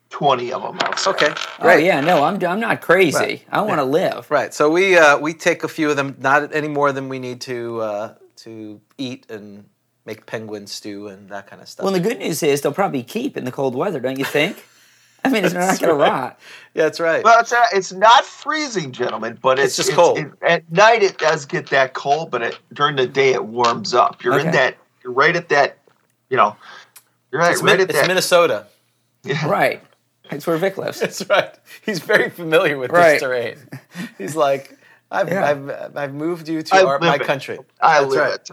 Speaker 4: twenty of them. Out
Speaker 2: Okay.
Speaker 3: Oh yeah, no, I'm I'm not crazy. I want to live.
Speaker 2: Right. So we uh, we take a few of them, not any more than we need to uh, to eat and make penguin stew and that kind of stuff.
Speaker 3: Well, the good news is they'll probably keep in the cold weather, don't you think? I mean, it's not
Speaker 2: That's
Speaker 3: going
Speaker 2: right.
Speaker 3: to rot.
Speaker 2: yeah, that's right.
Speaker 4: Well, it's not, it's not freezing, gentlemen, but it's,
Speaker 2: It's just cold.
Speaker 4: it- at night, it does get that cold, but it, during the day, it warms up. You're in
Speaker 3: Okay.
Speaker 4: that. You're right at that. You know. You're right,
Speaker 2: it's
Speaker 4: right
Speaker 2: Min-
Speaker 4: at
Speaker 2: it's
Speaker 4: that.
Speaker 2: Minnesota.
Speaker 3: Right. That's where Vic lives.
Speaker 2: That's right. He's very familiar with
Speaker 3: Right.
Speaker 2: this terrain. He's like, I've
Speaker 3: Yeah.
Speaker 2: I've, I've moved you
Speaker 4: I
Speaker 2: to our,
Speaker 4: live
Speaker 2: my
Speaker 4: it.
Speaker 2: country.
Speaker 4: I
Speaker 2: That's
Speaker 4: live
Speaker 2: right.
Speaker 4: it.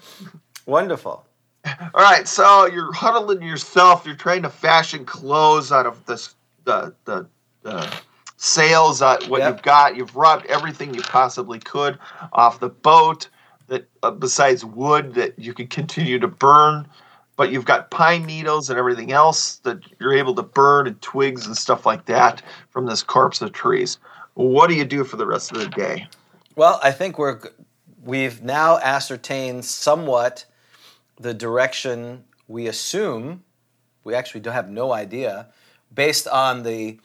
Speaker 2: Wonderful.
Speaker 4: All right, so you're huddling yourself. You're trying to fashion clothes out of this the the, the sails. Uh, what
Speaker 2: Yep.
Speaker 4: you've got, you've rubbed everything you possibly could off the boat. That uh, besides wood that you can continue to burn, but you've got pine needles and everything else that you're able to burn and twigs and stuff like that from this corpse of trees. What do you do for the rest of the day?
Speaker 2: Well, I think we're g- we've now ascertained somewhat the direction we assume. We actually don't have no idea based on the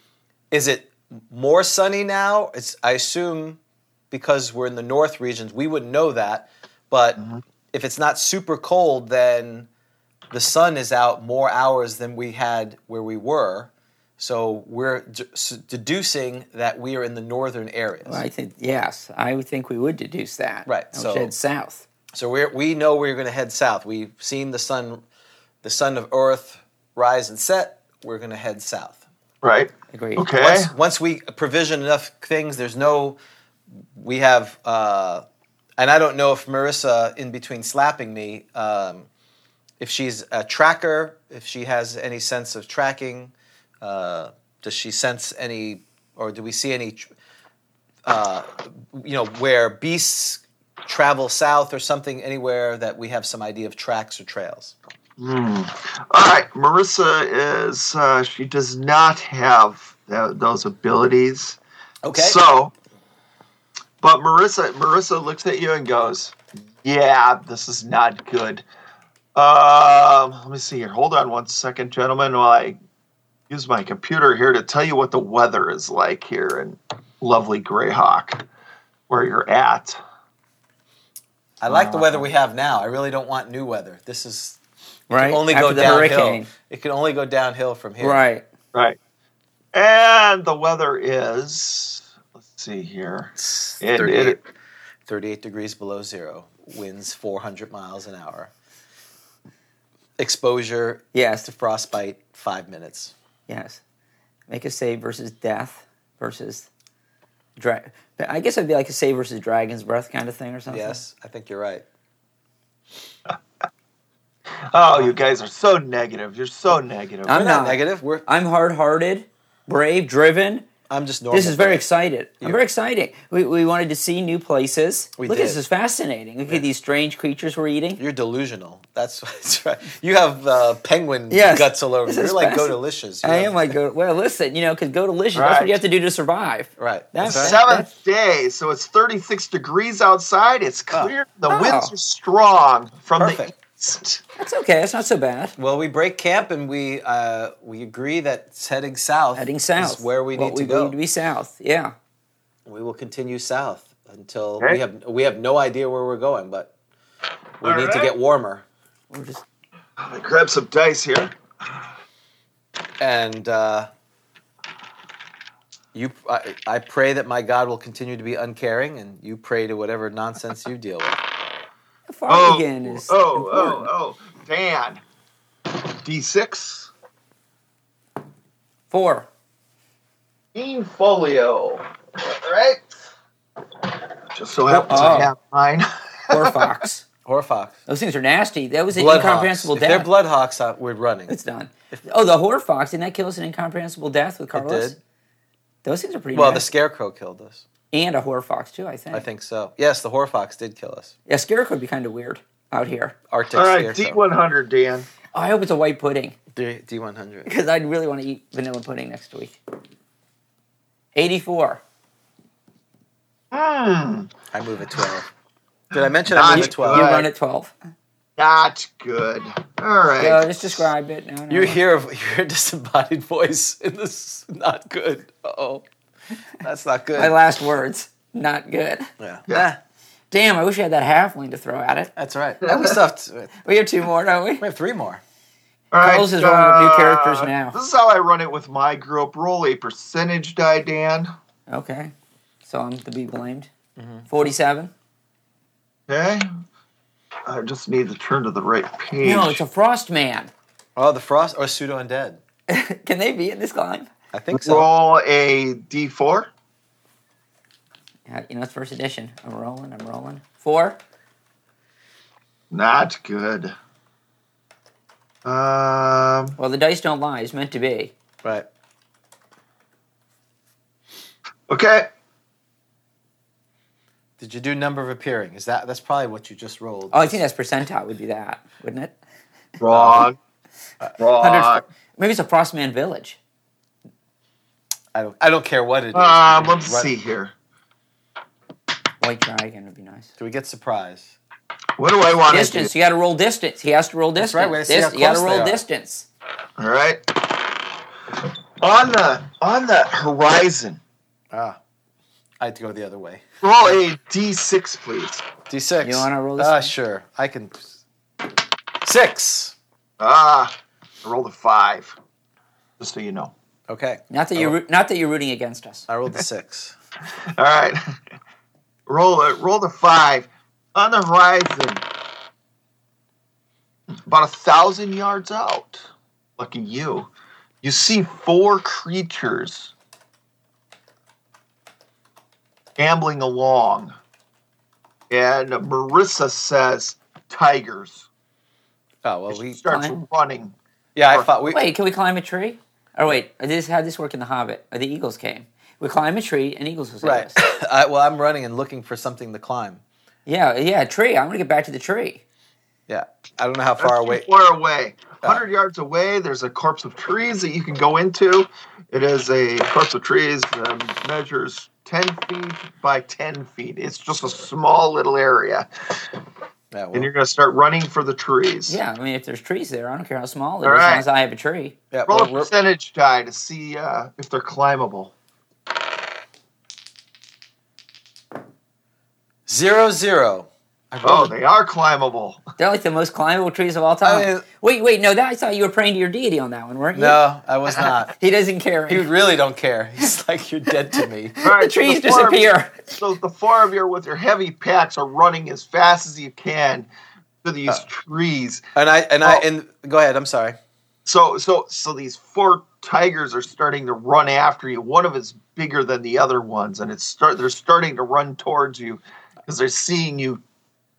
Speaker 2: is it more sunny now? It's I assume because we're in the north regions, we wouldn't know that, but if it's not super cold then the sun is out more hours than we had where we were. So we're d- s- deducing that we are in the northern areas.
Speaker 3: Well, I think yes, I would think we would deduce that.
Speaker 2: Right,
Speaker 3: I would
Speaker 2: so-
Speaker 3: head south.
Speaker 2: So we we know we're going to head south. We've seen the sun, the sun of Earth rise and set. We're going to head south.
Speaker 4: Right.
Speaker 3: Agreed.
Speaker 4: Okay.
Speaker 2: Once, once we provision enough things, there's no. We have, uh, and I don't know if Marissa, in between slapping me, um, if she's a tracker, if she has any sense of tracking, uh, does she sense any, or do we see any, tr- uh, you know, where beasts travel south or something anywhere that we have some idea of tracks or trails?
Speaker 4: Hmm. All right, Marissa is uh, she does not have tha- those abilities.
Speaker 2: Okay.
Speaker 4: So, but Marissa, Marissa looks at you and goes, "Yeah, this is not good." Um, let me see here. Hold on one second, gentlemen, while I use my computer here to tell you what the weather is like here in lovely Greyhawk, where you're at.
Speaker 2: I like the weather we have now. I really don't want new weather. This is
Speaker 3: Right.
Speaker 2: can only
Speaker 3: After
Speaker 2: go
Speaker 3: the
Speaker 2: downhill.
Speaker 3: hurricane.
Speaker 2: It can only go downhill from here.
Speaker 3: Right.
Speaker 4: Right. And the weather is. Let's see here.
Speaker 2: It's
Speaker 4: It-
Speaker 2: 38,
Speaker 4: it-
Speaker 2: 38 degrees below zero. Winds 400 miles an hour. Exposure
Speaker 3: Yes.
Speaker 2: to frostbite five minutes.
Speaker 3: Yes. Make a save versus death versus. Dra- but I guess it'd be like a save versus dragon's breath kind of thing or something.
Speaker 2: Yes, I think you're right.
Speaker 4: Oh, you guys are so negative. You're so negative.
Speaker 3: I'm
Speaker 2: We're not,
Speaker 3: not.
Speaker 2: negative. We're
Speaker 3: I'm hard-hearted, brave, driven.
Speaker 2: I'm just normal.
Speaker 3: This is very excited. I'm very exciting. We, we wanted to see new places.
Speaker 2: We
Speaker 3: Look,
Speaker 2: did.
Speaker 3: this is fascinating. Look at these strange creatures we're eating.
Speaker 2: You're delusional. That's, that's right. You have uh, penguin
Speaker 3: Yes.
Speaker 2: guts all over.
Speaker 3: This
Speaker 2: you.
Speaker 3: is
Speaker 2: You're like go
Speaker 3: fascinating.
Speaker 2: delicious.
Speaker 3: I am like, go, well, listen, you know, because go delicious. That's what
Speaker 4: Right.
Speaker 3: you have to do to survive.
Speaker 2: right.
Speaker 3: That's
Speaker 2: That's
Speaker 3: right.
Speaker 2: right.
Speaker 4: Seventh day, so it's 36 degrees outside. It's clear. the
Speaker 3: Oh.
Speaker 4: winds are strong from
Speaker 2: Perfect.
Speaker 4: the east.
Speaker 3: That's okay. That's not so bad.
Speaker 2: Well, we break camp and we uh, we agree that it's heading south.
Speaker 3: Heading south.
Speaker 2: is where we need
Speaker 3: What
Speaker 2: to
Speaker 3: we
Speaker 2: go.
Speaker 3: need to be south. Yeah.
Speaker 2: We will continue south until
Speaker 4: Okay.
Speaker 2: we have we have no idea where we're going, but we
Speaker 4: All
Speaker 2: need to
Speaker 4: right.
Speaker 2: get warmer.
Speaker 3: We're just
Speaker 4: I grab some dice here.
Speaker 2: And uh, you, I, I pray that my God will continue to be uncaring, and you pray to whatever nonsense you deal with.
Speaker 3: farm
Speaker 4: Oh,
Speaker 3: again is
Speaker 4: oh,
Speaker 3: important.
Speaker 4: oh, oh. Dan. D6.
Speaker 3: Four.
Speaker 4: Dean Folio. Right? Just so happens
Speaker 3: Oh.
Speaker 4: I have mine.
Speaker 3: Or fox.
Speaker 2: Horfox,
Speaker 3: Those things are nasty. That was an
Speaker 2: bloodhawks.
Speaker 3: incomprehensible
Speaker 2: If they're
Speaker 3: death.
Speaker 2: bloodhawks, uh, we're running.
Speaker 3: it's done. Oh, the horror fox. Didn't that kill us an incomprehensible death with
Speaker 2: it
Speaker 3: Carlos?
Speaker 2: did.
Speaker 3: Those things are pretty
Speaker 2: Well, the
Speaker 3: nasty.
Speaker 2: scarecrow killed us.
Speaker 3: and a horror fox, too, I think.
Speaker 2: I think so. Yes, the horfox did kill us.
Speaker 3: Yeah, scarecrow would be kind of weird out here.
Speaker 2: Arctic
Speaker 4: All right,
Speaker 2: scarecrow.
Speaker 4: D100, Dan.
Speaker 3: Oh, I hope it's a white pudding
Speaker 2: D- D100.
Speaker 3: because I'd really want to eat vanilla pudding next week. 84.
Speaker 4: Hmm.
Speaker 2: I move at 12. Did I mention
Speaker 4: Not
Speaker 2: I move at
Speaker 4: good.
Speaker 2: 12?
Speaker 3: You
Speaker 4: Right.
Speaker 3: run at 12.
Speaker 4: Not good. All right.
Speaker 3: So just describe it. No, no.
Speaker 2: You hear a, you hear a disembodied voice, and this is not good. Oh, that's not good.
Speaker 3: My last words. Not good.
Speaker 2: yeah.
Speaker 4: Yeah.
Speaker 3: Damn, I wish I had that halfling to throw at it.
Speaker 2: that's right. And we still have to-
Speaker 3: We have two more, don't we?
Speaker 2: we have three more.
Speaker 4: All right, uh,
Speaker 3: Carlos is rolling with new characters now.
Speaker 4: This is how I run it with my group. Roll a percentage die, Dan.
Speaker 3: Okay. So I'm to be blamed. 47.
Speaker 4: Okay. I just need to turn to the right page.
Speaker 3: No, it's a frost man.
Speaker 2: Oh, the frost or pseudo undead.
Speaker 3: Can they be in this climb?
Speaker 2: I think so.
Speaker 4: Roll a d4.
Speaker 3: Yeah, You know, it's first edition. I'm rolling, I'm rolling. Four.
Speaker 4: Not good. Um,
Speaker 3: Well, the dice don't lie. It's meant to be.
Speaker 2: Right.
Speaker 4: okay.
Speaker 2: Did you do number of appearing? Is that that's probably what you just rolled?
Speaker 3: Oh, I think that's percentile would be that, wouldn't it?
Speaker 4: Wrong.
Speaker 3: Hundred-
Speaker 4: Wrong.
Speaker 3: Maybe it's a Frostman village.
Speaker 2: I don't. I don't care what it is.
Speaker 4: Um, let's
Speaker 2: Right.
Speaker 4: see here.
Speaker 3: White dragon would be nice.
Speaker 2: Do we get surprise?
Speaker 4: What do I want to do?
Speaker 3: Distance. You got to roll distance. He has to roll distance.
Speaker 2: right, we gotta see
Speaker 3: Dist-
Speaker 2: how
Speaker 3: you gotta
Speaker 2: close
Speaker 3: roll
Speaker 2: they are.
Speaker 3: distance.
Speaker 4: All right. On the on the horizon,
Speaker 2: Ah, I had to go the other way.
Speaker 4: roll a d6, please.
Speaker 2: D six.
Speaker 3: You wanna roll this
Speaker 2: Ah,
Speaker 3: one?
Speaker 2: sure. I can. Six.
Speaker 4: Ah, I rolled a five. Just so you know.
Speaker 2: Okay.
Speaker 3: Not that you're roo- not that you're rooting against us.
Speaker 2: I rolled the six.
Speaker 4: All right, roll it. Roll the five on the horizon, about a thousand yards out. Look at you. You see four creatures ambling along, and Marissa says, "Tigers."
Speaker 2: Oh well,
Speaker 4: She
Speaker 2: we.
Speaker 4: starts
Speaker 3: Fine.
Speaker 4: running.
Speaker 2: Yeah, I thought we.
Speaker 3: Wait, can we climb a tree? Oh wait, this how this work in The Hobbit. Uh, The eagles came. We climb a tree and eagles will save
Speaker 2: Right.
Speaker 3: us.
Speaker 2: I, well, I'm running and looking for something to climb.
Speaker 3: Yeah, yeah, tree. I want to get back to the tree.
Speaker 2: Yeah, I don't know how far
Speaker 4: That's too
Speaker 2: away. Uh,
Speaker 4: Far away. 100 yards away, there's a corpse of trees that you can go into. It is a corpse of trees um, measures 10 feet by 10 feet. It's just a small little area.
Speaker 2: Yeah, well,
Speaker 4: And you're going to start running for the trees.
Speaker 3: Yeah, I mean, if there's trees there, I don't care how small it is,
Speaker 4: All
Speaker 3: as
Speaker 4: right.
Speaker 3: long as I have a tree.
Speaker 2: yeah,
Speaker 4: Roll a
Speaker 2: we're- we're-
Speaker 4: percentage die to see uh, if they're climbable.
Speaker 2: zero zero. I
Speaker 4: Oh,
Speaker 2: rolled,
Speaker 4: they are climbable.
Speaker 3: They're like the most climbable trees of all time.
Speaker 2: I mean-
Speaker 3: wait, wait, no, that I thought you were praying to your deity on that one, weren't you?
Speaker 2: no, I was not.
Speaker 3: he doesn't care.
Speaker 2: You really don't care. He's like you're dead to me.
Speaker 4: All right,
Speaker 3: the
Speaker 4: so
Speaker 3: trees
Speaker 4: four of-
Speaker 3: disappear.
Speaker 4: so the four of you with your heavy packs are running as fast as you can to these
Speaker 3: Uh.
Speaker 4: trees.
Speaker 2: And I and I
Speaker 4: Oh.
Speaker 2: and go ahead. I'm sorry.
Speaker 4: So so so these four tigers are starting to run after you. One of it's bigger than the other ones, and it's start they're starting to run towards you because they're seeing you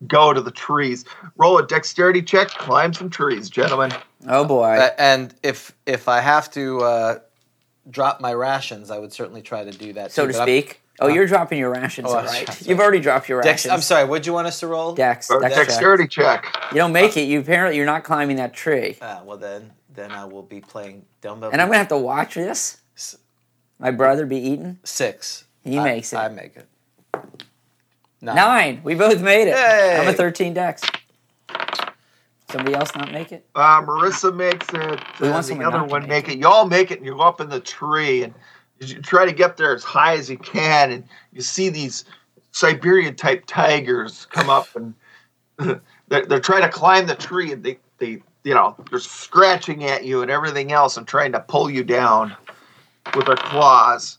Speaker 4: go to the trees. Roll a dexterity check, climb some trees, gentlemen.
Speaker 3: Oh boy.
Speaker 2: Uh, and if if I have to uh, drop my rations, I would certainly try to do that.
Speaker 3: so
Speaker 2: too,
Speaker 3: to
Speaker 2: but I'm-
Speaker 3: speak. Oh, you're dropping your rations,
Speaker 2: Uh-huh. Oh,
Speaker 3: all
Speaker 2: that's
Speaker 3: right?
Speaker 2: right.
Speaker 3: You've already dropped your
Speaker 2: Dex,
Speaker 3: rations.
Speaker 2: I'm sorry. What'd you want us to roll?
Speaker 3: Dex,
Speaker 4: Or
Speaker 3: Dex,
Speaker 4: dexterity check.
Speaker 3: check. You don't make
Speaker 2: Uh-huh.
Speaker 3: it. You apparently you're not climbing that tree,
Speaker 2: Ah, well then, then I will be playing dumbbell.
Speaker 3: and I'm gonna have to watch this. My brother be eaten.
Speaker 2: six.
Speaker 3: He
Speaker 2: I-
Speaker 3: makes it.
Speaker 2: I make it. Nine.
Speaker 3: Nine. We both made it.
Speaker 2: Hey.
Speaker 3: I'm a 13 Dex. Somebody else not make it?
Speaker 4: Uh, Marissa makes it.
Speaker 3: We
Speaker 4: uh,
Speaker 3: want
Speaker 4: the
Speaker 3: someone
Speaker 4: other
Speaker 3: not to
Speaker 4: one
Speaker 3: make
Speaker 4: make it. Y'all make it, and you go up in the tree, and you try to get there as high as you can, and you see these Siberian type tigers come up, and they're, they're trying to climb the tree, and they they you know they're scratching at you and everything else, and trying to pull you down with their claws.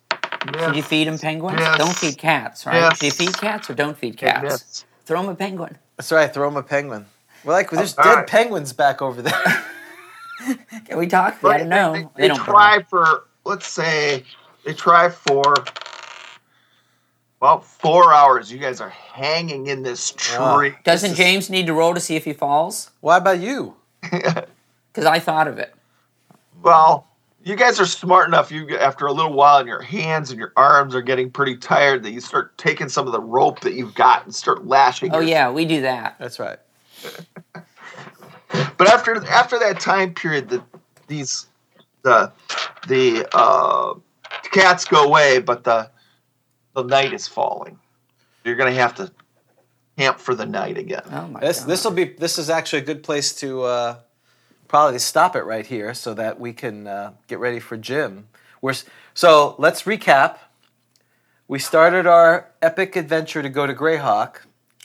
Speaker 3: Did you
Speaker 4: Miss,
Speaker 3: feed him penguins?
Speaker 4: Yes.
Speaker 3: Don't feed cats, right?
Speaker 4: Yes.
Speaker 3: Do you feed cats or don't feed
Speaker 4: and
Speaker 3: cats?
Speaker 4: miss.
Speaker 3: Throw him a penguin.
Speaker 2: That's right. Throw him a penguin. Well, like there's
Speaker 4: all
Speaker 2: dead
Speaker 4: right.
Speaker 2: penguins back over there.
Speaker 3: Can we talk? I don't know.
Speaker 4: They,
Speaker 3: They
Speaker 4: they
Speaker 3: don't
Speaker 4: try for let's say they try for about four hours. You guys are hanging in this tree.
Speaker 3: Doesn't James need to roll to see if he falls?
Speaker 2: Why about you?
Speaker 3: Because I thought of it.
Speaker 4: Well, you guys are smart enough. You after a little while, and your hands and your arms are getting pretty tired. That you start taking some of the rope that you've got and start lashing.
Speaker 3: Oh
Speaker 4: your-
Speaker 3: yeah, we do that.
Speaker 2: That's right.
Speaker 4: But after after that time period, the these the the uh, cats go away, but the the night is falling. You're gonna have to camp for the night again.
Speaker 3: Oh my
Speaker 2: This
Speaker 3: god.
Speaker 2: this will be this is actually a good place to uh, probably stop it right here so that we can uh, get ready for Jim. We're s- so let's recap. We started our epic adventure to go to Greyhawk.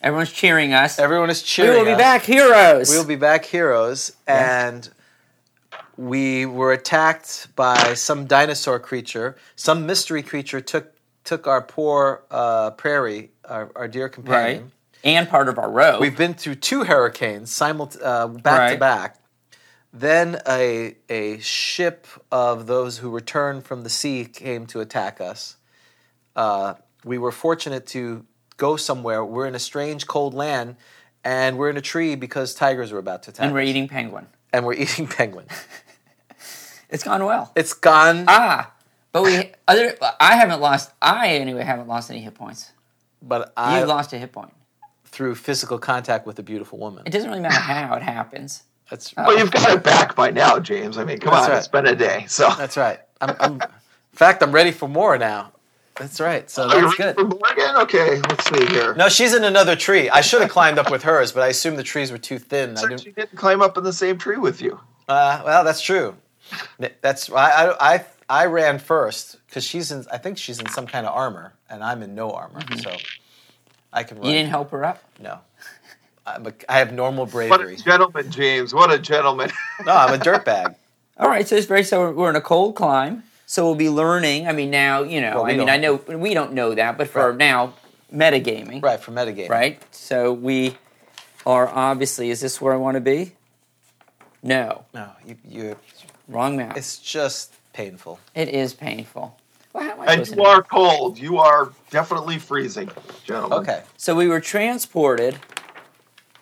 Speaker 3: Everyone's cheering us.
Speaker 2: Everyone is
Speaker 3: we
Speaker 2: cheering.
Speaker 3: will be
Speaker 2: us.
Speaker 3: back heroes.
Speaker 2: We'll be back, heroes, and we were attacked by some dinosaur creature. Some mystery creature took took our poor uh, prairie, our, our dear companion.
Speaker 3: right. And part of our row.
Speaker 2: We've been through two hurricanes simult- uh, back to
Speaker 3: Right.
Speaker 2: back. Then a a ship of those who returned from the sea came to attack us. Uh, we were fortunate to go somewhere. We're in a strange, cold land, and we're in a tree because tigers were about to attack.
Speaker 3: and we're
Speaker 2: us.
Speaker 3: eating penguin.
Speaker 2: and we're eating penguins.
Speaker 3: It's gone well.
Speaker 2: It's gone,
Speaker 3: ah, but we other. I haven't lost. I anyway haven't lost any hit points.
Speaker 2: but
Speaker 3: You
Speaker 2: I
Speaker 3: lost a hit point.
Speaker 2: through physical contact with a beautiful woman.
Speaker 3: It doesn't really matter how it happens.
Speaker 2: That's
Speaker 3: uh,
Speaker 4: Well, you've got it back by now, James. I mean, come
Speaker 2: That's
Speaker 4: on,
Speaker 2: right.
Speaker 4: it's been a day. So
Speaker 2: that's right. I'm, I'm, in fact, I'm ready for more now. That's right. So
Speaker 4: Are you
Speaker 2: that's
Speaker 4: ready
Speaker 2: good.
Speaker 4: for Morgan? Okay, let's see here.
Speaker 2: No, she's in another tree. I should have climbed up with hers, but I assumed the trees were too thin. I
Speaker 4: So
Speaker 2: didn't,
Speaker 4: she didn't climb up in the same tree with you.
Speaker 2: uh, well, that's true. That's I I I, I ran first because she's in. I think she's in some kind of armor, and I'm in no armor, so I can run.
Speaker 3: Mm-hmm. You didn't help her up.
Speaker 2: No, I'm a, I have normal
Speaker 4: What a
Speaker 2: bravery.
Speaker 4: gentleman, James. What a gentleman.
Speaker 2: No, I'm a dirtbag.
Speaker 3: All right, so it's very so we're in a cold climb, so we'll be learning. I mean, now you know.
Speaker 2: Well, we
Speaker 3: I mean,
Speaker 2: don't-
Speaker 3: I know we don't know that, but for
Speaker 2: Right.
Speaker 3: now, metagaming,
Speaker 2: Right for metagaming.
Speaker 3: Right. So we are obviously. Is this where I want to be? No,
Speaker 2: No, you you.
Speaker 3: wrong map.
Speaker 2: It's just painful.
Speaker 3: It is painful. Well, how am I
Speaker 4: and
Speaker 3: supposed
Speaker 4: you
Speaker 3: to know?
Speaker 4: are cold. You are definitely freezing, gentlemen.
Speaker 2: Okay.
Speaker 3: So we were transported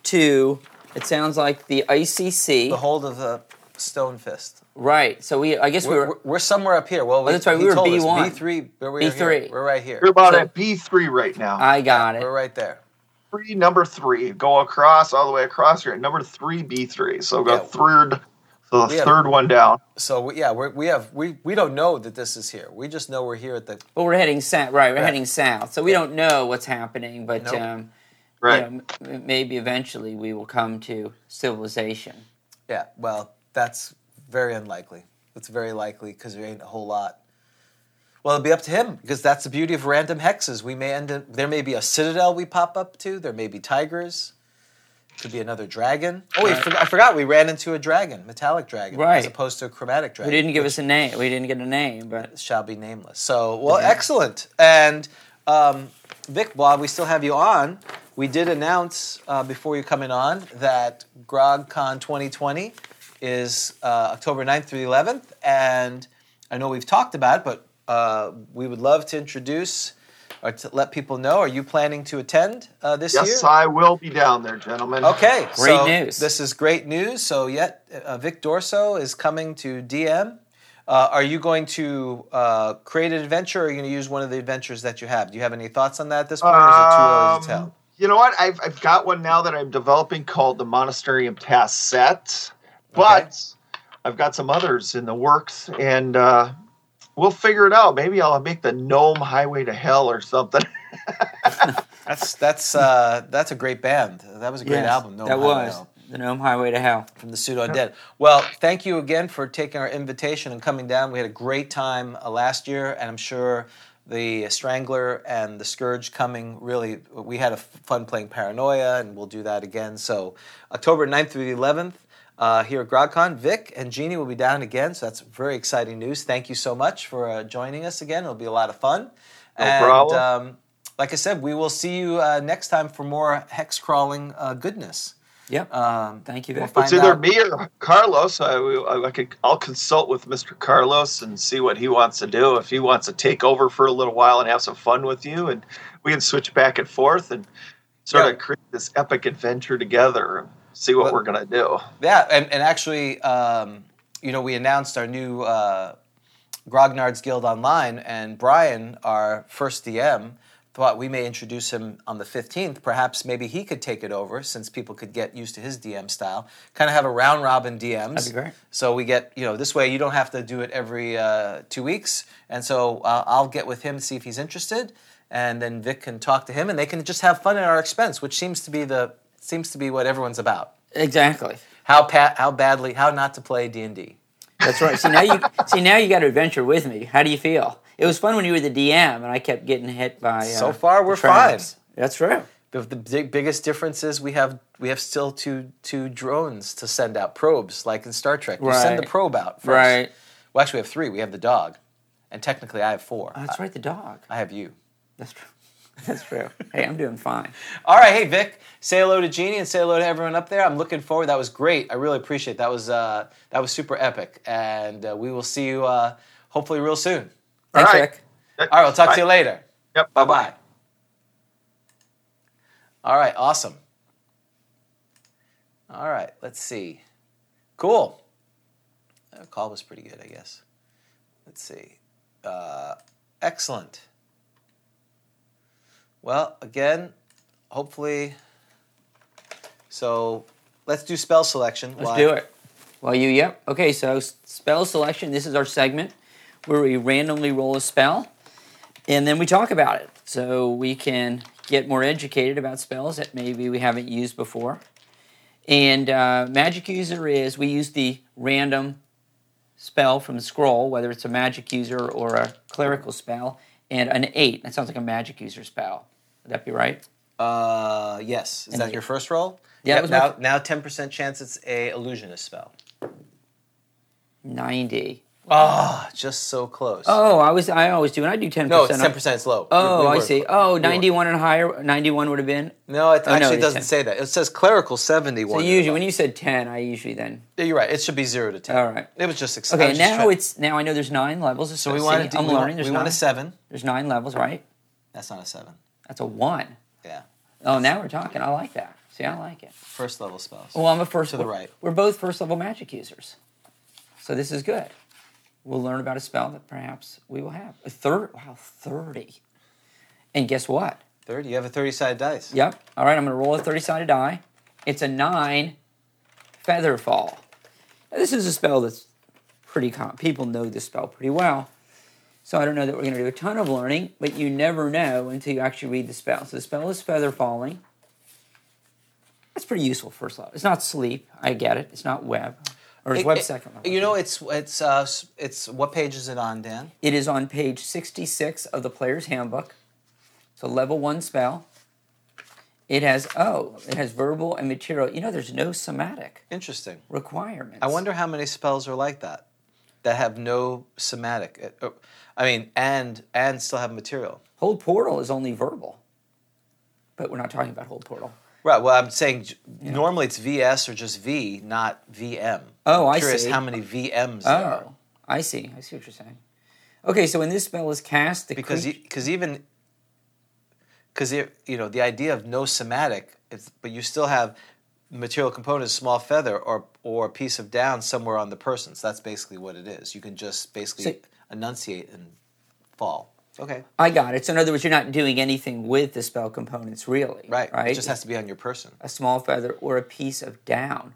Speaker 3: to. It sounds like the ICC.
Speaker 2: The hold of the stone fist.
Speaker 3: right. So we. I guess we
Speaker 2: We're,
Speaker 3: were.
Speaker 2: we're, we're somewhere up here. Well, we,
Speaker 3: that's right,
Speaker 2: he
Speaker 3: we were
Speaker 2: told us.
Speaker 3: B1.
Speaker 2: B three. We're,
Speaker 3: B3.
Speaker 2: We're right here.
Speaker 4: You're about
Speaker 3: So-
Speaker 4: at B3 right now.
Speaker 3: I got it.
Speaker 2: We're right there.
Speaker 4: three, number three. Go across all the way across. You're at number three, B three. So go
Speaker 2: Yeah.
Speaker 4: third, the
Speaker 2: We have-
Speaker 4: third one down.
Speaker 2: So we- yeah, we're, we have we we don't know that this is here. We just know we're here at the
Speaker 3: But we're heading south, right? We're heading south, so we don't know what's happening. But
Speaker 2: Nope.
Speaker 3: um,
Speaker 4: Right.
Speaker 3: you know, m- m- maybe eventually we will come to civilization.
Speaker 2: yeah. Well, that's very unlikely. That's very likely because there ain't a whole lot. Well, it'll be up to him because that's the beauty of random hexes. We may end up there may be a citadel we pop up to. There may be tigers. Could be another dragon. Oh, wait, I forgot- I forgot we ran into a dragon, metallic dragon, as
Speaker 3: Right.
Speaker 2: opposed to a chromatic dragon.
Speaker 3: We didn't give us a name. We didn't get a name, but
Speaker 2: shall be nameless. So, well,
Speaker 4: Mm-hmm.
Speaker 2: excellent. And um, Vic, while we still have you on, we did announce uh, before you coming on that GrogCon 2020 is uh, October 9th through the 11th. And I know we've talked about it, but uh, we would love to introduce or to let people know. Are you planning to attend uh, this year?
Speaker 4: Yes, I will be down there, gentlemen.
Speaker 2: Okay, great so
Speaker 3: news.
Speaker 2: This is great news. So, yet uh, Vic Dorso is coming to DM. Uh, are you going to uh, create an adventure, or are you going to use one of the adventures that you have? Do you have any thoughts on that at this point, or is it too early to
Speaker 4: Um,
Speaker 2: tell?
Speaker 4: You know what? I've, I've got one now that I'm developing called the Monasterium Pass Set, but I've got some others in the works, and uh, we'll figure it out. Maybe I'll make the Gnome Highway to Hell or something.
Speaker 2: That's that's uh, that's a great band. That was a great
Speaker 3: Yes,
Speaker 2: album. No
Speaker 3: that
Speaker 2: Highway
Speaker 3: was
Speaker 2: Hell,
Speaker 3: the Gnome Highway to Hell.
Speaker 2: from the pseudo dead. Well, thank you again for taking our invitation and coming down. We had a great time uh, last year, and I'm sure. The Strangler and the Scourge coming really, we had a f- fun playing Paranoia, and we'll do that again. So, October 9th through the 11th uh, here at GrogCon, Vic and Jeannie will be down again. So, that's very exciting news. Thank you so much for uh, joining us again. It'll be a lot of fun. No and,
Speaker 4: problem.
Speaker 2: Um, like I said, we will see you uh, next time for more hex crawling uh, goodness.
Speaker 3: Yep.
Speaker 2: Um,
Speaker 3: Thank you. Vic.
Speaker 2: find
Speaker 4: It's either
Speaker 2: out-
Speaker 4: me or Carlos. I, I, I could, I'll consult with Mr. Carlos and see what he wants to do. If he wants to take over for a little while and have some fun with you, and we can switch back and forth and sort
Speaker 2: Yeah.
Speaker 4: of create this epic adventure together and see what
Speaker 2: Well-
Speaker 4: we're going to do.
Speaker 2: Yeah, and, and actually, um, you know, we announced our new uh, Grognard's Guild online, and Brian, our first DM, thought we may introduce him on the 15th. Perhaps maybe he could take it over since people could get used to his DM style. Kind of have a round robin DMs.
Speaker 3: That'd be great.
Speaker 2: So we get, you know, this way you don't have to do it every uh, two weeks. And so uh, I'll get with him, see if he's interested, and then Vic can talk to him, and they can just have fun at our expense, which seems to be the seems to be what everyone's about
Speaker 3: Exactly.
Speaker 2: how pa- how badly how not to play D and D.
Speaker 3: That's right. See now you see now you got to adventure with me. How do you feel? It was fun when you were the DM, and I kept getting hit by. Uh,
Speaker 2: So far,
Speaker 3: the
Speaker 2: we're
Speaker 3: traps. That's true.
Speaker 2: The, the big, biggest difference is we have we have still two two drones to send out probes like in Star Trek. You send the
Speaker 3: Right.
Speaker 2: probe out first.
Speaker 3: Right.
Speaker 2: Well, actually, we have three. We have the dog, and technically, I have four.
Speaker 3: That's right. The dog.
Speaker 2: I have you.
Speaker 3: That's true. That's true. Hey, I'm doing fine.
Speaker 2: All right, hey Vic, say hello to Jeannie and say hello to everyone up there. I'm looking forward. That was great. I really appreciate it. that. Was uh, that was super epic, and uh, we will see you uh, hopefully real soon.
Speaker 3: Thanks,
Speaker 4: right.
Speaker 3: Rick.
Speaker 2: All right, we'll talk to you later.
Speaker 4: Yep.
Speaker 2: Bye bye. All right, awesome. All right, let's see. Cool. That call was pretty good, I guess. Let's see. Uh, excellent. Well, again, hopefully. So let's do spell selection.
Speaker 3: Let's do it. Well, you, yep. Okay, so s- spell selection. This is our segment where we randomly roll a spell and then we talk about it. So we can get more educated about spells that maybe we haven't used before. And uh, magic user is we use the random spell from the scroll, whether it's a magic user or a clerical spell, and an eight. That sounds like a magic user spell. Would that be right?
Speaker 2: Uh, yes. Is that your first roll?
Speaker 3: Yeah, that was my
Speaker 2: now, now 10% chance it's a illusionist spell.
Speaker 3: 90.
Speaker 2: Ah, just so close.
Speaker 3: Oh, I was I always do, and I do 10%.
Speaker 2: no, it's ten percent. It's low.
Speaker 3: Oh,
Speaker 2: We- we
Speaker 3: I
Speaker 2: were-
Speaker 3: see. Oh,
Speaker 2: we were-
Speaker 3: 91 and higher. 91 would have been.
Speaker 2: No, it
Speaker 3: Oh, no,
Speaker 2: actually
Speaker 3: it's
Speaker 2: doesn't
Speaker 3: 10.
Speaker 2: say that. It says clerical seventy-one.
Speaker 3: So usually, when you said 10, I usually then.
Speaker 2: Yeah, you're right. It should be zero to ten.
Speaker 3: All right.
Speaker 2: It was just exciting.
Speaker 3: Okay, now it's now I know there's nine levels. of
Speaker 2: so we
Speaker 3: spell-
Speaker 2: want
Speaker 3: see,
Speaker 2: to.
Speaker 3: I'm
Speaker 2: we,
Speaker 3: learning.
Speaker 2: Want,
Speaker 3: There's
Speaker 2: we
Speaker 3: nine,
Speaker 2: want a seven.
Speaker 3: There's nine levels, right?
Speaker 2: That's not a seven.
Speaker 3: That's a one.
Speaker 2: Yeah,
Speaker 3: Oh, now we're talking. I like that. See, I like it.
Speaker 2: first level spells.
Speaker 3: Well, I'm a first
Speaker 2: To the right.
Speaker 3: We're both first level magic users, so this is good. We'll learn about a spell that perhaps we will have. A third. Wow, 30. And guess what?
Speaker 2: Thirty. You have a thirty-sided dice.
Speaker 3: Yep. All right, I'm going to roll a 30 sided die. It's a nine, Feather Fall. Now, this is a spell that's pretty common. People know this spell pretty well. So I don't know that we're going to do a ton of learning, but you never know until you actually read the spell. So the spell is Feather Falling. That's pretty useful, first level. It's not sleep. I get it. It's not web. Or is
Speaker 2: It-
Speaker 3: web
Speaker 2: it-
Speaker 3: second level?
Speaker 2: You know, it's it's uh, s- it's what page is it on, Dan?
Speaker 3: It is on page 66 of the player's handbook. It's a level one spell. It has, oh, it has verbal and material. You know, there's no somatic
Speaker 2: Interesting.
Speaker 3: requirements.
Speaker 2: I wonder how many spells are like that, that have no somatic. uh, uh, I mean, and and still have material.
Speaker 3: Hold portal is only verbal. But we're not talking about hold portal.
Speaker 2: Right. Well, I'm saying j normally it's VS or just V, not VM.
Speaker 3: Oh,
Speaker 2: I'm
Speaker 3: I
Speaker 2: curious
Speaker 3: see.
Speaker 2: how many VMs there are.
Speaker 3: Oh, I see. I see what you're saying. Okay, so when this spell is cast, the
Speaker 2: because
Speaker 3: creat-
Speaker 2: because even because you know the idea of no somatic, it's, but you still have material components, small feather or or a piece of down somewhere on the person. So that's basically what it is. You can just basically
Speaker 3: So-
Speaker 2: enunciate and fall. Okay,
Speaker 3: I got it. So in other words, you're not doing anything with the spell components, really.
Speaker 2: right,
Speaker 3: Right.
Speaker 2: It just has to be on your person.
Speaker 3: a small feather or a piece of down.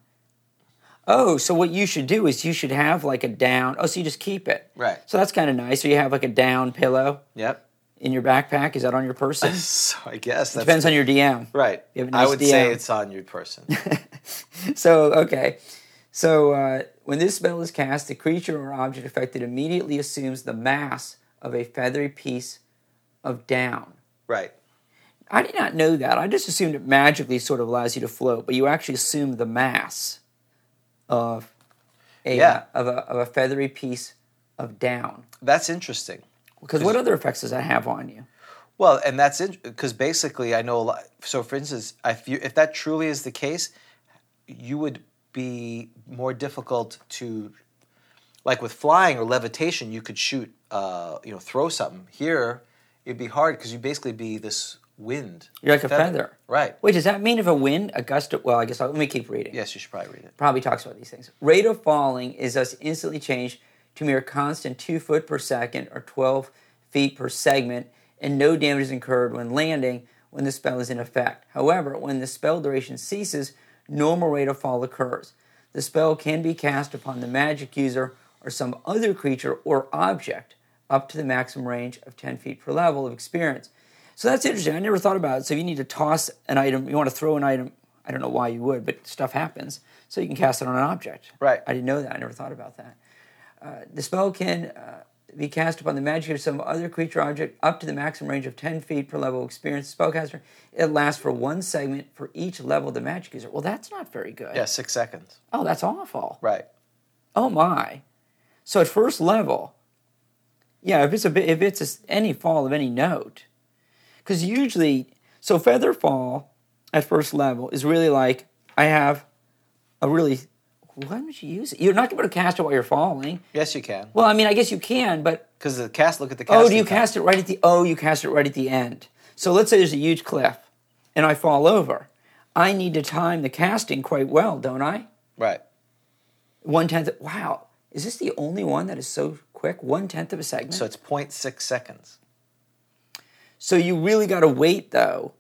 Speaker 3: Oh, so what you should do is you should have like a down. Oh, so you just keep it.
Speaker 2: Right.
Speaker 3: So that's kind of nice. So you have like a down pillow
Speaker 2: Yep.
Speaker 3: in your backpack. Is that on your person?
Speaker 2: So I guess that's
Speaker 3: Depends on your DM.
Speaker 2: right.
Speaker 3: You have a
Speaker 2: I
Speaker 3: nice
Speaker 2: would say
Speaker 3: DM.
Speaker 2: it's on your person.
Speaker 3: So, okay. So uh, when this spell is cast, the creature or object affected immediately assumes the mass of a feathery piece of down.
Speaker 2: right.
Speaker 3: I did not know that. I just assumed it magically sort of allows you to float, but you actually assume the mass of a
Speaker 2: Yeah.
Speaker 3: of a of a feathery piece of down.
Speaker 2: That's interesting.
Speaker 3: Because what other effects does that have on you?
Speaker 2: Well, and that's it because basically I know a lot. So, for instance, if you if that truly is the case, you would be more difficult to, like with flying or levitation, you could shoot, uh, you know, throw something. Here, it'd be hard because you'd basically be this wind.
Speaker 3: You're like a feather.
Speaker 2: right?
Speaker 3: Wait, does that mean if a wind, a gust of, well, I guess I'll, let me keep reading.
Speaker 2: Yes, you should probably read it.
Speaker 3: Probably talks about these things. Rate of falling is thus instantly changed to mere constant two foot per second or 12 feet per segment, and no damage is incurred when landing when the spell is in effect. However, when the spell duration ceases, normal rate of fall occurs. The spell can be cast upon the magic user or some other creature or object up to the maximum range of 10 feet per level of experience. So that's interesting. I never thought about it. So if you need to toss an item, you want to throw an item. I don't know why you would, but stuff happens. So you can cast it on an object.
Speaker 2: Right.
Speaker 3: I didn't know that. I never thought about that. Uh, the spell can uh, be cast upon the magic of some other creature object up to the maximum range of 10 feet per level of experience. Spellcaster. It lasts for one segment for each level the magic user. Well, that's not very good.
Speaker 2: Yeah, six seconds.
Speaker 3: Oh, that's awful.
Speaker 2: Right.
Speaker 3: Oh my! So at first level, yeah, if it's a bit, if it's a s any fall of any note, because usually, so feather fall at first level is really like I have a really. Why would you use it? You're not going to cast it while you're falling.
Speaker 2: Yes, you can.
Speaker 3: Well, I mean, I guess you can, but
Speaker 2: Because the cast. Look at the cast.
Speaker 3: oh, do you cast it right at the oh, you cast it right at the end. So let's say there's a huge cliff, and I fall over. I need to time the casting quite well, don't I?
Speaker 2: Right.
Speaker 3: one tenth. Wow, is this the only one that is so quick? One tenth of a second.
Speaker 2: So
Speaker 3: So,
Speaker 2: it's 0.6 seconds.
Speaker 3: you really got to wait though,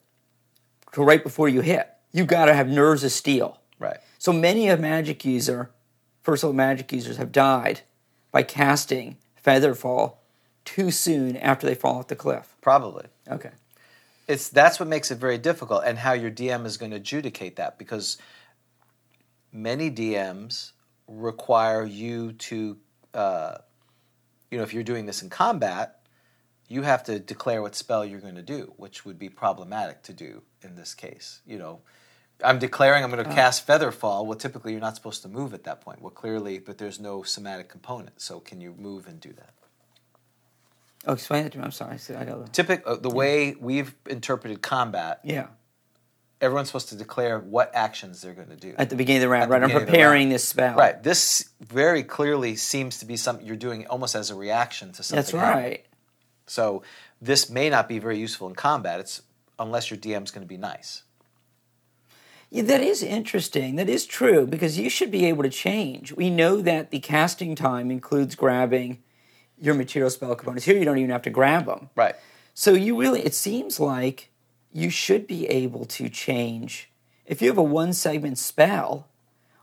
Speaker 3: to right before you hit. You got to have nerves of steel.
Speaker 2: Right.
Speaker 3: So many of magic user, first level magic users have died by casting Featherfall too soon after they fall off the cliff.
Speaker 2: Probably.
Speaker 3: Okay.
Speaker 2: it's that's what makes it very difficult and how your dm is going to adjudicate that because many dms require you to uh, you know if you're doing this in combat you have to declare what spell you're going to do which would be problematic to do in this case you know i'm declaring i'm going to cast featherfall well typically you're not supposed to move at that point well clearly but there's no somatic component so can you move and do that
Speaker 3: Oh, explain that to me. I'm sorry. So I got
Speaker 2: typically uh, the way we've interpreted combat
Speaker 3: yeah.
Speaker 2: everyone's supposed to declare what actions they're going to do.
Speaker 3: At the beginning of the round,
Speaker 2: the
Speaker 3: right? I'm
Speaker 2: beginning of the
Speaker 3: preparing
Speaker 2: round.
Speaker 3: this spell.
Speaker 2: right. This very clearly seems to be something you're doing almost as a reaction to something.
Speaker 3: That's
Speaker 2: happening.
Speaker 3: right.
Speaker 2: So this may not be very useful in combat. It's unless your DM's going to be nice.
Speaker 3: Yeah, that is interesting. That is true because you should be able to change. We know that the casting time includes grabbing your material spell components. Here, you don't even have to grab them.
Speaker 2: Right.
Speaker 3: So you really, it seems like you should be able to change. If you have a one segment spell,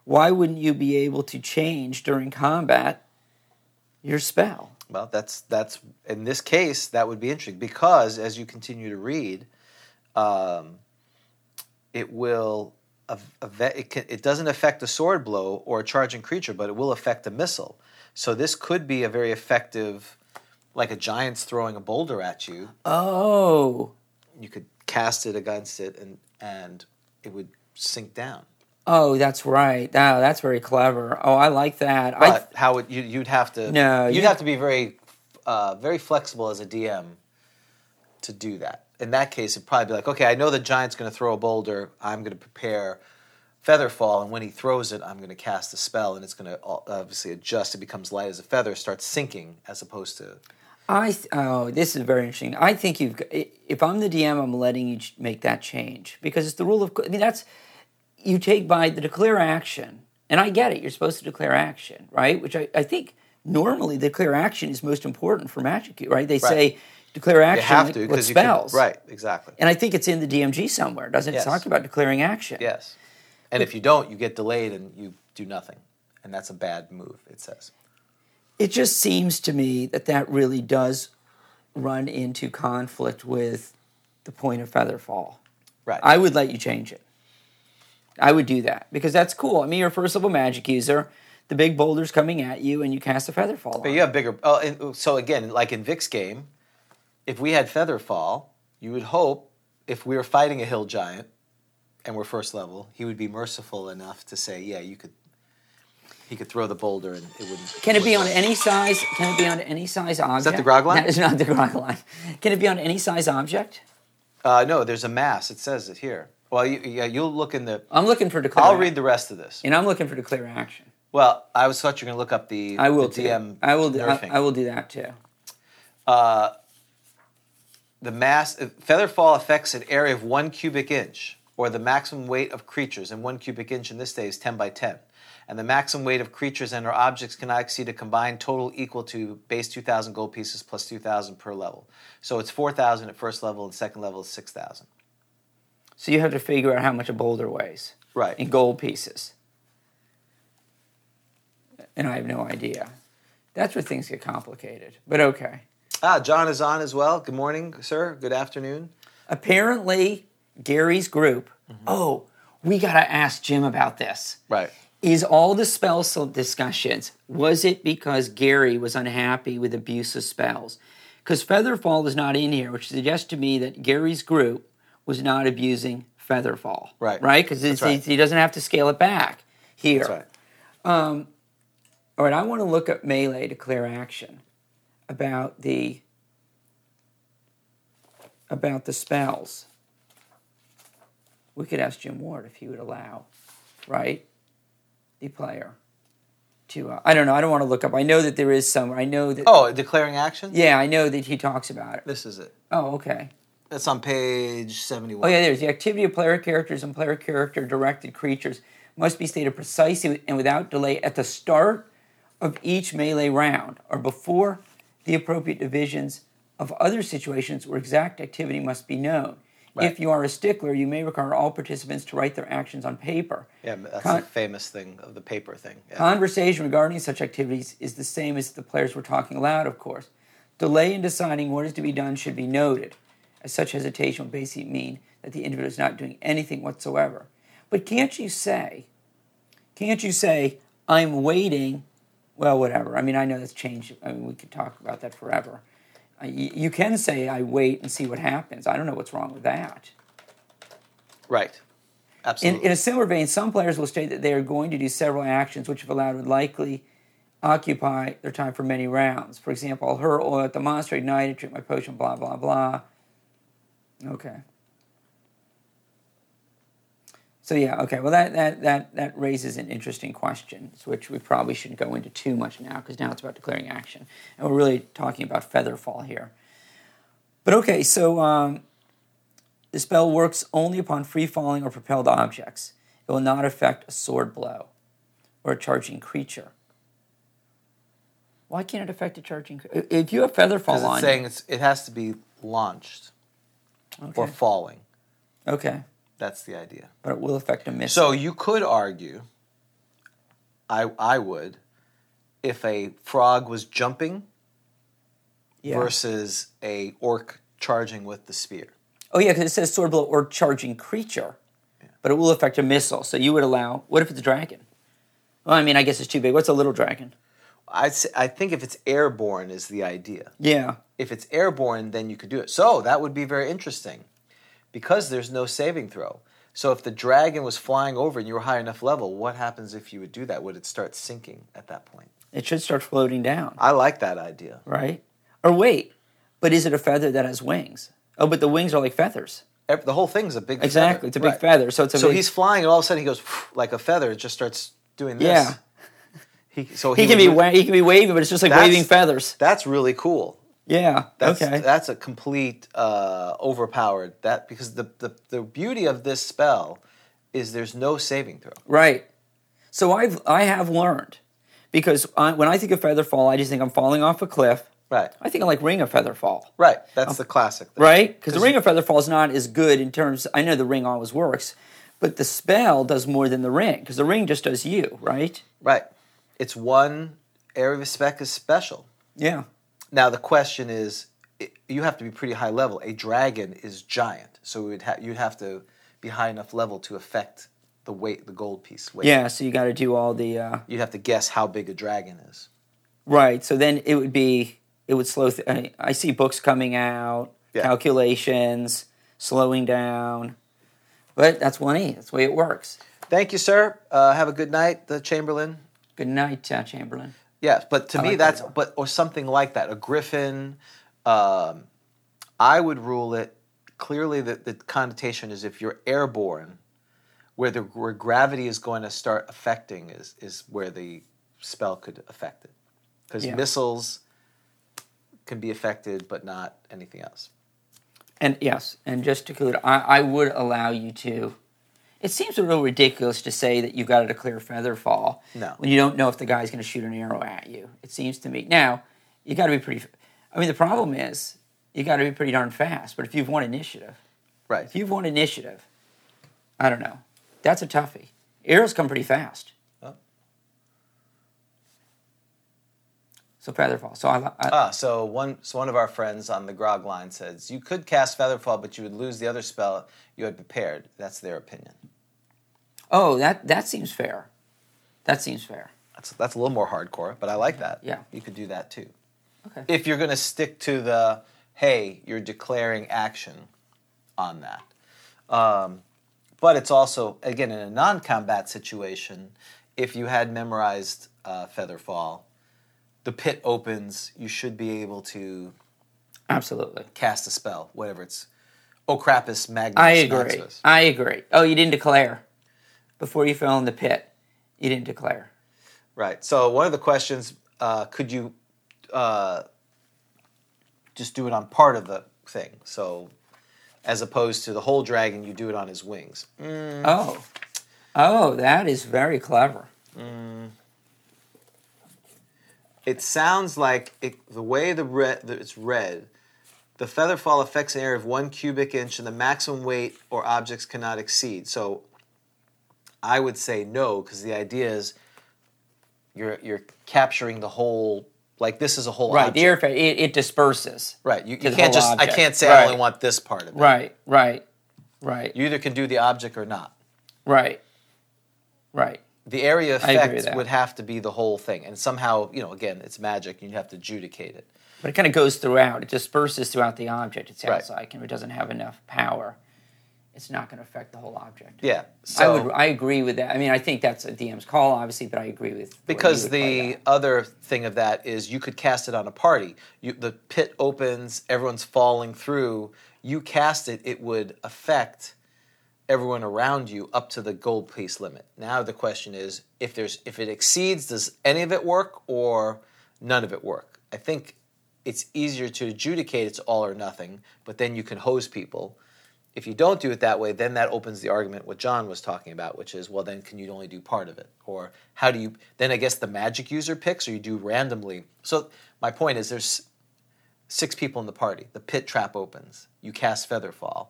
Speaker 3: why wouldn't you be able to change during combat your spell?
Speaker 2: Well, that's that's in this case that would be interesting because as you continue to read, um, it will av- av- it, can, it doesn't affect a sword blow or a charging creature, but it will affect a missile. So this could be a very effective, like a giant's throwing a boulder at you.
Speaker 3: Oh,
Speaker 2: You could cast it against it, and and it would sink down.
Speaker 3: oh, that's right. Oh, that's very clever. Oh, I like that. I
Speaker 2: But how would you? You'd have to.
Speaker 3: No,
Speaker 2: You'd
Speaker 3: you-
Speaker 2: have to be very, uh, very flexible as a DM to do that. In that case, it'd probably be like, okay, I know the giant's going to throw a boulder. I'm going to prepare Featherfall, and when he throws it, I'm going to cast a spell, and it's going to obviously adjust. It becomes light as a feather, starts sinking, as opposed to
Speaker 3: I th- oh, this is very interesting. I think you've. g- i- If I'm the DM, I'm letting you ch- make that change because it's the rule of. I mean, that's you take by the declare action, and I get it. You're supposed to declare action, right? Which I, I think normally the declare action is most important for magic, right? They say declare
Speaker 2: you
Speaker 3: action
Speaker 2: have to
Speaker 3: like, with
Speaker 2: because you
Speaker 3: spells,
Speaker 2: can, right? Exactly.
Speaker 3: And I think it's in the DMG somewhere, doesn't it?
Speaker 2: Yes.
Speaker 3: It's talking about declaring action.
Speaker 2: yes. And if you don't, you get delayed, and you do nothing, and that's a bad move. It says.
Speaker 3: it just seems to me that that really does run into conflict with the point of featherfall.
Speaker 2: Right.
Speaker 3: I would let you change it. I would do that because that's cool. I mean, you're a first level magic user. The big boulder's coming at you, and you cast a featherfall.
Speaker 2: But
Speaker 3: on
Speaker 2: you have bigger. Oh, and, so again, like in Vic's game, if we had Featherfall, you would hope if we were fighting a hill giant and we're first level, he would be merciful enough to say, "Yeah, you could." He could throw the boulder and it wouldn't.
Speaker 3: it. Can it be on
Speaker 2: wouldn't-
Speaker 3: any size? Can it be on any size object? Is
Speaker 2: the grog line?
Speaker 3: That is not the grog line. Can it be on any size object?
Speaker 2: Uh, no, there's a mass. It says it here. Well, you, yeah, you'll look in the.
Speaker 3: I'm looking for declare.
Speaker 2: I'll read the rest of this.
Speaker 3: and I'm looking for declare action.
Speaker 2: Well, I was thought you were going to look up the.
Speaker 3: I will
Speaker 2: the
Speaker 3: too.
Speaker 2: DM.
Speaker 3: I will. Do, I,
Speaker 2: nerfing.
Speaker 3: I will do that too.
Speaker 2: The mass feather fall affects an area of one cubic inch, or the maximum weight of creatures, and one cubic inch in this day is 10 by 10. And the maximum weight of creatures and or objects cannot exceed a combined total equal to base 2,000 gold pieces plus 2,000 per level. So it's 4,000 at first level, and second level is 6,000.
Speaker 3: So you have to figure out how much a boulder weighs.
Speaker 2: Right.
Speaker 3: In gold pieces. And I have no idea. That's where things get complicated. But okay.
Speaker 2: Ah, John is on as well. Good morning, sir. Good afternoon.
Speaker 3: Apparently, Gary's group. Oh, we got to ask Jim about this.
Speaker 2: Right.
Speaker 3: Is all the spell sol- discussions, was it because Gary was unhappy with abuse of spells? Because Featherfall is not in here, which suggests to me that Gary's group was not abusing Featherfall.
Speaker 2: Right.
Speaker 3: Right? Because
Speaker 2: That's right.
Speaker 3: he doesn't have to scale it back here.
Speaker 2: That's right.
Speaker 3: Um, All right, I want to look at melee to clear action about the about the spells. We could ask Jim Ward if he would allow, right? The player to uh, I don't know. I don't want to look up. I know that there is some. I know that.
Speaker 2: Oh, declaring action?
Speaker 3: yeah, I know that he talks about it.
Speaker 2: This is it.
Speaker 3: Oh, okay.
Speaker 2: That's on page 71.
Speaker 3: Oh yeah, there's the activity of player characters and player character directed creatures must be stated precisely and without delay at the start of each melee round or before the appropriate divisions of other situations where exact activity must be known. If you are a stickler, you may require all participants to write their actions on paper.
Speaker 2: Yeah, that's
Speaker 3: Con-
Speaker 2: the famous thing of the paper thing. Yeah.
Speaker 3: Conversation regarding such activities is the same as if the players were talking aloud, of course. Delay in deciding what is to be done should be noted, as such hesitation will basically mean that the individual is not doing anything whatsoever. But can't you say, can't you say, I'm waiting? Well, whatever. I mean, I know that's changed. I mean, we could talk about that forever. Uh, y- you can say, I wait and see what happens. I don't know what's wrong with that.
Speaker 2: right.
Speaker 3: In,
Speaker 2: Absolutely.
Speaker 3: in a similar vein, some players will state that they are going to do several actions, which, if allowed, would likely occupy their time for many rounds. For example, I'll hurl oil at the monster, ignite it, drink my potion, blah, blah, blah. Okay. So yeah, okay. Well, that that that that raises an interesting question, which we probably shouldn't go into too much now, because now it's about declaring action, and we're really talking about featherfall here. But okay, so um, the spell works only upon free falling or propelled objects. It will not affect a sword blow or a charging creature. Why can't it affect a charging creature? If you have feather fall
Speaker 2: Because
Speaker 3: on,
Speaker 2: it's saying it's, it has to be launched or
Speaker 3: Okay.
Speaker 2: falling.
Speaker 3: Okay.
Speaker 2: That's the idea.
Speaker 3: But it will affect a miss.
Speaker 2: So you could argue, I I would, if a frog was jumping
Speaker 3: yeah.
Speaker 2: versus a orc charging with the spear.
Speaker 3: Oh yeah, because it says sword blow or charging creature, but it will affect a missile. So you would allow. What if it's a dragon? Well, I mean, I guess it's too big. What's a little dragon?
Speaker 2: I I think if it's airborne is the idea.
Speaker 3: Yeah.
Speaker 2: If it's airborne, then you could do it. So that would be very interesting, because there's no saving throw. So if the dragon was flying over and you were high enough level, what happens if you would do that? Would it start sinking at that point?
Speaker 3: It should start floating down,
Speaker 2: I like that idea.
Speaker 3: right? Or wait, but is it a feather that has wings? Oh, but the wings are like feathers.
Speaker 2: Ev- The whole thing's a big feather.
Speaker 3: Exactly, it's a big
Speaker 2: Right.
Speaker 3: feather. So it's a
Speaker 2: So
Speaker 3: big-
Speaker 2: he's flying, and all of a sudden he goes like a feather. It just starts doing this.
Speaker 3: Yeah.
Speaker 2: He, so
Speaker 3: he,
Speaker 2: he,
Speaker 3: can
Speaker 2: would
Speaker 3: be
Speaker 2: re-
Speaker 3: wa- he can be waving, but it's just like
Speaker 2: That's-
Speaker 3: waving feathers.
Speaker 2: That's really cool.
Speaker 3: Yeah.
Speaker 2: That's,
Speaker 3: okay.
Speaker 2: That's a complete uh, overpowered that because the, the the beauty of this spell is there's no saving throw.
Speaker 3: Right. So I've I have learned because I, when I think of feather fall, I just think I'm falling off a cliff.
Speaker 2: Right.
Speaker 3: I think I like ring of feather fall.
Speaker 2: Right. That's the classic. Thing.
Speaker 3: Um, Right? Because the ring of feather fall is not as good in terms. I know the ring always works, but the spell does more than the ring because the ring just does you. Right?
Speaker 2: Right. It's one area of spec is special.
Speaker 3: Yeah.
Speaker 2: Now the question is, i you have to be pretty high level. A dragon is giant, so we would ha- you'd have to be high enough level to affect the weight, the gold piece weight.
Speaker 3: Yeah. So you got to do all the uh,
Speaker 2: You'd have to guess how big a dragon is.
Speaker 3: right. So then it would be it would slow. Th- I, I see books coming out,
Speaker 2: Yeah.
Speaker 3: calculations, slowing down. But that's one e. That's the way it works.
Speaker 2: Thank you, sir. Uh, have a good night, the Chamberlain.
Speaker 3: Good night, uh, Chamberlain.
Speaker 2: Yes, but to me
Speaker 3: like that
Speaker 2: that's
Speaker 3: one.
Speaker 2: but or something like that. A griffin. Um, I would rule it clearly that the connotation is if you're airborne, where the where gravity is going to start affecting is is where the spell could affect it, because
Speaker 3: Yeah.
Speaker 2: missiles can be affected but not anything else.
Speaker 3: And yes, and just to conclude, I, I would allow you to. It seems a little ridiculous to say that you've got to declare feather fall
Speaker 2: No.
Speaker 3: when you don't know if the guy's going to shoot an arrow at you. It seems to me. Now, you got to be pretty. I mean, the problem is you got to be pretty darn fast. But if you've won initiative,
Speaker 2: Right.
Speaker 3: if you've won initiative, I don't know. That's a toughie. Arrows come pretty fast.
Speaker 2: Oh.
Speaker 3: So feather fall. So I, li- I
Speaker 2: Ah, so one so one of our friends on the grog line says you could cast Featherfall, but you would lose the other spell you had prepared. That's their opinion.
Speaker 3: oh that that seems fair. That seems fair.
Speaker 2: That's that's a little more hardcore, but I like that.
Speaker 3: Yeah.
Speaker 2: you could do that too.
Speaker 3: Okay.
Speaker 2: If you're going to stick to the hey, you're declaring action on that, um, but it's also again in a non-combat situation. If you had memorized uh, Featherfall, the pit opens. You should be able to
Speaker 3: Absolutely.
Speaker 2: cast a spell, whatever it's. Ocrapus magnus.
Speaker 3: I agree.
Speaker 2: maximus.
Speaker 3: I agree. Oh, you didn't declare before you fell in the pit. You didn't declare.
Speaker 2: Right. So one of the questions, uh, could you uh, just do it on part of the thing? So as opposed to the whole dragon, you do it on his wings.
Speaker 3: Oh, oh, that is very clever.
Speaker 2: It sounds like it, the way the re- that it's read, the feather fall affects an area of one cubic inch, and the maximum weight or objects cannot exceed. So I would say no, because the idea is you're you're capturing the whole. Like this is a whole
Speaker 3: Right.
Speaker 2: object.
Speaker 3: The airfare it, it disperses.
Speaker 2: Right. You,
Speaker 3: To
Speaker 2: you
Speaker 3: the
Speaker 2: can't
Speaker 3: whole
Speaker 2: just, I
Speaker 3: object.
Speaker 2: can't say I
Speaker 3: Right.
Speaker 2: only want this part of it.
Speaker 3: Right. Right. Right.
Speaker 2: You either can do the object or not.
Speaker 3: Right. Right.
Speaker 2: The area
Speaker 3: agree with
Speaker 2: effect
Speaker 3: that.
Speaker 2: would have to be the whole thing. And somehow, you know, again, it's magic. You have to adjudicate it.
Speaker 3: But it kind of goes throughout. It disperses throughout the object. It sounds
Speaker 2: Right.
Speaker 3: like, and if it doesn't have enough power, it's not going to affect the whole object.
Speaker 2: Yeah.
Speaker 3: I
Speaker 2: So,
Speaker 3: would. I agree with that. I mean, I think that's a DM's call, obviously, but I agree with the way you
Speaker 2: because
Speaker 3: would play
Speaker 2: the
Speaker 3: that.
Speaker 2: other thing of that is you could cast it on a party. You, the pit opens, everyone's falling through. You cast it, it would affect everyone around you up to the gold piece limit. Now the question is if there's if it exceeds, does any of it work or none of it work? I think it's easier to adjudicate it's all or nothing, but then you can hose people. If you don't do it that way, then that opens the argument what John was talking about, which is, well, then can you only do part of it? Or how do you then I guess the magic user picks or you do randomly. So my point is there's six people in the party. The pit trap opens. You cast Featherfall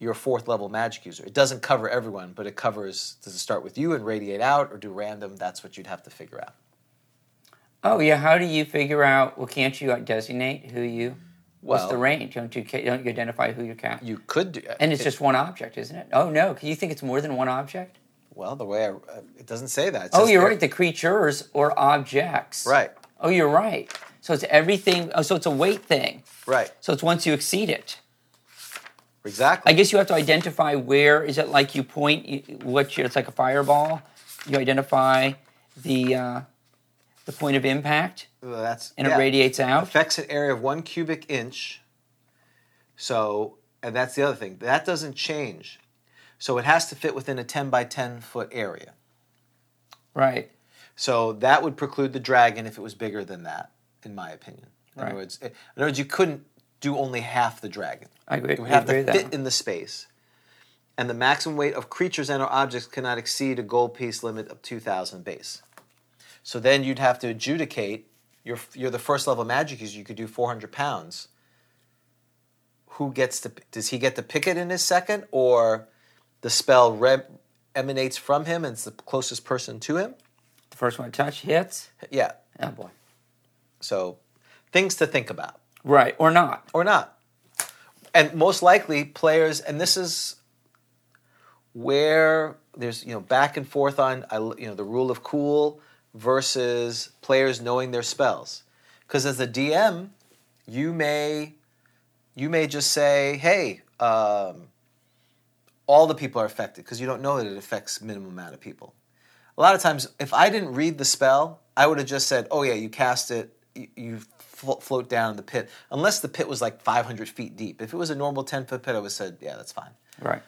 Speaker 2: your fourth level magic user. It doesn't cover everyone, but it covers does it start with you and radiate out or do random? That's what you'd have to figure out.
Speaker 3: Oh yeah, how do you figure out? Well, can't you like, designate who you? what's the
Speaker 2: Well-
Speaker 3: range? Don't you ca- don't you identify who you're casting?
Speaker 2: You could do
Speaker 3: and it's
Speaker 2: it-
Speaker 3: just one object, isn't it? Oh no, 'cause you think it's more than one object?
Speaker 2: well, the way I, uh, it doesn't say that. It's
Speaker 3: Oh,
Speaker 2: just-
Speaker 3: you're right. The creatures or objects.
Speaker 2: Right.
Speaker 3: Oh, you're right. So it's everything. Oh, so it's a weight thing.
Speaker 2: Right.
Speaker 3: So it's once you exceed it.
Speaker 2: Exactly.
Speaker 3: I guess you have to identify where is it like you point you- what you, it's like a fireball. You identify the uh, the point of impact,
Speaker 2: Well, that's
Speaker 3: and
Speaker 2: yeah.
Speaker 3: it radiates out.
Speaker 2: affects an area of one cubic inch. So, and that's the other thing. That doesn't change. So it has to fit within a 10 by 10 foot area.
Speaker 3: Right.
Speaker 2: So that would preclude the dragon if it was bigger than that, in my opinion. In
Speaker 3: Right.
Speaker 2: other words, eh, in other words, you couldn't do only half the dragon.
Speaker 3: I agree-
Speaker 2: It would have
Speaker 3: I agree
Speaker 2: to
Speaker 3: with
Speaker 2: fit
Speaker 3: that.
Speaker 2: in the space. And the maximum weight of creatures and/or objects cannot exceed a gold piece limit of 2,000 base. So then you'd have to adjudicate. You're, you're the first level magic user. You could do 400 pounds. Who gets to? Does he get to pick it in his second, or the spell re- emanates from him and it's the closest person to him?
Speaker 3: The first one to touch hits.
Speaker 2: Yeah.
Speaker 3: Oh boy.
Speaker 2: So, things to think about
Speaker 3: Right or not.
Speaker 2: or not. And most likely, players, and this is where there's you know back and forth on I l- you know the rule of cool versus players knowing their spells. Because as a DM, you may you may just say, hey. Um, all the people are affected because you don't know that it affects minimum amount of people. A lot of times, if I didn't read the spell, I would have just said, "Oh yeah, you cast it, you, you flo- float down in the pit." Unless the pit was like 500 feet deep. If it was a normal 10 foot pit, I would have said, "Yeah, that's fine."
Speaker 3: Right.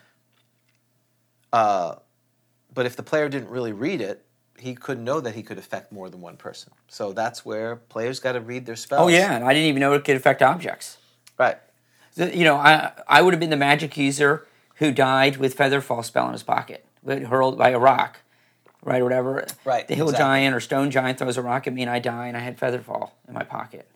Speaker 2: But if the player didn't really read it, he couldn't know that he could affect more than one person. So that's where players got to read their spells.
Speaker 3: Oh yeah, and I didn't even know it could affect objects.
Speaker 2: right.
Speaker 3: The- you know, I I would have been the magic user who died with Featherfall spell in his pocket, but hurled by a rock, right or whatever.
Speaker 2: Right,
Speaker 3: The hill
Speaker 2: exactly.
Speaker 3: giant or stone giant throws a rock at me and I die, and I had Featherfall in my pocket,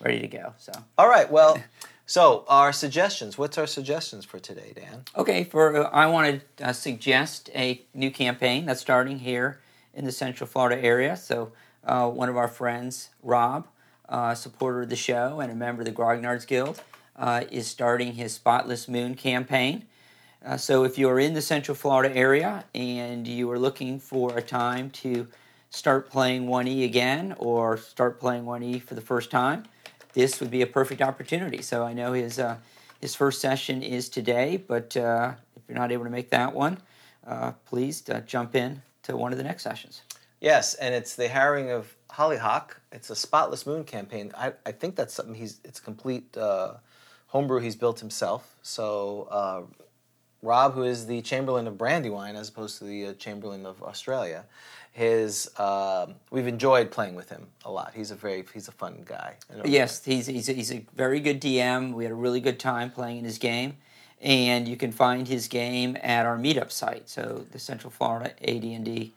Speaker 3: ready to go. So
Speaker 2: All right. Well, so our suggestions. What's our suggestions for today, Dan?
Speaker 3: okay, for I want to uh, suggest a new campaign that's starting here in the Central Florida area. So uh, one of our friends, Rob, uh, supporter of the show and a member of the Grognards Guild, uh, is starting his Spotless Moon campaign. Uh, so if you're in the Central Florida area and you are looking for a time to start playing 1E again or start playing 1E for the first time, this would be a perfect opportunity. So I know his uh, his first session is today, but uh, if you're not able to make that one, uh, please uh, jump in to one of the next sessions.
Speaker 2: Yes, and it's the hiring of Hollyhock. It's a Spotless Moon campaign. I, I think that's something he's. It's a complete uh, homebrew he's built himself. So uh, Rob, who is the Chamberlain of Brandywine as opposed to the uh, Chamberlain of Australia, his um we've enjoyed playing with him a lot. He's a very he's a fun guy. And a-
Speaker 3: Yes, he's, he's, a, he's a very good DM. We had a really good time playing in his game. And you can find his game at our meetup site. So the Central Florida AD&D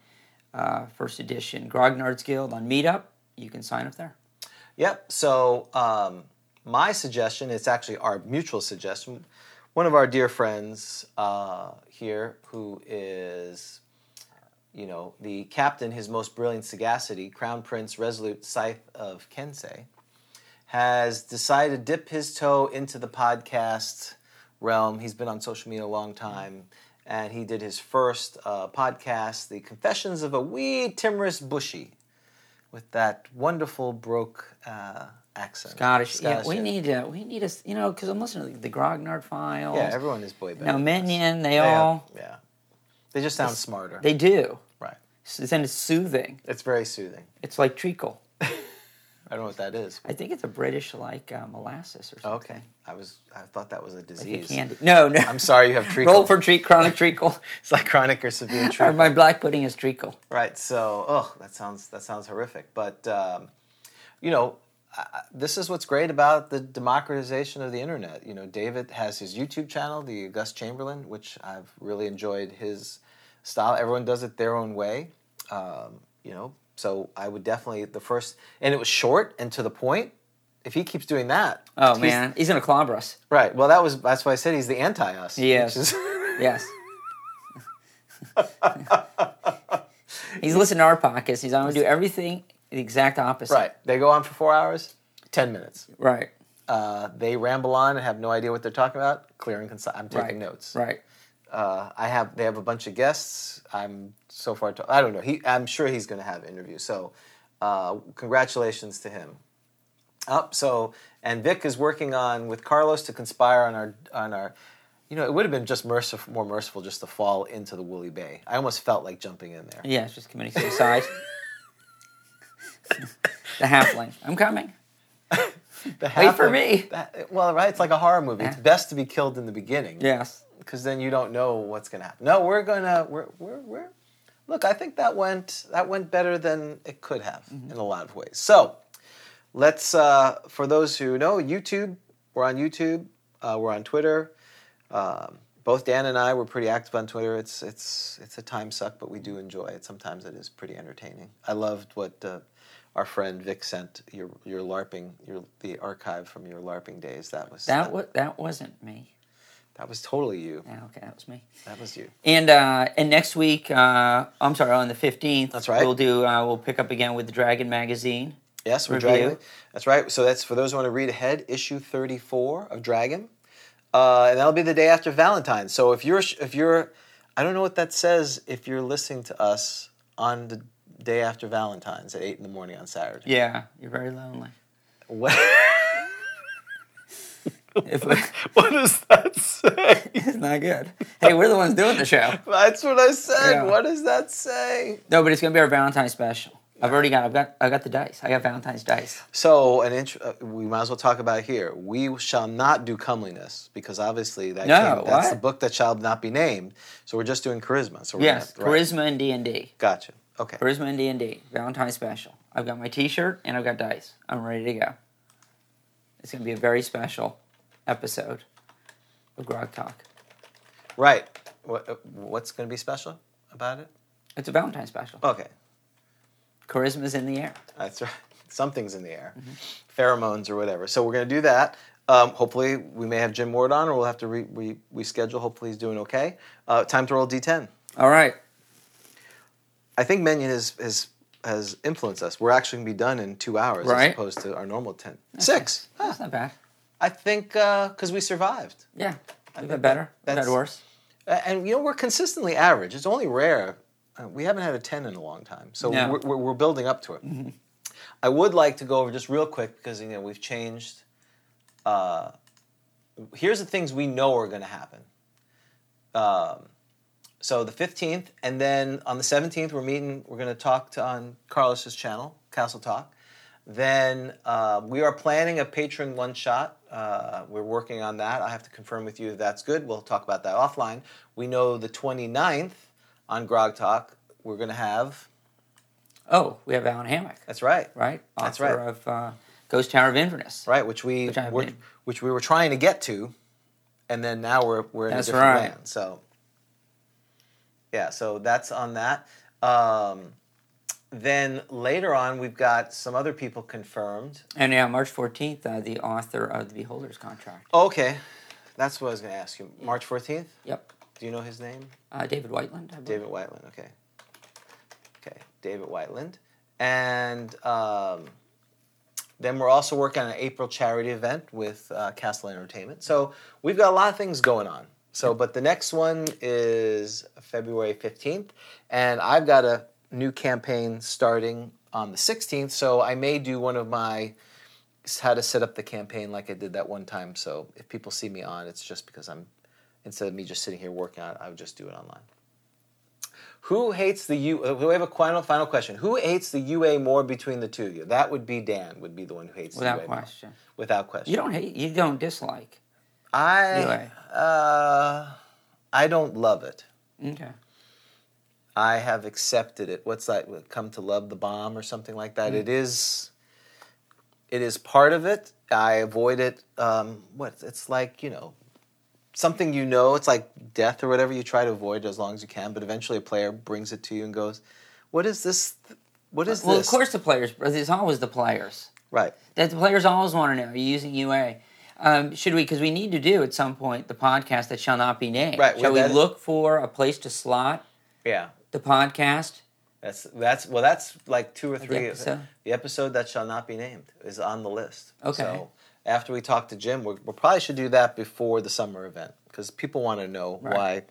Speaker 3: uh, First Edition Grognards Guild on Meetup. You can sign up there.
Speaker 2: Yep. So um, my suggestion, it's actually our mutual suggestion. One of our dear friends uh, here, who is, you know, the captain, his most brilliant sagacity, Crown Prince Resolute Scythe of Kensei, has decided to dip his toe into the podcast realm. He's been on social media a long time, and he did his first uh, podcast, The Confessions of a Wee Timorous Bushy, with that wonderful broke uh, accent.
Speaker 3: Scottish. yeah, we
Speaker 2: yeah.
Speaker 3: need to, we need to, you know, because I'm listening to the Grognard Files.
Speaker 2: Yeah, everyone is boy band.
Speaker 3: Now, Minion, they
Speaker 2: They have-
Speaker 3: all,
Speaker 2: yeah. They just sound smarter.
Speaker 3: they do.
Speaker 2: right.
Speaker 3: So Then it's soothing.
Speaker 2: It's very soothing.
Speaker 3: It's like treacle.
Speaker 2: I don't know what that is.
Speaker 3: I think it's a British like uh, molasses or something.
Speaker 2: Okay. I was. I thought that was a
Speaker 3: Like a
Speaker 2: disease.
Speaker 3: candy. No, no.
Speaker 2: I'm sorry you have treacle.
Speaker 3: Roll for treat, chronic treacle.
Speaker 2: it's like chronic or severe
Speaker 3: Or
Speaker 2: treacle.
Speaker 3: my black pudding is treacle.
Speaker 2: Right. So, oh, that sounds that sounds horrific. But um, you know, I, I- this is what's great about the democratization of the internet. You know, David has his YouTube channel, the August Chamberlain, which I've really enjoyed his style. Everyone does it their own way. Um, you know, so I would definitely the first, and it was short and to the point if he keeps doing that,
Speaker 3: Oh
Speaker 2: he's-
Speaker 3: man, he's gonna clobber us.
Speaker 2: right? Well, that was that's why I said he's the anti us.
Speaker 3: He is. Yes. he's listening to our podcast. He's gonna do everything the exact opposite.
Speaker 2: right. They go on for four hours, ten minutes.
Speaker 3: Right.
Speaker 2: Uh, they ramble on and have no idea what they're talking about. Clear and concise. I'm taking
Speaker 3: Right.
Speaker 2: notes.
Speaker 3: Right.
Speaker 2: Uh, I have. They have a bunch of guests. I'm so far. To, I don't know. He. I'm sure he's going to have interviews. So, uh, congratulations to him. Up. so, and Vic is working on with Carlos to conspire on our on our. You know, it would have been just merciful, more merciful just to fall into the woolly bay. I almost felt like jumping in there.
Speaker 3: Yeah, it's just committing suicide. the halfling. I'm coming.
Speaker 2: The
Speaker 3: Wait for
Speaker 2: halfling-
Speaker 3: me.
Speaker 2: that- well, right, it's like a horror movie. It's
Speaker 3: Yeah.
Speaker 2: best to be killed in the beginning.
Speaker 3: Yes.
Speaker 2: because then you don't know what's going to happen. No, we're gonna we're we're we're. Look, I think that went that went better than it could have
Speaker 3: Mm-hmm.
Speaker 2: in a lot of ways. So, let's uh, for those who know YouTube, we're on YouTube, uh, we're on Twitter. Um, both Dan and I were pretty active on Twitter. It's it's it's a time suck, but we do enjoy it. Sometimes it is pretty entertaining. I loved what uh, our friend Vic sent your your LARPing your the archive from your LARPing days. That was
Speaker 3: That was that wasn't me.
Speaker 2: that was totally you.
Speaker 3: Yeah, okay, that was me.
Speaker 2: That was you.
Speaker 3: And uh, and next week, uh, I'm sorry, on the 15th,
Speaker 2: That's right.
Speaker 3: We'll do. Uh, we'll pick up again with the Dragon magazine.
Speaker 2: Yes, we're
Speaker 3: Review.
Speaker 2: Dragon. That's right. So that's for those who want to read ahead, issue 34 of Dragon, uh, and that'll be the day after Valentine's. So if you're if you're, I don't know what that says. If you're listening to us on the day after Valentine's at eight in the morning on Saturday,
Speaker 3: Yeah, you're very lonely.
Speaker 2: what,
Speaker 3: If
Speaker 2: what does that say?
Speaker 3: it's not good. Hey, we're the ones doing the show.
Speaker 2: That's what I said.
Speaker 3: Yeah.
Speaker 2: What does that say?
Speaker 3: No, but it's gonna be our Valentine's special. I've already got. I've got. I got the dice. I got Valentine's dice.
Speaker 2: So an int- uh, we might as well talk about it here. We shall not do comeliness because obviously that
Speaker 3: No,
Speaker 2: came- that's
Speaker 3: what?
Speaker 2: the book that shall not be named. So we're just doing charisma. So we're gonna
Speaker 3: Yes,
Speaker 2: have to- right.
Speaker 3: charisma and D and D.
Speaker 2: Gotcha. Okay.
Speaker 3: Charisma and D and D. Valentine's special. I've got my T-shirt and I've got dice. I'm ready to go. It's gonna be a very special episode of Grog Talk.
Speaker 2: Right. What, uh, what's going to be special about it?
Speaker 3: It's a Valentine's special.
Speaker 2: Okay.
Speaker 3: Charisma's in the air.
Speaker 2: That's right. Something's in the air,
Speaker 3: Mm-hmm.
Speaker 2: pheromones or whatever. So we're going to do that. Um, hopefully, we may have Jim Ward on, or we'll have to re- re- reschedule. Hopefully, he's doing okay. Uh, time to roll D10.
Speaker 3: All right.
Speaker 2: I think Menion has, has, has influenced us. We're actually going to be done in two hours as
Speaker 3: Right.
Speaker 2: opposed to our normal 10. Six. Huh.
Speaker 3: That's not bad.
Speaker 2: I think because we survived.
Speaker 3: Yeah. We've
Speaker 2: think
Speaker 3: had better. We've
Speaker 2: that's-
Speaker 3: had worse.
Speaker 2: Uh, and you know we're consistently average. It's only rare uh, we haven't had a ten in a long time, so
Speaker 3: No.
Speaker 2: we're, we're, we're building up to it. I would like to go over just real quick because you know we've changed. Uh, here's the things we know are going to happen. Um, so the fifteenth, and then on the seventeenth, we're meeting. We're going to talk to, on Carlos's channel, Castle Talk. Then uh, we are planning a patron one shot. Uh, we're working on that. I have to confirm with you if that's good. We'll talk about that offline. We know the 29th on Grog Talk, we're going to have.
Speaker 3: Oh, we have Alan Hammock,
Speaker 2: That's right.
Speaker 3: right?
Speaker 2: That's
Speaker 3: Author
Speaker 2: right.
Speaker 3: Of uh, Ghost Tower of Inverness.
Speaker 2: Right, which we
Speaker 3: Which I
Speaker 2: were,
Speaker 3: made.
Speaker 2: which we were trying to get to, and then now we're we're in
Speaker 3: That's
Speaker 2: a different
Speaker 3: right.
Speaker 2: land. So yeah, so that's on that. Um, then later on, we've got some other people confirmed.
Speaker 3: And yeah, March 14th, uh, the author of the Beholder's Contract.
Speaker 2: Okay, that's what I was going to ask you. March fourteenth.
Speaker 3: Yep.
Speaker 2: Do you know his name?
Speaker 3: Uh, David Whiteland. I believe.
Speaker 2: David Whiteland. Okay. Okay, David Whiteland, and um, then we're also working on an April charity event with uh, Castle Entertainment. So we've got a lot of things going on. So, but the next one is February fifteenth, and I've got a new campaign starting on the sixteenth. So I may do one of my how to set up the campaign like I did that one time. So if people see me on, it's just because I'm instead of me just sitting here working on it, I would just do it online. Who hates the U? uh, We have a final, final question. Who hates the UA more between the two of you? That would be Dan. Would be the one who hates
Speaker 3: Without
Speaker 2: the UA
Speaker 3: question.
Speaker 2: More. Without question.
Speaker 3: You don't hate. You don't dislike.
Speaker 2: I uh, I don't love it.
Speaker 3: Okay.
Speaker 2: I have accepted it. What's that? Come to love the bomb or something like that. It is. It is part of it. I avoid it. Um, what? It's like you know, something you know. It's like death or whatever. You try to avoid it as long as you can, but eventually a player brings it to you and goes, "What is this? What is
Speaker 3: Well,
Speaker 2: this?"
Speaker 3: of course the players. But it's always the players.
Speaker 2: Right.
Speaker 3: that the players always want to know. Are you using UA? Um, should we? Because we need to do at some point the podcast that shall not be named.
Speaker 2: Right,
Speaker 3: Shall we
Speaker 2: well, that-
Speaker 3: look for a place to slot
Speaker 2: Yeah.
Speaker 3: the podcast?
Speaker 2: That's that's well. That's like two or three.
Speaker 3: episode?
Speaker 2: the episode that shall not be named is on the list.
Speaker 3: Okay.
Speaker 2: So after we talk to Jim, we we probably should do that before the summer event because people want to know why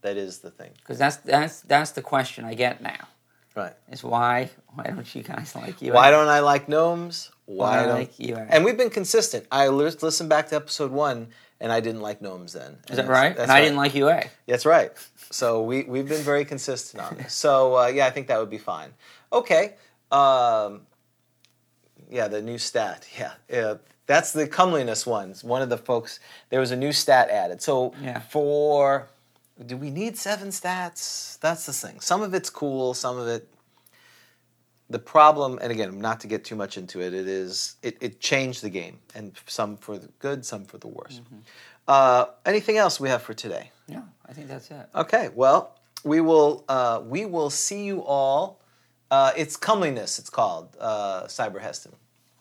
Speaker 2: that is the thing.
Speaker 3: Because that's that's that's the question I get now.
Speaker 2: Right.
Speaker 3: Is why why don't you guys like UA?
Speaker 2: Why don't I like gnomes? Why
Speaker 3: Why
Speaker 2: don't
Speaker 3: like you?
Speaker 2: And we've been consistent. I li- listened back to episode one, and I didn't like gnomes then.
Speaker 3: is that right? And I didn't like UA.
Speaker 2: That's right. So we we've been very consistent on this. So uh, yeah, I think that would be fine. Okay. Um, yeah, the new stat. Yeah, yeah. That's the comeliness ones. One of the folks there was a new stat added. So
Speaker 3: Yeah.
Speaker 2: for do we need seven stats? That's the thing. Some of it's cool. Some of it. The problem, and again, not to get too much into it, it is it, it changed the game, and some for the good, some for the worse. Uh, anything else we have for today?
Speaker 3: No, I think that's it.
Speaker 2: Okay. Well, we will uh, we will see you all. Uh, it's comeliness. It's called uh, Cyber Heston,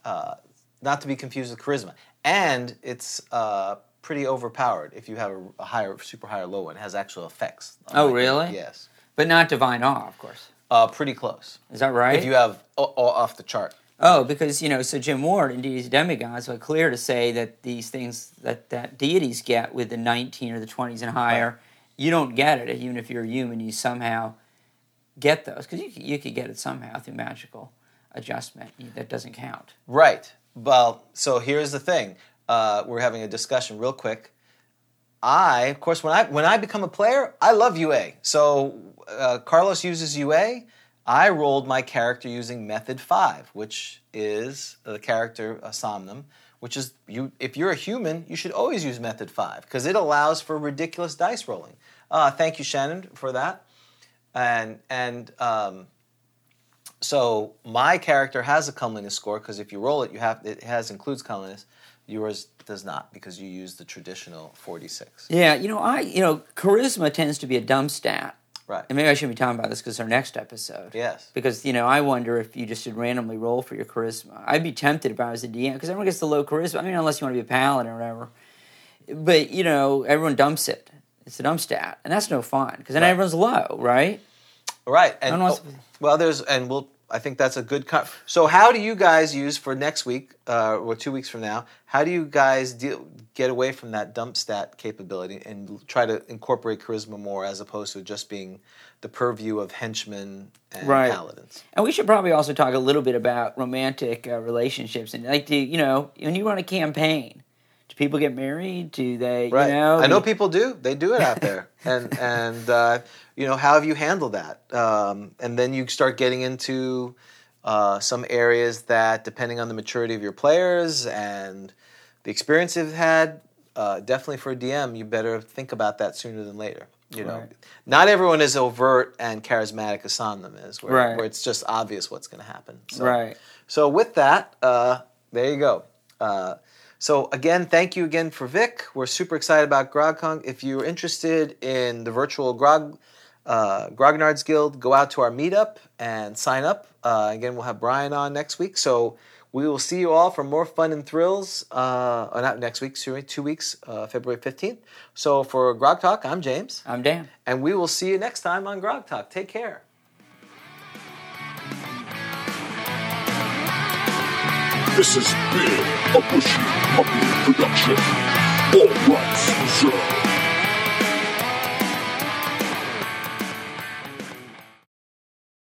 Speaker 2: uh, not to be confused with charisma, and it's uh, pretty overpowered if you have a, a higher, super high or low one. It has actual effects.
Speaker 3: Oh, really?
Speaker 2: Yes.
Speaker 3: But not divine awe, of course.
Speaker 2: Uh, pretty close.
Speaker 3: Is that right?
Speaker 2: If you have o- o- off the chart.
Speaker 3: Oh, because you know, so Jim Ward and deities demigods are clear to say that these things that, that deities get with the nineteen or the twenties and higher, you don't get it. Even if you're a human, you somehow get those because you c- you could get it somehow through magical adjustment that doesn't count.
Speaker 2: Right. Well, so here's the thing. Uh, we're having a discussion real quick. I, of course, when I when I become a player, I love UA. So uh, Carlos uses UA. I rolled my character using method five, which is the character uh, Somnum, which is you. If you're a human, you should always use method five because it allows for ridiculous dice rolling. Uh, thank you, Shannon, for that. And and um, so my character has a comeliness score because if you roll it, you have it has includes comeliness. Yours does not because you use the traditional forty-six.
Speaker 3: Yeah, you know, I you know, charisma tends to be a dumb stat,
Speaker 2: Right.
Speaker 3: and maybe I shouldn't be talking about this because our next episode.
Speaker 2: Yes.
Speaker 3: Because you know, I wonder if you just should randomly roll for your charisma. I'd be tempted if I was a DM because everyone gets the low charisma. I mean, unless you want to be a paladin or whatever. But you know, everyone dumps it. It's a dump stat, and that's no fun because then everyone's low, right?
Speaker 2: Right. And
Speaker 3: don't know what's-
Speaker 2: oh, well, there's and we'll. I think that's a good. Con- so how do you guys use for next week uh, or two weeks from now? How do you guys deal, get away from that dump stat capability and try to incorporate charisma more as opposed to just being the purview of henchmen and
Speaker 3: Right.
Speaker 2: paladins?
Speaker 3: And we should probably also talk a little bit about romantic uh, relationships and like, do you know, when you run a campaign, do people get married? Do they,
Speaker 2: Right.
Speaker 3: you know,
Speaker 2: I know
Speaker 3: the-
Speaker 2: people do. They do it out there, and and uh, you know how have you handled that? Um, and then you start getting into uh, some areas that, depending on the maturity of your players and the experience they've had, uh, definitely for a DM, you better think about that sooner than later. You know,
Speaker 3: Right.
Speaker 2: not everyone is overt and charismatic as Somnum is, where,
Speaker 3: Right.
Speaker 2: where it's just obvious what's going to happen. So.
Speaker 3: right.
Speaker 2: So with that, uh, there you go. Uh, so again, thank you again for Vic. We're super excited about GrogCon. If you're interested in the virtual Grog uh, Grognards Guild, go out to our meetup and sign up. Uh, again, we'll have Brian on next week. So we will see you all for more fun and thrills. Uh, or not next week, sorry, two weeks, uh, February fifteenth. So for Grog Talk, I'm James,
Speaker 3: I'm Dan.
Speaker 2: and we will see you next time on Grog Talk. Take care.
Speaker 1: This has been a Bushy Puppy production. All rights reserved.